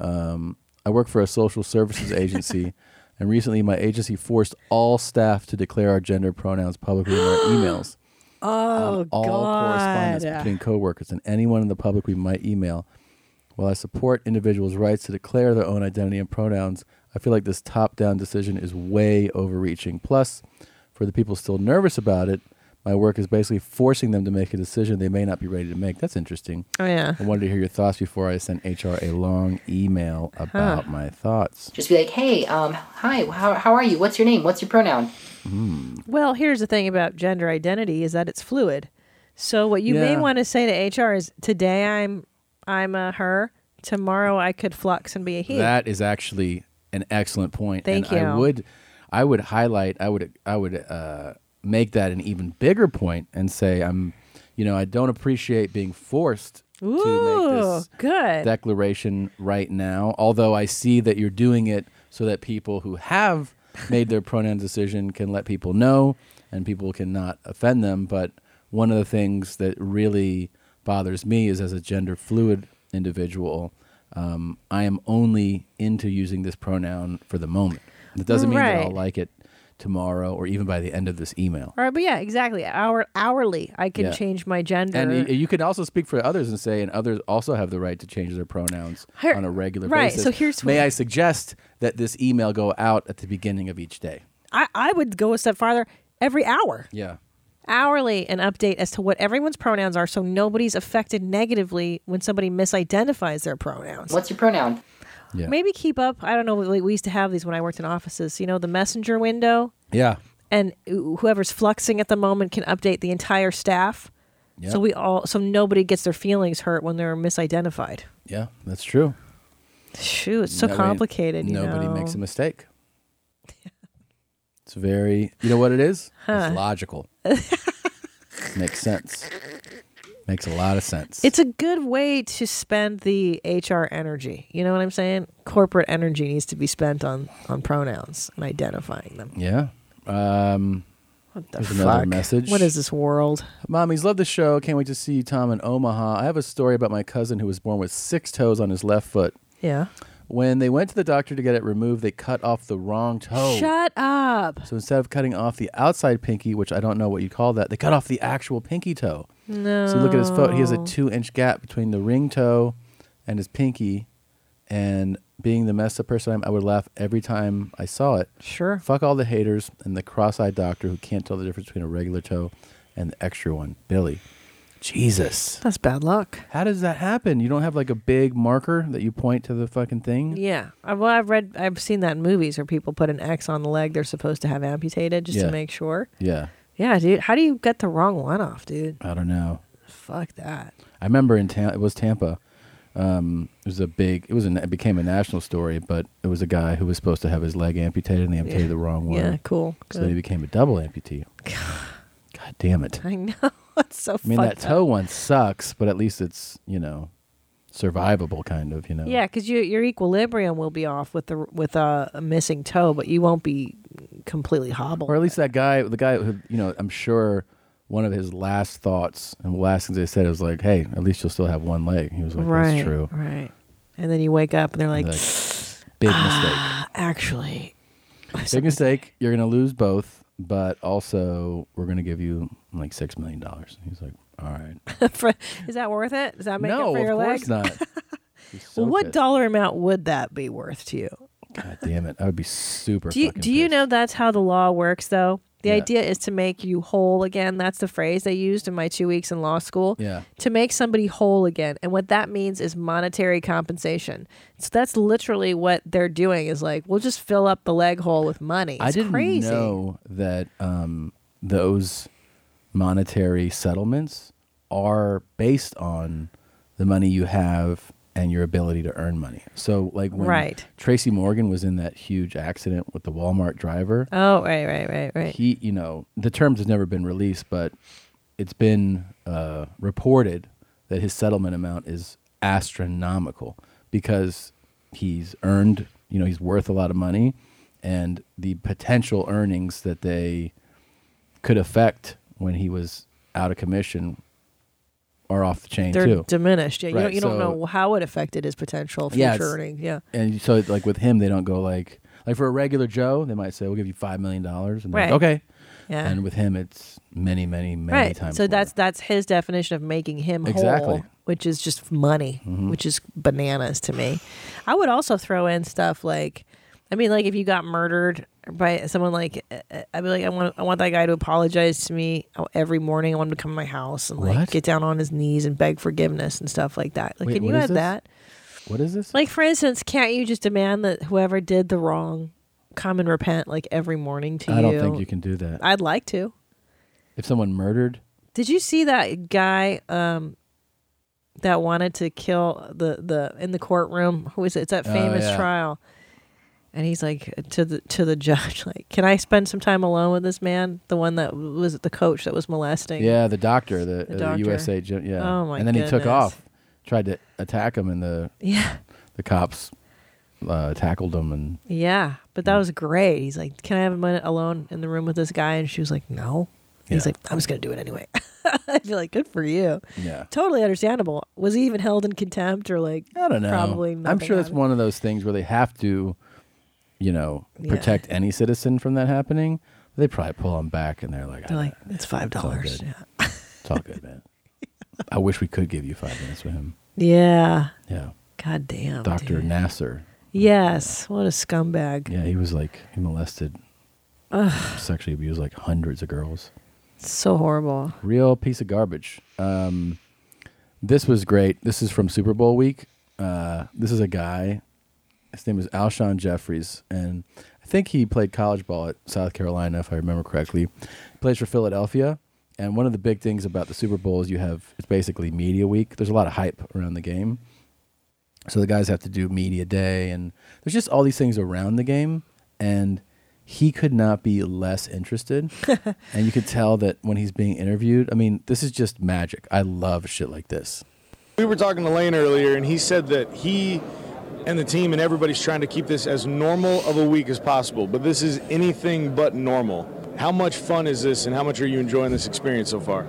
Speaker 1: Um, I work for a social services agency, and recently my agency forced all staff to declare our gender pronouns publicly in our emails. Um,
Speaker 2: Oh
Speaker 1: all correspondence between coworkers and anyone in the public we might email. While I support individuals' rights to declare their own identity and pronouns, I feel like this top-down decision is way overreaching. Plus, for the people still nervous about it, my work is basically forcing them to make a decision they may not be ready to make. That's interesting.
Speaker 2: Oh, yeah.
Speaker 1: I wanted to hear your thoughts before I sent HR a long email about my thoughts.
Speaker 6: Just be like, hey, um, hi, how, how are you? What's your name? What's your pronoun?
Speaker 1: Mm.
Speaker 2: Well, here's the thing about gender identity is that it's fluid. So what you may
Speaker 6: Yeah.
Speaker 2: want to say to HR is today I'm I'm a her, tomorrow I could flux and be a he.
Speaker 1: That is actually an excellent point.
Speaker 2: Thank
Speaker 1: and I
Speaker 2: you.
Speaker 1: would I would highlight I would I would uh, make that an even bigger point and say I'm you know, I don't appreciate being forced
Speaker 2: Ooh,
Speaker 1: this
Speaker 2: good.
Speaker 1: declaration right now, although I see that you're doing it so that people who have made their pronoun decision can let people know and people cannot offend them. But one of the things that really bothers me is as a gender fluid individual. Um, I am only into using this pronoun for the moment. It doesn't mean that I'll
Speaker 2: Right.
Speaker 1: like it tomorrow or even by the end of this email.
Speaker 2: All right, but yeah, exactly. Hour hourly, I can
Speaker 1: Yeah.
Speaker 2: change my gender.
Speaker 1: And you, you can also speak for others and say, and others also have the right to change their pronouns
Speaker 2: Here-
Speaker 1: on a regular
Speaker 2: right,
Speaker 1: basis.
Speaker 2: so here's
Speaker 1: May
Speaker 2: what-
Speaker 1: I suggest that this email go out at the beginning of each day?
Speaker 2: I, I would go a step farther every hour,
Speaker 1: Yeah.
Speaker 2: hourly, an update as to what everyone's pronouns are, so nobody's affected negatively when somebody misidentifies their pronouns.
Speaker 6: What's your pronoun?
Speaker 1: Yeah.
Speaker 2: Maybe keep up. I don't know. Like we used to have these when I worked in offices. You know, the messenger window,
Speaker 1: Yeah.
Speaker 2: and whoever's fluxing at the moment can update the entire staff.
Speaker 1: Yeah.
Speaker 2: So we all, so nobody gets their feelings hurt when they're misidentified.
Speaker 1: Yeah, that's true.
Speaker 2: Shoot, it's so
Speaker 1: Nobody-
Speaker 2: complicated. you
Speaker 1: nobody
Speaker 2: know.
Speaker 1: makes a mistake. It's very, you know what it is?
Speaker 2: Huh.
Speaker 1: It's
Speaker 2: [LAUGHS]
Speaker 1: logical. Makes sense. Makes a lot of sense.
Speaker 2: It's a good way to spend the HR energy. You know what I'm saying? Corporate energy needs to be spent on on pronouns and identifying them.
Speaker 1: Yeah. Um,
Speaker 2: what
Speaker 1: the another
Speaker 2: fuck?
Speaker 1: message.
Speaker 2: What is this world?
Speaker 1: Mommies love the show. Can't wait to see you, Tom in Omaha. I have a story about my cousin who was born with six toes on his left foot.
Speaker 2: Yeah.
Speaker 1: When they went to the doctor to get it removed, they cut off the wrong toe.
Speaker 2: Shut up.
Speaker 1: So instead of cutting off the outside pinky, which I don't know what you call that, they cut off the actual pinky toe.
Speaker 2: No.
Speaker 1: So you look at his foot, he has a
Speaker 2: No.
Speaker 1: two inch gap between the ring toe and his pinky. And being the messed up person I am, I would laugh every time I saw it.
Speaker 2: Sure.
Speaker 1: Fuck all the haters and the cross eyed doctor who can't tell the difference between a regular toe and the extra one. Billy. Jesus.
Speaker 2: That's bad luck.
Speaker 1: How does that happen? You don't have like a big marker that you point to the fucking thing?
Speaker 2: Yeah. I- Well, I've read, I've seen that in movies where people put an X on the leg they're supposed to have amputated just
Speaker 1: Yeah.
Speaker 2: to make sure.
Speaker 1: Yeah.
Speaker 2: Yeah, dude. How do you get the wrong one off, dude?
Speaker 1: I don't know.
Speaker 2: Fuck that.
Speaker 1: I remember in Tam it was Tampa. Um, it was a big. It was a. It became a national story, but it was a guy who was supposed to have his leg amputated, and they amputated
Speaker 2: Yeah.
Speaker 1: the wrong one.
Speaker 2: Yeah, cool.
Speaker 1: So then he
Speaker 2: Good.
Speaker 1: became a double
Speaker 2: [SIGHS]
Speaker 1: amputee. God damn it!
Speaker 2: [LAUGHS] I know. [LAUGHS] It's so
Speaker 1: I mean, that
Speaker 2: fucked up.
Speaker 1: toe one sucks, but at least it's you know survivable, kind of. You know.
Speaker 2: Yeah, because you, your equilibrium will be off with the with a, a missing toe, but you won't be completely hobbled.
Speaker 1: Or at least that guy, the guy who you know, I'm sure one of his last thoughts and last things they said was like, "Hey, at least you'll still have one leg." He was like,
Speaker 2: right,
Speaker 1: "That's true."
Speaker 2: Right. And then you wake up and they're like,
Speaker 1: Like, big
Speaker 2: "Ah, actually, [LAUGHS]
Speaker 1: Big mistake. You're gonna lose both, but also we're gonna give you like six million dollars. He's like, all right.
Speaker 2: for, is that worth it? Does that make
Speaker 1: no,
Speaker 2: it for
Speaker 1: of
Speaker 2: your
Speaker 1: course
Speaker 2: legs?
Speaker 1: not.
Speaker 2: [LAUGHS] well, what
Speaker 1: it.
Speaker 2: dollar amount would that be worth to you?
Speaker 1: God damn it! I would be super.
Speaker 2: do you,
Speaker 1: fucking
Speaker 2: do you know that's how the law works though the
Speaker 1: Yeah.
Speaker 2: idea is to make you whole again that's the phrase they used in my two weeks in law school
Speaker 1: Yeah.
Speaker 2: to make somebody whole again and what that means is monetary compensation so that's literally what they're doing is like we'll just fill up the leg hole with money it's
Speaker 1: I didn't
Speaker 2: crazy
Speaker 1: know that um, those monetary settlements are based on the money you have and your ability to earn money. So, like when
Speaker 2: Right.
Speaker 1: Tracy Morgan was in that huge accident with the Walmart driver.
Speaker 2: oh right right right right
Speaker 1: He, you know, the terms has never been released, but it's been uh, reported that his settlement amount is astronomical because he's earned, you know, he's worth a lot of money, and the potential earnings that they could affect when he was out of commission are off the chain
Speaker 2: they're
Speaker 1: too.
Speaker 2: diminished yeah you
Speaker 1: Right,
Speaker 2: don't, you
Speaker 1: so-
Speaker 2: don't know how it affected his potential future
Speaker 1: it's-
Speaker 2: earning yeah
Speaker 1: And so, like with him, they don't go like like for a regular Joe, they might say, "We'll give you five million dollars," and they're like,
Speaker 2: Right.
Speaker 1: okay.
Speaker 2: Yeah.
Speaker 1: And with him, it's many, many, many
Speaker 2: right
Speaker 1: times.
Speaker 2: so that's that's his definition of making him
Speaker 1: Exactly. Mm-hmm.
Speaker 2: whole which is just money which is bananas to me i would also throw in stuff like i mean like if you got murdered by someone like uh, uh, i'd be like i want i want that guy to apologize to me oh, every morning i want him to come to my house and like
Speaker 1: What?
Speaker 2: get down on his knees and beg forgiveness and stuff like that like
Speaker 1: Wait,
Speaker 2: can
Speaker 1: what
Speaker 2: you
Speaker 1: is
Speaker 2: add
Speaker 1: this?
Speaker 2: that
Speaker 1: What is this?
Speaker 2: like for instance can't you just demand that whoever did the wrong come and repent like every morning to
Speaker 1: I
Speaker 2: you
Speaker 1: don't think you can do that.
Speaker 2: i'd like to
Speaker 1: if someone murdered,
Speaker 2: Did you see that guy um that wanted to kill the the in the courtroom? Who is it? It's that
Speaker 1: Oh,
Speaker 2: famous
Speaker 1: yeah.
Speaker 2: trial. And he's like uh, to the to the [LAUGHS] judge, like, "Can I spend some time alone with this man? The one that was the coach that was molesting."
Speaker 1: yeah, the doctor, the,
Speaker 2: The
Speaker 1: uh,
Speaker 2: doctor.
Speaker 1: USA, gen- yeah.
Speaker 2: Oh, my
Speaker 1: And then he took
Speaker 2: goodness.
Speaker 1: off, tried to attack him, and the
Speaker 2: Yeah.
Speaker 1: the cops uh, tackled him, and
Speaker 2: Yeah, but that was great. He's like, "Can I have a minute alone in the room with this guy?" And she was like, "No." He's like, I'm just gonna do it anyway. [LAUGHS] I feel like good for you.
Speaker 1: Yeah.
Speaker 2: Totally understandable. Was he even held in contempt or like?
Speaker 1: I don't know.
Speaker 2: Probably.
Speaker 1: I'm
Speaker 2: nothing
Speaker 1: sure that's
Speaker 2: happened.
Speaker 1: one of those things where they have to, you know,
Speaker 2: Yeah.
Speaker 1: protect any citizen from that happening. They probably pull them back and they're like,
Speaker 2: They're
Speaker 1: "Ah,
Speaker 2: like, "It's
Speaker 1: all
Speaker 2: $5."
Speaker 1: good. It's all good, man. I wish we could give you five minutes with him.
Speaker 2: Yeah.
Speaker 1: Yeah.
Speaker 2: God damn.
Speaker 1: Dr.
Speaker 2: dude.
Speaker 1: Nasser.
Speaker 2: Yes. What a scumbag.
Speaker 1: Yeah, he was like, he molested,
Speaker 2: Ugh.
Speaker 1: sexually abused like hundreds of girls.
Speaker 2: So horrible.
Speaker 1: Real piece of garbage. Um, this was great. This is from Super Bowl week. Uh, this is a guy. His name was Alshon Jeffries, and I think he played college ball at South Carolina, if I remember correctly. He plays for Philadelphia, and one of the big things about the Super Bowl is you have it's basically media week. There's a lot of hype around the game, so the guys have to do media day, and there's just all these things around the game, and he could not be less
Speaker 2: [LAUGHS]
Speaker 1: interested. and you could tell that when he's being interviewed, I mean, this is just magic. I love shit like this.
Speaker 20: We were talking to Lane earlier, and he said that he and the team and everybody's trying to keep this as normal of a week as possible, but this is anything but normal. How much fun is this, and how much are you enjoying this experience so far?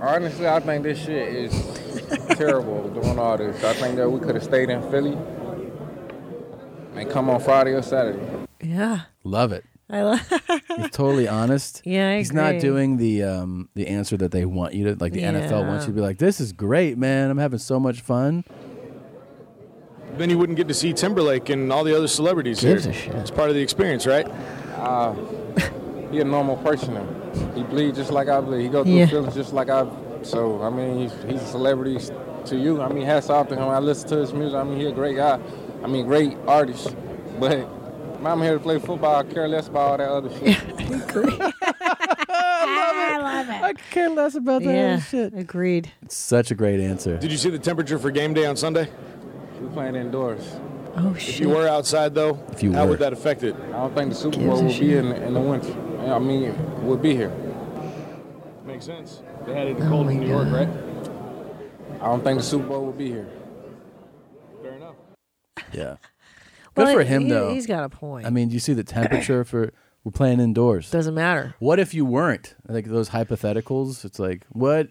Speaker 21: Honestly, I think this shit is terrible doing all this. I think that we could have stayed in Philly and come on Friday or Saturday.
Speaker 2: Yeah.
Speaker 1: Love it.
Speaker 2: I [LAUGHS] love.
Speaker 1: He's
Speaker 2: [LAUGHS]
Speaker 1: totally honest.
Speaker 2: Yeah, I
Speaker 1: he's
Speaker 2: agree.
Speaker 1: not doing the um, the answer that they want you to like. The NFL wants
Speaker 2: Yeah.
Speaker 1: you to be like, "This is great, man. I'm having so much fun."
Speaker 20: Then you wouldn't get to see Timberlake and all the other celebrities
Speaker 1: Gives
Speaker 20: here.
Speaker 1: a shit.
Speaker 20: It's part of the experience, right?
Speaker 21: Uh, he a normal person. now. He bleed just like I bleed. He go through
Speaker 2: Yeah.
Speaker 21: feelings just like I. So I mean, he's, he's a celebrity to you. I mean, hats off to him. I listen to his music. I mean, he's a great guy. I mean, great artist. But if I'm here to play football. I care less about all that other shit.
Speaker 2: [LAUGHS] I love it. I
Speaker 1: could care less about
Speaker 2: that
Speaker 20: other
Speaker 2: shit. Agreed.
Speaker 1: Such a great answer.
Speaker 20: Did you see the temperature for game day on Sunday?
Speaker 21: We playing indoors.
Speaker 2: Oh
Speaker 20: If you were outside, though,
Speaker 1: If you
Speaker 20: how
Speaker 1: were.
Speaker 20: would that affect it?
Speaker 21: I don't think the Super
Speaker 20: Gives
Speaker 21: Bowl
Speaker 20: a
Speaker 21: will be
Speaker 20: shit.
Speaker 21: in, in the winter. I mean, we'll be here.
Speaker 20: Makes sense. They had it cold in New York, right?
Speaker 21: I don't think the Super Bowl will be here.
Speaker 1: Yeah.
Speaker 2: Well,
Speaker 1: Good for
Speaker 2: he-
Speaker 1: him
Speaker 2: he-
Speaker 1: though.
Speaker 2: he's got a point.
Speaker 1: I mean, you see the temperature for we're playing indoors.
Speaker 2: Doesn't matter.
Speaker 1: What if you weren't? Like those hypotheticals. It's like what?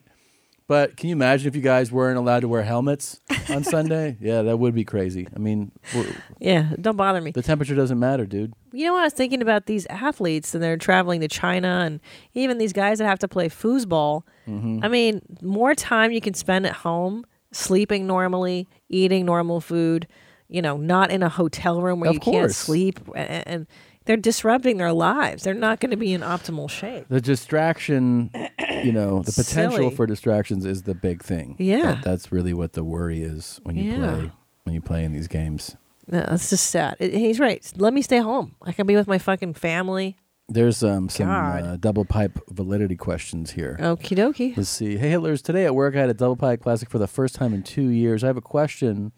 Speaker 1: But can you imagine if you guys weren't allowed to wear helmets on
Speaker 2: [LAUGHS]
Speaker 1: Sunday? yeah, that would be crazy. I mean, we're-
Speaker 2: Yeah. Don't bother me.
Speaker 1: the temperature doesn't matter, dude.
Speaker 2: You know what I was thinking about these athletes and they're traveling to China and even these guys that have to play foosball.
Speaker 1: Mhm.
Speaker 2: I mean, more time you can spend at home, sleeping normally, eating normal food, you know, not in a hotel room where
Speaker 1: Of
Speaker 2: you can't
Speaker 1: course.
Speaker 2: sleep a- a- and they're disrupting their lives. They're not going to be in optimal shape.
Speaker 1: The distraction, you know, the potential
Speaker 2: Silly.
Speaker 1: for distractions is the big thing.
Speaker 2: Yeah.
Speaker 1: That- that's really what the worry is when you
Speaker 2: Yeah.
Speaker 1: play when you play in these games.
Speaker 2: No, that's just sad. It- he's right. Let me stay home. I can be with my fucking family.
Speaker 1: There's um, some
Speaker 2: God.
Speaker 1: uh, double pipe validity questions here.
Speaker 2: Okie dokie.
Speaker 1: Let's see. Hey, Hitlers, today at work I had a double pie classic for the first time in two years. I have a question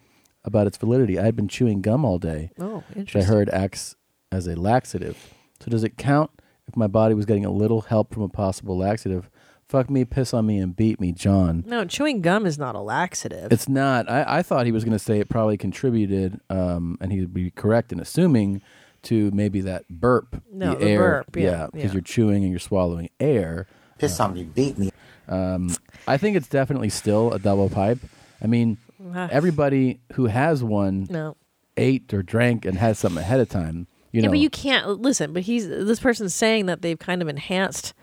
Speaker 1: about its validity. I had been chewing gum all day,
Speaker 2: Oh,
Speaker 1: which I
Speaker 2: interesting.
Speaker 1: heard acts as a laxative. So does it count if my body was getting a little help from a possible laxative? Fuck me, piss on me, and beat me, John.
Speaker 2: No, chewing gum is not a laxative.
Speaker 1: It's not. I, I thought he was going to say it probably contributed, um, and he would be correct in assuming to maybe that burp.
Speaker 2: No, the
Speaker 1: air,
Speaker 2: burp, yeah,
Speaker 1: because
Speaker 2: yeah.
Speaker 1: you're chewing and you're swallowing air. Piss on me, beat me. Um, I think it's definitely still a double pipe. I mean,
Speaker 2: Ah.
Speaker 1: everybody who has one
Speaker 2: No.
Speaker 1: ate or drank and had something ahead of time. You
Speaker 2: yeah,
Speaker 1: know,
Speaker 2: but you can't listen. But he's this person's saying that they've kind of enhanced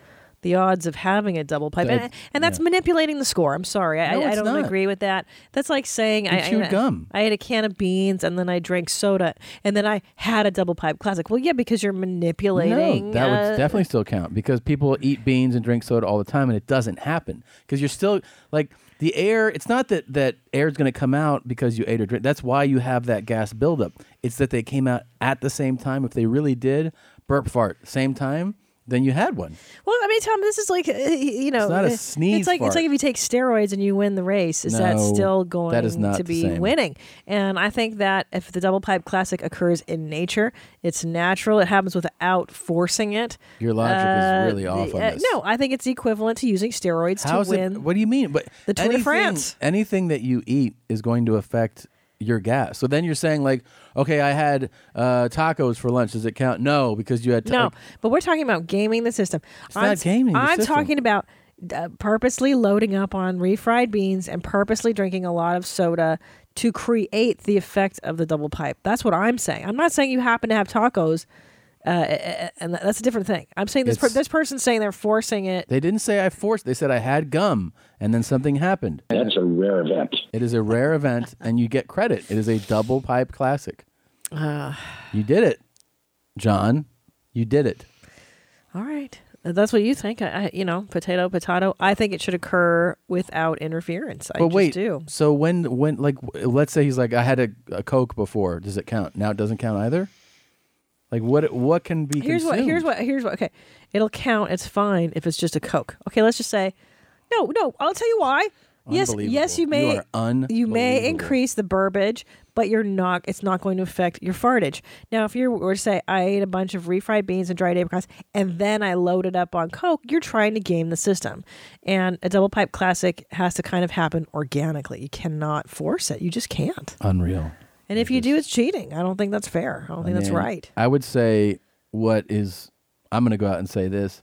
Speaker 2: the odds of having a double pipe,
Speaker 1: That-
Speaker 2: and, and that's manipulating the score. I'm sorry, I,
Speaker 1: No,
Speaker 2: I, I
Speaker 1: it's
Speaker 2: don't
Speaker 1: not.
Speaker 2: agree with that. That's like saying
Speaker 1: You
Speaker 2: I I-
Speaker 1: chewed gum.
Speaker 2: I had a can of beans and then I drank soda and then I had a double pipe classic. Well, yeah, because you're manipulating.
Speaker 1: No, that
Speaker 2: uh,
Speaker 1: would definitely still count because people eat beans and drink soda all the time, and it doesn't happen because you're still like the air. It's not that that air is going to come out because you ate or drink. That's why you have that gas buildup. It's that they came out at the same time. If they really did burp fart same time, then you had one.
Speaker 2: Well, I mean, Tom, this is like uh, you know,
Speaker 1: It's not a
Speaker 2: uh,
Speaker 1: sneeze
Speaker 2: It's like
Speaker 1: fart.
Speaker 2: it's like if you take steroids and you win the race, is that
Speaker 1: No,
Speaker 2: still
Speaker 1: that
Speaker 2: going
Speaker 1: is not
Speaker 2: to
Speaker 1: the
Speaker 2: be
Speaker 1: same.
Speaker 2: winning? And I think that if the double pipe classic occurs in nature, it's natural. It happens without forcing it.
Speaker 1: Your logic
Speaker 2: Uh,
Speaker 1: is really off on
Speaker 2: uh,
Speaker 1: this.
Speaker 2: No, I think it's equivalent to using steroids
Speaker 1: How
Speaker 2: to
Speaker 1: is it-
Speaker 2: win.
Speaker 1: what do you mean? But
Speaker 2: the Tour de
Speaker 1: anything,
Speaker 2: France.
Speaker 1: Anything that you eat is going to affect your gas. So then you're saying like, okay, I had uh, tacos for lunch. Does it count? No, because you had ta-
Speaker 2: No, but we're talking about gaming the system.
Speaker 1: It's not gaming the
Speaker 2: I'm
Speaker 1: system.
Speaker 2: talking about uh, purposely loading up on refried beans and purposely drinking a lot of soda to create the effect of the double pipe. That's what I'm saying. I'm not saying you happen to have tacos, uh, a- a- and that's a different thing. I'm saying this per-
Speaker 1: It's-
Speaker 2: this person's saying they're forcing it.
Speaker 1: They didn't say I forced. They said I had gum, and then something happened.
Speaker 3: That's a rare event.
Speaker 1: It is a rare event, and you get credit. It is a double pipe classic.
Speaker 2: Uh.
Speaker 1: You did it, John. You did it.
Speaker 2: All right. That's what you think. I, I, you know, potato, potato. I think it should occur without interference. I
Speaker 1: but
Speaker 2: just
Speaker 1: wait,
Speaker 2: do.
Speaker 1: so when when like w- let's say he's like I had a, a Coke before. Does it count? Now it doesn't count either. Like what what can be
Speaker 2: here's what
Speaker 1: consumed?
Speaker 2: here's what here's what okay it'll count it's fine if it's just a coke okay let's just say no no i'll tell you why yes
Speaker 1: Unbelievable.
Speaker 2: yes you may
Speaker 1: You are unbelievable.
Speaker 2: you may increase the burbage but you're not it's not going to affect your fartage now if you were to say i ate a bunch of refried beans and dried apricots and then i loaded up on coke you're trying to game the system and a double pipe classic has to kind of happen organically you cannot force it you just can't
Speaker 1: Unreal.
Speaker 2: and if you do it's cheating i don't think that's fair i don't think that's
Speaker 1: mean,
Speaker 2: right
Speaker 1: I would say what is I'm going to go out and say this.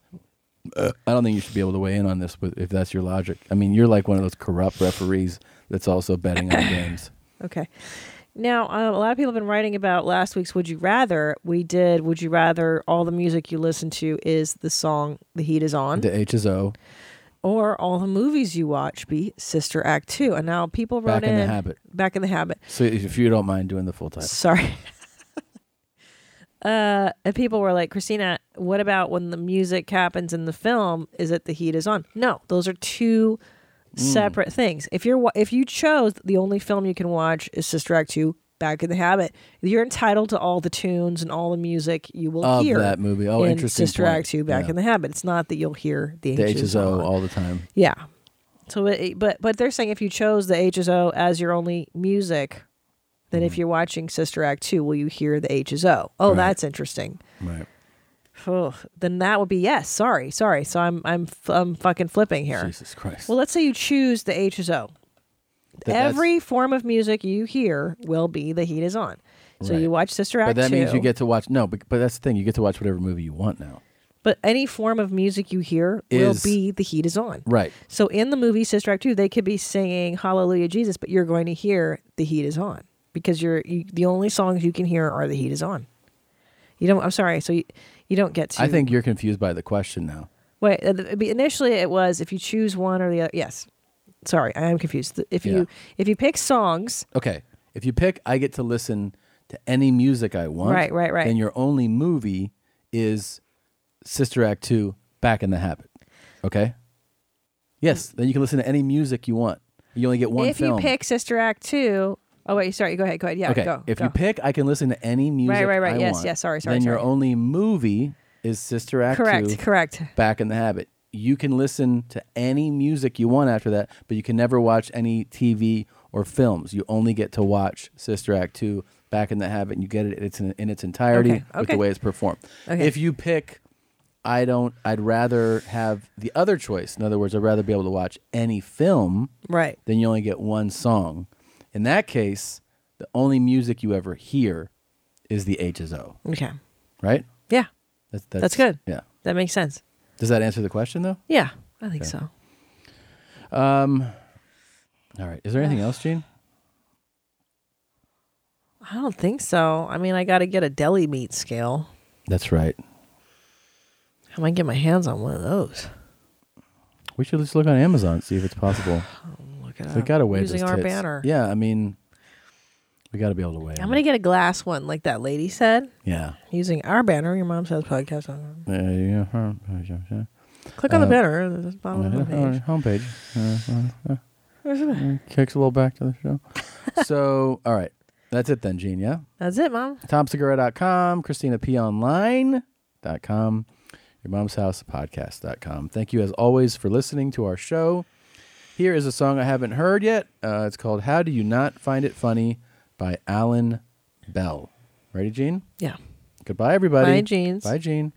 Speaker 1: Uh, I don't think you should be able to weigh in on this with, if that's your logic. I mean, you're like one of those corrupt referees that's also betting on
Speaker 2: [COUGHS]
Speaker 1: games.
Speaker 2: Okay. Now, uh, a lot of people have been writing about last week's Would You Rather. We did Would You Rather. All the music you listen to is the song The Heat Is On.
Speaker 1: The H is O.
Speaker 2: Or all the movies you watch be Sister Act 2. And now people wrote
Speaker 1: Back in the
Speaker 2: in-
Speaker 1: habit.
Speaker 2: Back in the habit.
Speaker 1: So if you don't mind doing the full title.
Speaker 2: Sorry. [LAUGHS] Uh, and people were like, Christina, what about when the music happens in the film? Is it the heat is on? No, those are two
Speaker 1: Mm.
Speaker 2: separate things. If you're wa- if you chose the only film you can watch is Sister Act two, Back in the Habit, you're entitled to all the tunes and all the music you will
Speaker 1: Of
Speaker 2: hear
Speaker 1: that movie. Oh,
Speaker 2: in
Speaker 1: interesting
Speaker 2: Sister
Speaker 1: point.
Speaker 2: Act two, Back
Speaker 1: Yeah.
Speaker 2: in the Habit. It's not that you'll hear the,
Speaker 1: The
Speaker 2: H
Speaker 1: H
Speaker 2: is
Speaker 1: is O
Speaker 2: on.
Speaker 1: all the time.
Speaker 2: Yeah. So, it, but but they're saying if you chose the HSO as your only music, then if you're watching Sister Act two, will you hear the HSO? Oh,
Speaker 1: Mm-hmm. Right.
Speaker 2: that's interesting.
Speaker 1: Right.
Speaker 2: Oh, then that would be yes. Sorry, sorry. So I'm I'm f- I'm fucking flipping here.
Speaker 1: Jesus Christ.
Speaker 2: Well, let's say you choose the HSO.
Speaker 1: But that's-
Speaker 2: Every form of music you hear will be the heat is on. So you
Speaker 1: Right.
Speaker 2: watch Sister Act
Speaker 1: But that
Speaker 2: two.
Speaker 1: means you get to watch no, but, but that's the thing. You get to watch whatever movie you want now.
Speaker 2: But any form of music you hear
Speaker 1: Is-
Speaker 2: will be the heat is on.
Speaker 1: Right.
Speaker 2: So in the movie Sister Act 2, they could be singing Hallelujah Jesus, but you're going to hear the heat is on because you're you, the only songs you can hear are the heat is on. You don't I'm sorry, so you, you don't get to
Speaker 1: I think you're confused by the question now.
Speaker 2: Wait, uh, the- initially it was if you choose one or the other. Yes. Sorry, I am confused. The- If
Speaker 1: Yeah.
Speaker 2: you if you pick songs,
Speaker 1: Okay. If you pick, I get to listen to any music I want.
Speaker 2: Right, right, right.
Speaker 1: And your only movie is Sister Act 2 Back in the Habit. Okay? Yes. Then you can listen to any music you want. You only get one
Speaker 2: if
Speaker 1: film.
Speaker 2: you pick Sister Act 2, oh wait, sorry, go ahead, go ahead. Yeah,
Speaker 1: okay.
Speaker 2: go.
Speaker 1: if
Speaker 2: go.
Speaker 1: you pick, I can listen to any music
Speaker 2: right, right.
Speaker 1: I
Speaker 2: Yes,
Speaker 1: want.
Speaker 2: yes, sorry, sorry,
Speaker 1: Then your
Speaker 2: sorry.
Speaker 1: only movie is Sister Act
Speaker 2: Correct,
Speaker 1: 2
Speaker 2: correct.
Speaker 1: Back in the Habit. You can listen to any music you want after that, but you can never watch any TV or films. You only get to watch Sister Act 2 Back in the Habit. And you get it it's in, in its entirety
Speaker 2: Okay,
Speaker 1: with
Speaker 2: okay.
Speaker 1: the way it's performed.
Speaker 2: Okay.
Speaker 1: If you pick I don't I'd rather have the other choice. In other words, I'd rather be able to watch any film
Speaker 2: Right.
Speaker 1: then you only get one song. In that case, the only music you ever hear is the HSO,
Speaker 2: Okay.
Speaker 1: right?
Speaker 2: Yeah.
Speaker 1: That's,
Speaker 2: That's good.
Speaker 1: Yeah.
Speaker 2: That makes sense.
Speaker 1: Does that answer the question though?
Speaker 2: Yeah, I think
Speaker 1: Okay.
Speaker 2: so.
Speaker 1: Um. All right. Is there
Speaker 2: [SIGHS]
Speaker 1: anything else, Gene?
Speaker 2: I don't think so. I mean, I got to get a deli meat scale.
Speaker 1: That's right.
Speaker 2: I might get my hands on one of those.
Speaker 1: We should just look on Amazon see if it's
Speaker 2: [SIGHS]
Speaker 1: possible.
Speaker 2: look it
Speaker 1: We
Speaker 2: up.
Speaker 1: gotta wave
Speaker 2: Using
Speaker 1: those
Speaker 2: our
Speaker 1: tits.
Speaker 2: banner.
Speaker 1: Yeah, I mean, we gotta be able to wave.
Speaker 2: I'm going to get a glass one, like that lady said.
Speaker 1: Yeah.
Speaker 2: Using our banner, your mom says podcast on.
Speaker 1: Uh, yeah.
Speaker 2: Click on the
Speaker 1: Uh,
Speaker 2: banner. There's a bottom of the
Speaker 1: uh,
Speaker 2: page. [LAUGHS]
Speaker 1: Homepage. Uh, uh, uh, Kicks a little back to the show. so, all right. That's it then, Gene, yeah?
Speaker 2: That's it, mom.
Speaker 1: TomSegura.com, ChristinaPOnline.com, Your Mom's House Podcast.com. Thank you, as always, for listening to our show. Here is a song I haven't heard yet. Uh, it's called How Do You Not Find It Funny by Alan Bell. Ready, Gene?
Speaker 2: Yeah.
Speaker 1: Goodbye, everybody.
Speaker 2: Bye, Jeans.
Speaker 1: Bye, Gene.